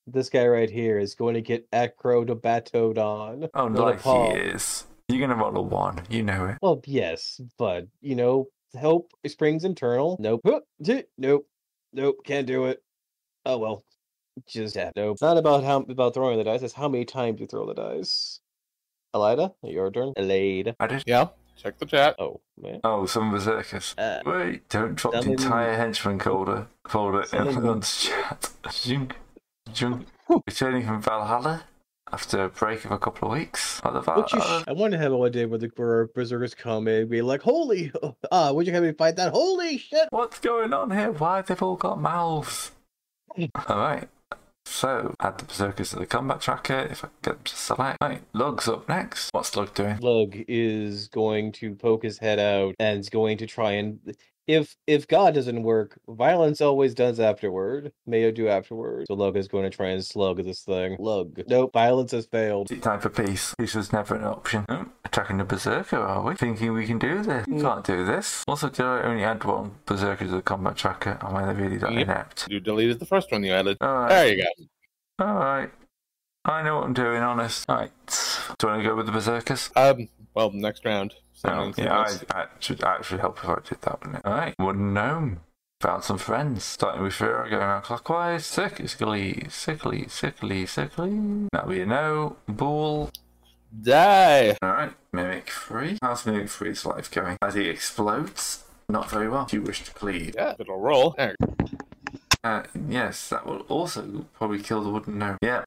Speaker 4: This guy right here is going to get acrodobatoed on.
Speaker 2: Oh,
Speaker 4: What a
Speaker 2: like
Speaker 4: Paul.
Speaker 2: he is. You're going to roll a one. You know it.
Speaker 4: Well, yes, but you know, help springs internal. Nope. Huh, t- Nope. Nope. Can't do it. Oh well. Just hap- nope. It's not about how about throwing the dice. It's how many times you throw the dice. Elida, your turn. Elida.
Speaker 2: I did.
Speaker 5: Yeah. Check the chat.
Speaker 4: Oh man.
Speaker 2: Oh, some berserkers.
Speaker 4: Uh,
Speaker 2: Wait, don't drop the
Speaker 4: Something-
Speaker 2: entire henchman folder folder in
Speaker 4: Something-
Speaker 2: on chat. Junk, junk. Returning from Valhalla after a break of a couple of weeks. Are the Val-
Speaker 4: What you sh- I want to have one day where the where our berserkers come in and be like, holy, ah, would you have me fight that? Holy shit!
Speaker 2: What's going on here? Why have they all got mouths? all right. So add the berserkers to the combat tracker if I can get them to select. Right, Lug's up next. What's Lug doing?
Speaker 4: Lug is going to poke his head out and is going to try and if if God doesn't work, violence always does afterward. Mayo do afterward. So Lug is going to try and slug this thing. Lug. Nope, violence has failed.
Speaker 2: Is it time for peace? Peace was never an option. Hmm, attacking the berserker, are we? Thinking we can do this? We can't do this. Also, did I only add one berserker to the combat tracker? Am I really that
Speaker 5: Yep.
Speaker 2: inept?
Speaker 5: You deleted the first one you added.
Speaker 2: Alright.
Speaker 5: There you go.
Speaker 2: Alright. I know what I'm doing, honest. Alright. Do you want to go with the berserkers?
Speaker 5: Um. Well, next round.
Speaker 2: No.
Speaker 5: Someone
Speaker 2: Oh, Yeah,
Speaker 5: else.
Speaker 2: I, I should actually help if I did that, wouldn't it? Alright. Wooden gnome. Found some friends. Starting with Fira, going around clockwise. Sickly, sickly, sickly, sickly, sickly. That'll be a no. Bull.
Speaker 5: Die.
Speaker 2: Alright, Mimic 3. How's Mimic 3's life going? As he explodes? Not very well. Do you wish to plead?
Speaker 5: Yeah. It'll roll. There.
Speaker 2: Uh, yes, that will also probably kill the wooden gnome. Yeah,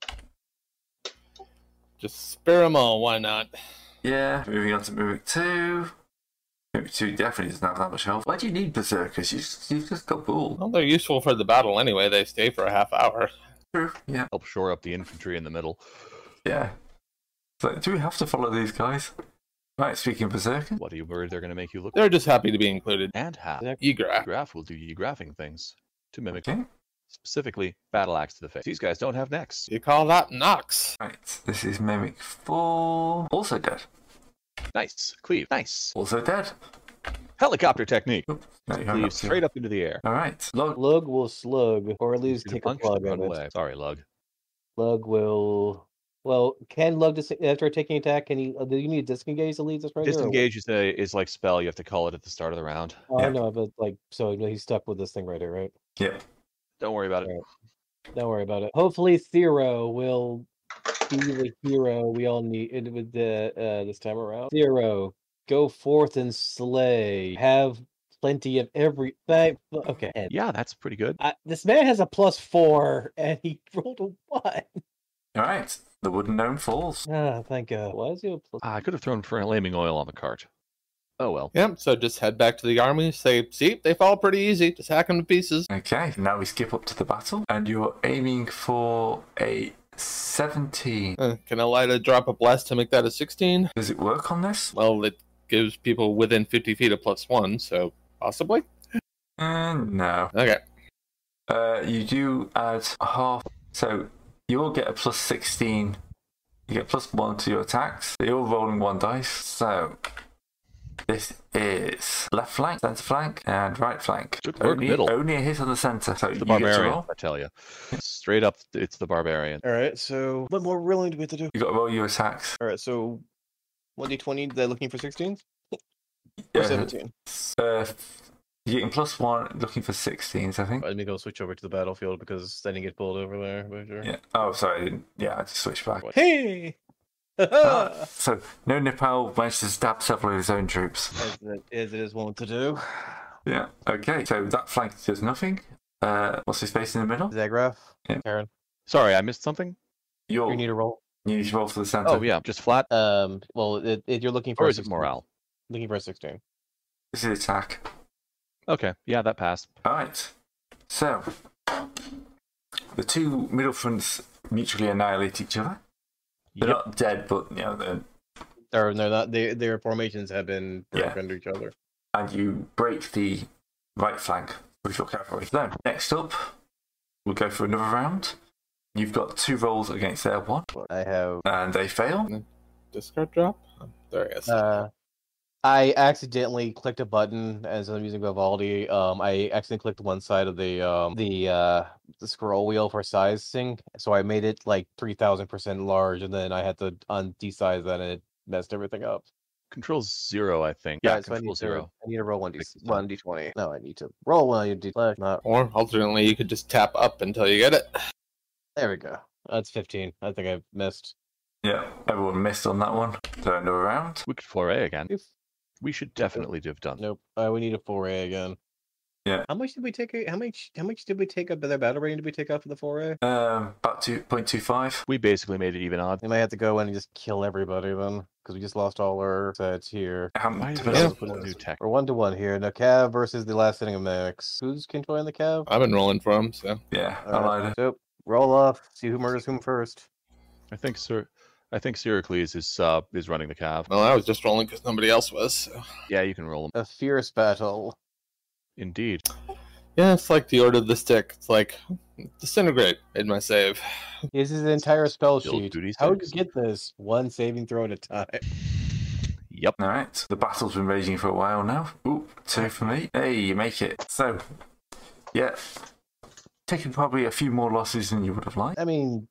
Speaker 5: Just spare them all. Why not?
Speaker 2: yeah. Moving on to Mimic 2. Mimic 2 definitely doesn't have that much health. Why do you need Berserkers? You've, you've just got Bull.
Speaker 5: Well, they're useful for the battle anyway. They stay for a half hour.
Speaker 2: True. Yeah.
Speaker 1: Help shore up the infantry in the middle.
Speaker 2: Yeah. So, do we have to follow these guys? Right, speaking of Berserkers.
Speaker 1: What are you worried they're going to make you look
Speaker 5: They're just happy to be included.
Speaker 1: And half.
Speaker 4: Exactly.
Speaker 5: Egra.
Speaker 1: Graph will do you graphing things to mimic,
Speaker 2: Okay.
Speaker 1: specifically, battle axe to the face. These guys don't have necks.
Speaker 5: You call that Nox?
Speaker 2: Right, this is Mimic 4. Also dead.
Speaker 1: Nice. Cleave. Nice.
Speaker 2: Also dead.
Speaker 1: Helicopter technique.
Speaker 2: No, you hung
Speaker 1: Cleave
Speaker 2: up
Speaker 1: straight up into the air.
Speaker 2: Alright, log.
Speaker 4: Lug will slug, or at least
Speaker 1: Should have
Speaker 4: take a
Speaker 1: punched and
Speaker 4: plug
Speaker 1: run
Speaker 4: on it.
Speaker 1: away. Sorry, Lug.
Speaker 4: Lug will. Well, can Lug dis- after taking attack? Can he? uh, Do you need to disengage to lead this right here, or what?
Speaker 1: Disengage is, a, is like spell. You have to call it at the start of the round.
Speaker 4: Oh
Speaker 2: Yeah.
Speaker 4: no, but like, so he's stuck with this thing right here, right?
Speaker 2: Yep.
Speaker 1: Don't worry about it.
Speaker 4: Don't worry about it. Hopefully, Zero will be the hero we all need it with the uh, this time around. Zero, go forth and slay. Have plenty of every. Thank- Okay. and
Speaker 1: Yeah, that's pretty good.
Speaker 4: I, this man has a plus four, and he rolled a one.
Speaker 2: Alright, the wooden gnome falls.
Speaker 4: Ah, thank God. Why is he a plus?
Speaker 1: Ah, I could have thrown for flaming oil on the cart. Oh well.
Speaker 5: Yep, so just head back to the army, say, see, they fall pretty easy, just hack them to pieces.
Speaker 2: Okay, now we skip up to the battle, and you're aiming for a 17.
Speaker 5: Uh, can Elida drop a blast to make that a 16?
Speaker 2: Does it work on this?
Speaker 5: Well, it gives people within 50 feet a plus one, so possibly.
Speaker 2: Uh, no.
Speaker 5: Okay,
Speaker 2: Uh, you do add a half, so you'll get a plus 16. You get plus 1 to your attacks. You're all rolling one dice, so this is left flank, centre flank, and right flank.
Speaker 1: Good work,
Speaker 2: only,
Speaker 1: middle.
Speaker 2: Only a hit on the centre, so you
Speaker 1: The
Speaker 2: get to
Speaker 1: barbarian,
Speaker 2: roll.
Speaker 1: I tell you. Straight up, it's the barbarian.
Speaker 4: All right. So, what more rolling do we have to do?
Speaker 2: you got to roll your attacks.
Speaker 4: All right. So, one d twenty. They're looking for sixteen
Speaker 2: Yeah, Uh, you're getting plus 1, looking for 16s, I think.
Speaker 8: Let me go switch over to the battlefield because I didn't get pulled over there. but sure.
Speaker 2: Yeah. Oh, sorry. I didn't- Yeah, I just switched back.
Speaker 4: Hey.
Speaker 2: Ah, so, no Nepal managed to stab several of his own troops.
Speaker 4: as, it, as it is wont to do.
Speaker 2: Yeah. Okay. So that flank does nothing. Uh, what's the space in the middle?
Speaker 4: Zagraf,
Speaker 2: Yeah.
Speaker 4: Karen,
Speaker 1: Sorry, I missed something.
Speaker 2: You're,
Speaker 4: you need a roll.
Speaker 2: you need to roll for the center.
Speaker 1: Oh yeah, just flat.
Speaker 4: Um, well, it, it, you're looking for.
Speaker 1: Or
Speaker 4: a
Speaker 1: is it
Speaker 4: 16.
Speaker 1: morale?
Speaker 4: Looking for a sixteen.
Speaker 2: This is attack.
Speaker 1: Okay, yeah, that passed.
Speaker 2: All right. So the two middle fronts mutually annihilate each other. They're
Speaker 1: Yep.
Speaker 2: not dead, but you know they're
Speaker 9: Or they're not. They, their formations have been broken
Speaker 2: Yeah.
Speaker 9: under each other.
Speaker 2: and you break the right flank with your cavalry. Then, next up, we'll go for another round. You've got two rolls against their one,
Speaker 4: I have.
Speaker 2: and they fail.
Speaker 5: Discard drop? Oh, there it is.
Speaker 4: Uh, I accidentally clicked a button as I'm using Vivaldi. Um, I accidentally clicked one side of the um the uh the scroll wheel for sizing, so I made it like three thousand percent large, and then I had to un size that, and it messed everything up.
Speaker 1: Control zero, I think. Yeah,
Speaker 4: Alright, so I
Speaker 1: control
Speaker 4: need
Speaker 1: zero.
Speaker 4: To, I need to roll one d
Speaker 1: Fix this up.
Speaker 4: one d twenty. No, I need to roll one d not
Speaker 5: or alternately, you could just tap up until you get it.
Speaker 4: There we go. That's 15. I think I missed.
Speaker 2: Yeah, everyone missed on that one. So another round.
Speaker 1: We could foray again.
Speaker 4: If-
Speaker 1: We should definitely have done.
Speaker 4: Nope. Uh, we need a foray again.
Speaker 9: How much did we take? How much? How much did we take up? Their battle rating did we take out for the foray?
Speaker 2: Um, about two point two five.
Speaker 1: We basically made it even odd.
Speaker 4: We might have to go in and just kill everybody then, because we just lost all our sets here.
Speaker 1: Why is
Speaker 5: Yeah.
Speaker 1: this one new tech?
Speaker 4: We're one to one here. Now, Cav versus the last sitting of Max. Who's controlling the Cav?
Speaker 5: I've been rolling for him, so
Speaker 2: Yeah,
Speaker 4: All right,
Speaker 2: allied.
Speaker 4: So roll off. See who murders whom first.
Speaker 1: I think Sir, I think Syracles is uh is running the calf.
Speaker 5: well, I was just rolling because nobody else was. so.
Speaker 1: Yeah, you can roll him.
Speaker 4: A fierce battle.
Speaker 1: Indeed.
Speaker 5: Yeah, it's like the order of the stick. It's like disintegrate in my save.
Speaker 4: This is an entire spell
Speaker 1: Still
Speaker 4: sheet.
Speaker 1: duty
Speaker 4: How would
Speaker 1: sticks.
Speaker 4: you get this? One saving throw at a time.
Speaker 1: Yep.
Speaker 2: All right, the battle's been raging for a while now. Ooh, two for me. Hey, you make it. So, yeah, taking probably a few more losses than you would have liked.
Speaker 4: I mean,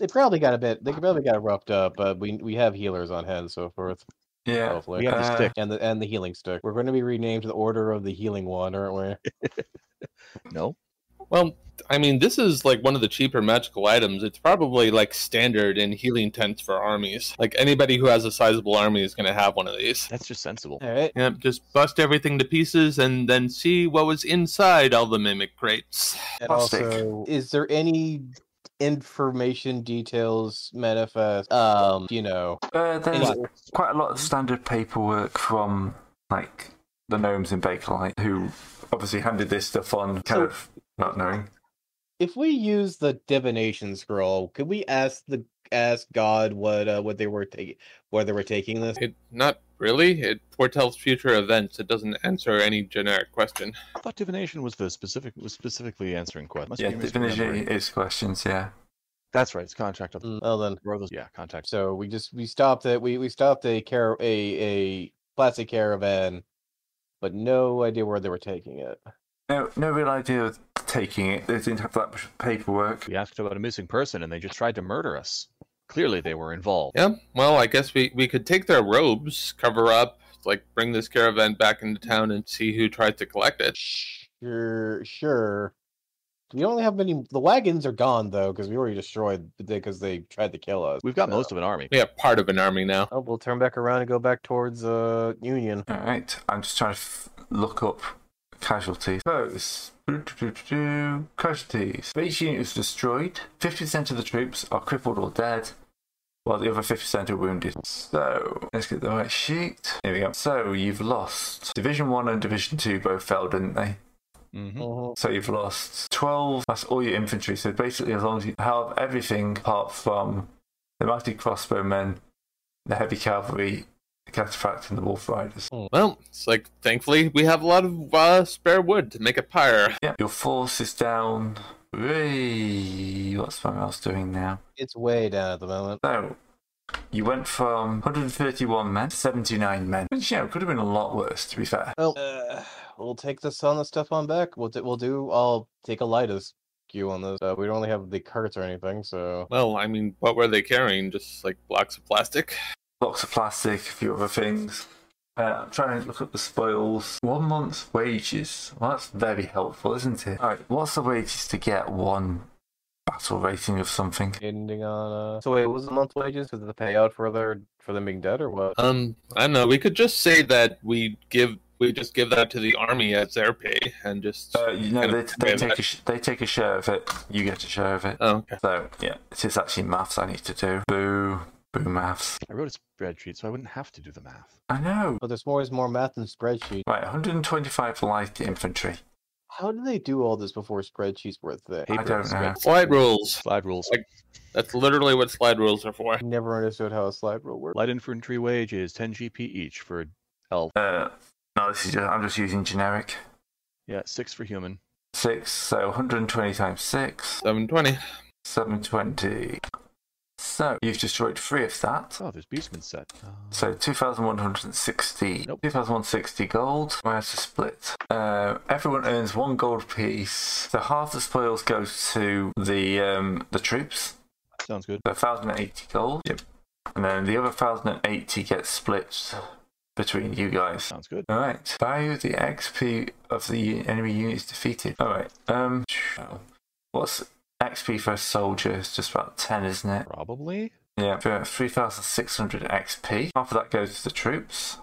Speaker 4: they probably got a bit. They probably got roughed up, but we we have healers on hand and so forth.
Speaker 2: Yeah,
Speaker 4: Hopefully.
Speaker 1: We have the
Speaker 2: Uh,
Speaker 1: stick.
Speaker 4: and the and the healing stick. We're going to be renamed the Order of the Healing Wand, aren't we?
Speaker 1: No.
Speaker 5: Well, I mean, this is like one of the cheaper magical items. It's probably like standard in healing tents for armies. Like anybody who has a sizable army is going to have one of these.
Speaker 1: That's just sensible.
Speaker 4: All right.
Speaker 5: Yep, just bust everything to pieces and then see what was inside all the mimic crates.
Speaker 4: And
Speaker 2: Plastic.
Speaker 4: also, is there any information details manifest? Um, you know,
Speaker 2: uh, there's
Speaker 4: any-
Speaker 2: quite a lot of standard paperwork from like the gnomes in Bakelite, who obviously handed this stuff on, kind
Speaker 4: So-
Speaker 2: of not knowing.
Speaker 4: if we use the divination scroll, could we ask the ask God what uh, what they were taking, where they were taking this?
Speaker 5: It not really. It foretells future events. It doesn't answer any generic question.
Speaker 1: I thought divination was the specific was specifically answering questions. Must
Speaker 2: Yeah,
Speaker 1: be
Speaker 2: divinity
Speaker 1: misremembering.
Speaker 2: is questions. Yeah,
Speaker 1: That's right. It's contract of
Speaker 4: Mm, Well then,
Speaker 1: Where are those- Yeah, contract.
Speaker 4: so we just we stopped it. We we stopped a car a a plastic caravan, but no idea where they were taking it.
Speaker 2: no, no real idea of taking it. They didn't have that much paperwork.
Speaker 1: We asked about a missing person, and they just tried to murder us. Clearly, they were involved.
Speaker 5: Yeah. Well, I guess we we could take their robes, cover up, like bring this caravan back into town and see who tries to collect it.
Speaker 4: Sure, sure. We only have many. The wagons are gone though, because we already destroyed because they tried to kill us.
Speaker 1: We've got
Speaker 4: so-
Speaker 1: most of an army.
Speaker 5: We have part of an army now.
Speaker 4: Oh, we'll turn back around and go back towards uh Union.
Speaker 2: All right, I'm just trying to f- look up casualties. Those casualties. Each unit was destroyed. Fifty percent of the troops are crippled or dead, while the other fifty percent are wounded. So let's get the right sheet. Here we go. So you've lost Division One and Division Two both fell, didn't they?
Speaker 1: Mm-hmm.
Speaker 4: Mhm.
Speaker 2: So you've lost twelve. That's all your infantry. So basically, as long as you have everything apart from the mighty crossbowmen, the heavy cavalry, the cataphract, and the wolf riders.
Speaker 5: Well, it's like thankfully we have a lot of uh, spare wood to make a pyre.
Speaker 2: Yeah, your force is down. Hooray. What's my mouse doing now?
Speaker 4: It's way down at the moment.
Speaker 2: So, you went from 131 men to 79 men. Which, yeah, could have been a lot worse, to be fair.
Speaker 4: Well, uh, we'll take the sun and stuff on back. We'll do, we'll do. I'll take a lightest cue on this. Uh, we don't really have the carts or anything, so
Speaker 5: Well, I mean, what were they carrying? Just like blocks of plastic.
Speaker 2: Blocks of plastic, a few other things. Uh, I'm trying to look up the spoils. One month's wages. Well, that's very helpful, isn't it? Alright, what's the wages to get one battle rating of something?
Speaker 4: ending on. Uh... So wait, what was the month wages? Was it the payout for their for them being dead or what?
Speaker 10: Uh,
Speaker 5: Um, I don't know. We could just say that we give we just give that to the army as their pay and just.
Speaker 2: Uh, you know,
Speaker 5: Kind
Speaker 2: they,
Speaker 5: of
Speaker 2: they,
Speaker 5: weird,
Speaker 2: take
Speaker 5: but-
Speaker 2: a sh- they take a share of it. You get a share of it.
Speaker 5: oh, okay.
Speaker 2: So yeah, it is actually maths I need to do. Boo, boo maths.
Speaker 1: I wrote a spreadsheet, so I wouldn't have to do the math.
Speaker 2: I know.
Speaker 4: But there's more. There's more math than spreadsheet.
Speaker 2: Right, 125 light infantry,
Speaker 10: How did they do all this before spreadsheets were a thing?
Speaker 2: I don't know.
Speaker 5: Slide rules.
Speaker 1: Slide rules.
Speaker 5: Like- That's literally what slide rules are for.
Speaker 10: I never understood how a slide rule worked.
Speaker 1: Light infantry wage is 10 GP each for elf.
Speaker 2: Uh, no, this is just, I'm just using generic.
Speaker 1: Yeah, six for human.
Speaker 2: Six, so 120 times six,
Speaker 5: 720.
Speaker 2: 720. So you've destroyed three of that.
Speaker 1: Oh, there's Beastman set. Uh,
Speaker 2: So 2,160.
Speaker 1: Nope.
Speaker 2: 2,160 gold. I have to split. Uh, everyone earns one gold piece. So half the spoils goes to the um, the troops.
Speaker 1: sounds good.
Speaker 2: So 1,080 gold. Yep. And then the other 1,080 gets split between you guys.
Speaker 1: Sounds good.
Speaker 2: All right. Value the XP of the u- enemy unit is defeated. All right. Um, what's XP for a soldier? It's just about ten, isn't it?
Speaker 1: Probably.
Speaker 2: Yeah. For three thousand six hundred XP. Half of that goes to the troops.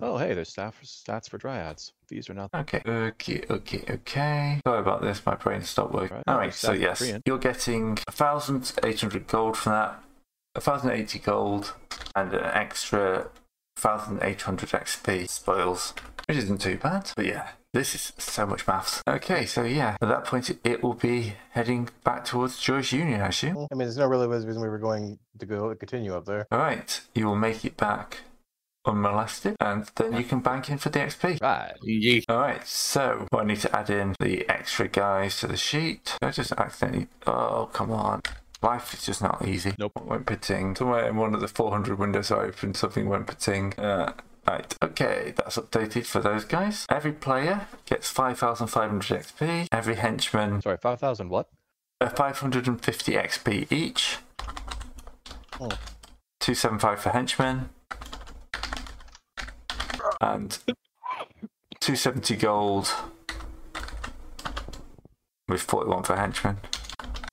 Speaker 1: Oh, hey, there's staff stats for dryads. These are not.
Speaker 2: Okay. Okay. Okay. Okay. Sorry about this. My brain stopped working.
Speaker 1: Right,
Speaker 2: All
Speaker 1: no,
Speaker 2: right. So
Speaker 1: that's
Speaker 2: yes,
Speaker 1: brilliant.
Speaker 2: you're getting thousand eight hundred gold from that. thousand eighty gold and an extra thousand eight hundred XP spoils, which isn't too bad. But yeah, this is so much maths. Okay. So yeah, at that point, it will be heading back towards George Union, I assume.
Speaker 10: I mean, there's no really reason we were going to go continue up there.
Speaker 2: All right. You will make it back unmolested, and then you can bank in for the XP.
Speaker 1: Right.
Speaker 5: Yeet.
Speaker 2: Alright, so I need to add in the extra guys to the sheet. Did I just accidentally. Oh, come on. Life is just not easy.
Speaker 1: Nope.
Speaker 2: What went pating? Somewhere in one of the 400 windows I opened, something went pating. Uh, right, okay, that's updated for those guys. Every player gets 5,500 XP. Every henchman,
Speaker 1: Sorry, 5,000 what?
Speaker 2: uh, 550 XP each.
Speaker 10: Oh.
Speaker 2: 275 for henchmen. And 270 gold with 41 for henchmen.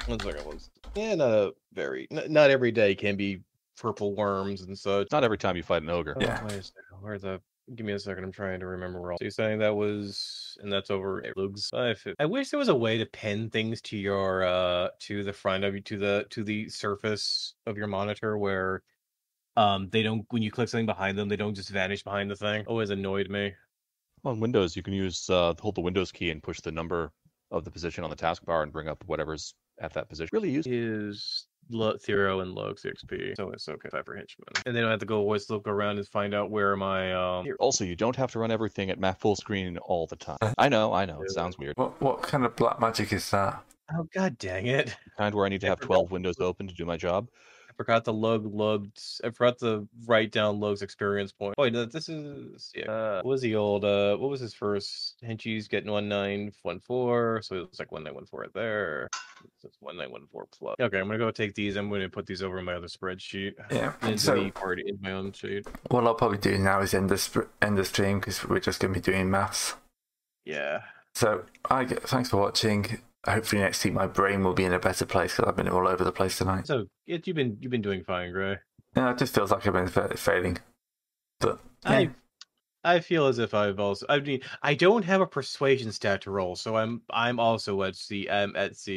Speaker 4: One second, one second.
Speaker 10: Yeah, not a very. n- Not every day can be.
Speaker 4: Purple worms and such.
Speaker 1: Not every time you fight an ogre.
Speaker 2: Yeah.
Speaker 4: Wait a second. Where the? Give me a second. I'm trying to remember all. So you're saying that was, and that's over. at Lugs. I fi- I wish there was a way to pin things to your, uh, to the front of you, to the, to the surface of your monitor where, um, they don't when you click something behind them, they don't just vanish behind the thing. Always annoyed me.
Speaker 2: Oh.
Speaker 1: On Windows, you can use uh, hold the Windows key and push the number of the position on the taskbar and bring up whatever's at that position. Really useful.
Speaker 4: Is Lo- Thero and Lux XP, so it's okay for henchmen, and they don't have to go always look around and find out where my um. Here.
Speaker 1: Also, you don't have to run everything at map full screen all the time. I know, I know. It sounds weird.
Speaker 2: What, what kind of black magic is that?
Speaker 4: Oh god dang it!
Speaker 1: Kind where I need to have
Speaker 4: Everybody-
Speaker 1: 12 windows open to do my job.
Speaker 4: I forgot the lug lugs. I forgot to write down lug's experience point. Wait, no, this is yeah. Uh, what was the old? Uh, what was his first? Henchies getting one nine one four. So it was like one nine one four right there. So it's one nine one four plus. Okay, I'm gonna go take these. I'm gonna put these over in my other spreadsheet.
Speaker 2: Yeah.
Speaker 4: Into
Speaker 2: So,
Speaker 4: the party in my own sheet.
Speaker 2: what I'll probably do now is end the, sp- end the stream because we're just going to be doing maths.
Speaker 4: Yeah.
Speaker 2: So, I get, thanks for watching. Hopefully, next week my brain will be in a better place because I've been all over the place tonight.
Speaker 4: So it, you've been you've been doing fine, Gray.
Speaker 2: Yeah, it just feels like I've been fa- failing. But yeah.
Speaker 4: I I feel as if I've also I mean I don't have a persuasion stat to roll, so I'm I'm also at C I'm at C